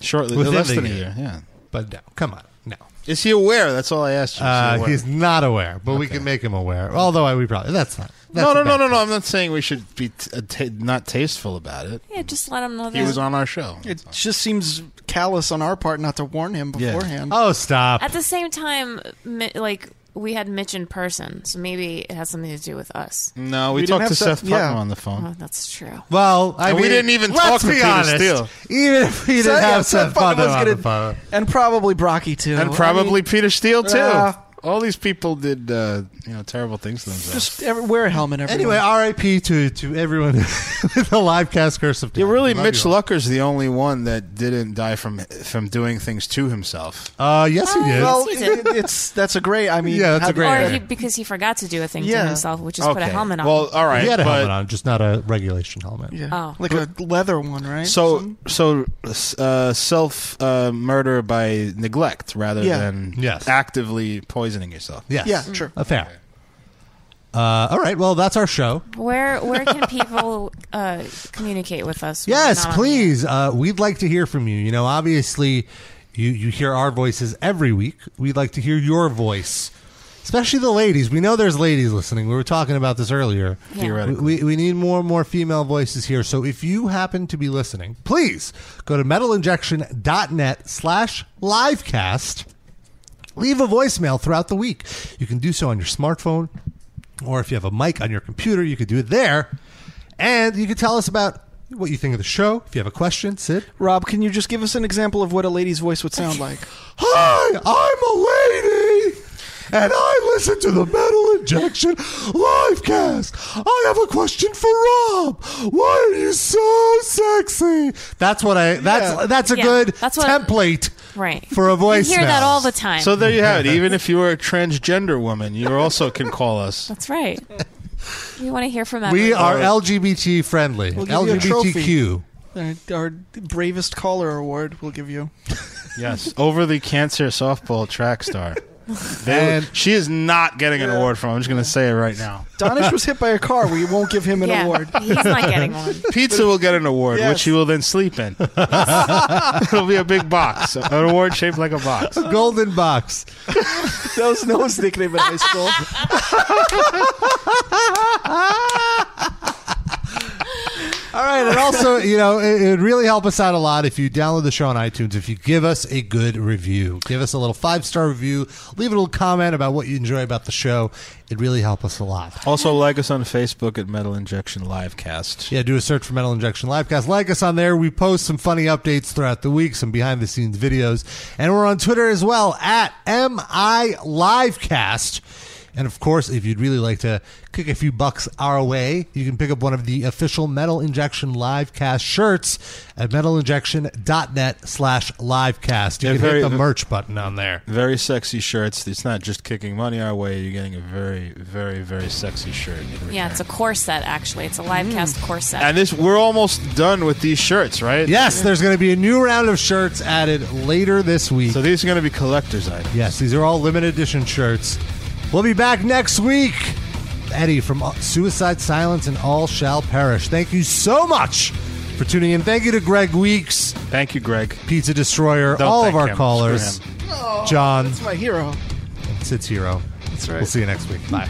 Speaker 4: shortly
Speaker 2: Within
Speaker 4: less
Speaker 2: the
Speaker 4: than a
Speaker 2: year.
Speaker 4: year. Yeah,
Speaker 2: but no, come on, no.
Speaker 4: Is he aware? That's all I asked you. Is he
Speaker 2: Uh,
Speaker 4: aware?
Speaker 2: he's not aware, but we can make him aware. Although I, we probably that's not. That's
Speaker 4: no,
Speaker 2: a
Speaker 4: no, no,
Speaker 2: bad-
Speaker 4: no, no. I'm not saying we should be t- uh, ta not tasteful about it.
Speaker 5: Yeah, just let him know that.
Speaker 4: He was on our show.
Speaker 3: It just seems callous on our part not to warn him
Speaker 4: Yeah.
Speaker 3: beforehand.
Speaker 2: Oh, stop.
Speaker 5: At the same time, Mi- like, we had Mitch in person, so maybe it has something to do with us.
Speaker 4: No, we, talked to Seth Putnam on the
Speaker 5: Oh,
Speaker 4: phone.
Speaker 5: that's true.
Speaker 2: Well, I
Speaker 4: And we
Speaker 2: mean,
Speaker 4: didn't even
Speaker 2: let's
Speaker 4: talk to
Speaker 2: be
Speaker 4: Peter
Speaker 2: honest.
Speaker 4: Steele.
Speaker 2: Even if we didn't
Speaker 3: So, yeah,
Speaker 2: have
Speaker 3: Seth
Speaker 2: Seth
Speaker 3: Putnam
Speaker 2: Putnam
Speaker 3: was
Speaker 2: on
Speaker 3: gonna-
Speaker 2: the phone.
Speaker 3: And probably Brocky, too.
Speaker 4: and probably
Speaker 3: I mean, uh,
Speaker 4: Peter Steele too.
Speaker 3: Yeah.
Speaker 4: all these people did uh, you know terrible things to themselves.
Speaker 3: just every, wear a helmet
Speaker 2: Anyway,
Speaker 3: everywhere.
Speaker 2: R.I.P. to to everyone with the live cast curse of death.
Speaker 4: Yeah, really,
Speaker 2: Love
Speaker 4: Mitch
Speaker 2: you all.
Speaker 4: Lucker's the only one that didn't die from from doing things to himself.
Speaker 2: Uh, yes,
Speaker 5: Oh,
Speaker 2: he did.
Speaker 3: Well,
Speaker 5: Yes, we did.
Speaker 3: it- it's that's a great. I mean, how-
Speaker 5: Or he, because he forgot to do a thing
Speaker 3: Yeah.
Speaker 5: to himself, which is put a
Speaker 3: Okay.
Speaker 5: helmet on.
Speaker 4: Well, all right,
Speaker 2: he had a
Speaker 4: but-
Speaker 2: helmet on, just not a regulation helmet.
Speaker 3: Yeah.
Speaker 5: Oh.
Speaker 3: like a leather one, right?
Speaker 4: So, so uh, self uh, murder by neglect rather
Speaker 3: Yeah.
Speaker 4: than actively poisoning yourself.
Speaker 2: Yes.
Speaker 3: Yeah, sure.
Speaker 2: Uh, fair. Uh, all right. Well, that's our show.
Speaker 5: Where where can people uh, communicate with us? when
Speaker 2: Yes,
Speaker 5: we're not on
Speaker 2: please. Uh, we'd like to hear from you. You know, obviously, you, you hear our voices every week. We'd like to hear your voice, especially the ladies. We know there's ladies listening. We were talking about this earlier.
Speaker 4: Yeah. Theoretically.
Speaker 2: We, we, we need more and more female voices here. So if you happen to be listening, please go to metalinjection.net slash livecast. Leave a voicemail throughout the week. You can do so on your smartphone, or if you have a mic on your computer, you could do it there. And you can tell us about what you think of the show. If you have a question, Sid.
Speaker 3: Rob, can you just give us an example of what a lady's voice would sound like?
Speaker 2: Hi, I'm a lady, and I listen to the Metal Injection livecast. I have a question for Rob. Why are you so sexy? That's what I. That's that's a
Speaker 5: Yeah,
Speaker 2: good
Speaker 5: that's what-
Speaker 2: template.
Speaker 5: Right.
Speaker 2: For a
Speaker 5: You
Speaker 2: voice.
Speaker 5: hear that all the time.
Speaker 4: So there you have it. Even if you were a transgender woman, you also can call us.
Speaker 5: That's right. You want to hear from everyone.
Speaker 2: We are LGBT friendly.
Speaker 3: We'll give you a
Speaker 2: LGBTQ.
Speaker 3: Our, our bravest caller award we'll give you.
Speaker 4: Yes, over the cancer softball track star. They-
Speaker 3: And-
Speaker 4: she is not getting an award from. I'm just going to say it right now.
Speaker 3: Donish was hit by a car. We won't give him an
Speaker 5: Yeah,
Speaker 3: award.
Speaker 5: he's not getting one.
Speaker 4: Pizza will get an award, which he will then sleep in. It'll be a big box, an award shaped like a box.
Speaker 2: Golden box.
Speaker 3: That was no one's nickname in high school.
Speaker 2: All right, and also, you know, it, it would really help us out a lot if you download the show on iTunes. If you give us a good review, give us a little five star review, leave a little comment about what you enjoy about the show. It'd really help us a lot.
Speaker 4: Also, like us on Facebook at Metal Injection Livecast.
Speaker 2: Yeah, do a search for Metal Injection Livecast. Like us on there. We post some funny updates throughout the week, some behind the scenes videos, and we're on Twitter as well at MI Livecast. And of course, if you'd really like to kick a few bucks our way, you can pick up one of the official Metal Injection Livecast shirts at metalinjection.net slash livecast. You
Speaker 4: They're
Speaker 2: can
Speaker 4: very-
Speaker 2: hit the merch button on there.
Speaker 4: Very sexy shirts. It's not just kicking money our way. You're getting a very, very, very sexy shirt.
Speaker 5: Yeah, it's a corset actually. It's a live cast corset.
Speaker 4: And this, we're almost done with these shirts, right?
Speaker 2: Yes, there's going to be a new round of shirts added later this week. So
Speaker 4: these are going to be collector's items.
Speaker 2: Yes, these are all limited edition shirts. We'll be back next week. Eddie from Suicide Silence and All Shall Perish. Thank you so much for tuning in. Thank you to Greg Weeks.
Speaker 4: Thank you, Greg.
Speaker 2: Pizza Destroyer,
Speaker 4: Don't
Speaker 2: all
Speaker 4: thank
Speaker 2: of our
Speaker 4: him.
Speaker 2: callers,
Speaker 4: Screw
Speaker 2: John,
Speaker 3: That's my hero.
Speaker 2: Sid's Hero. That's
Speaker 4: right.
Speaker 2: We'll see you next week. Bye.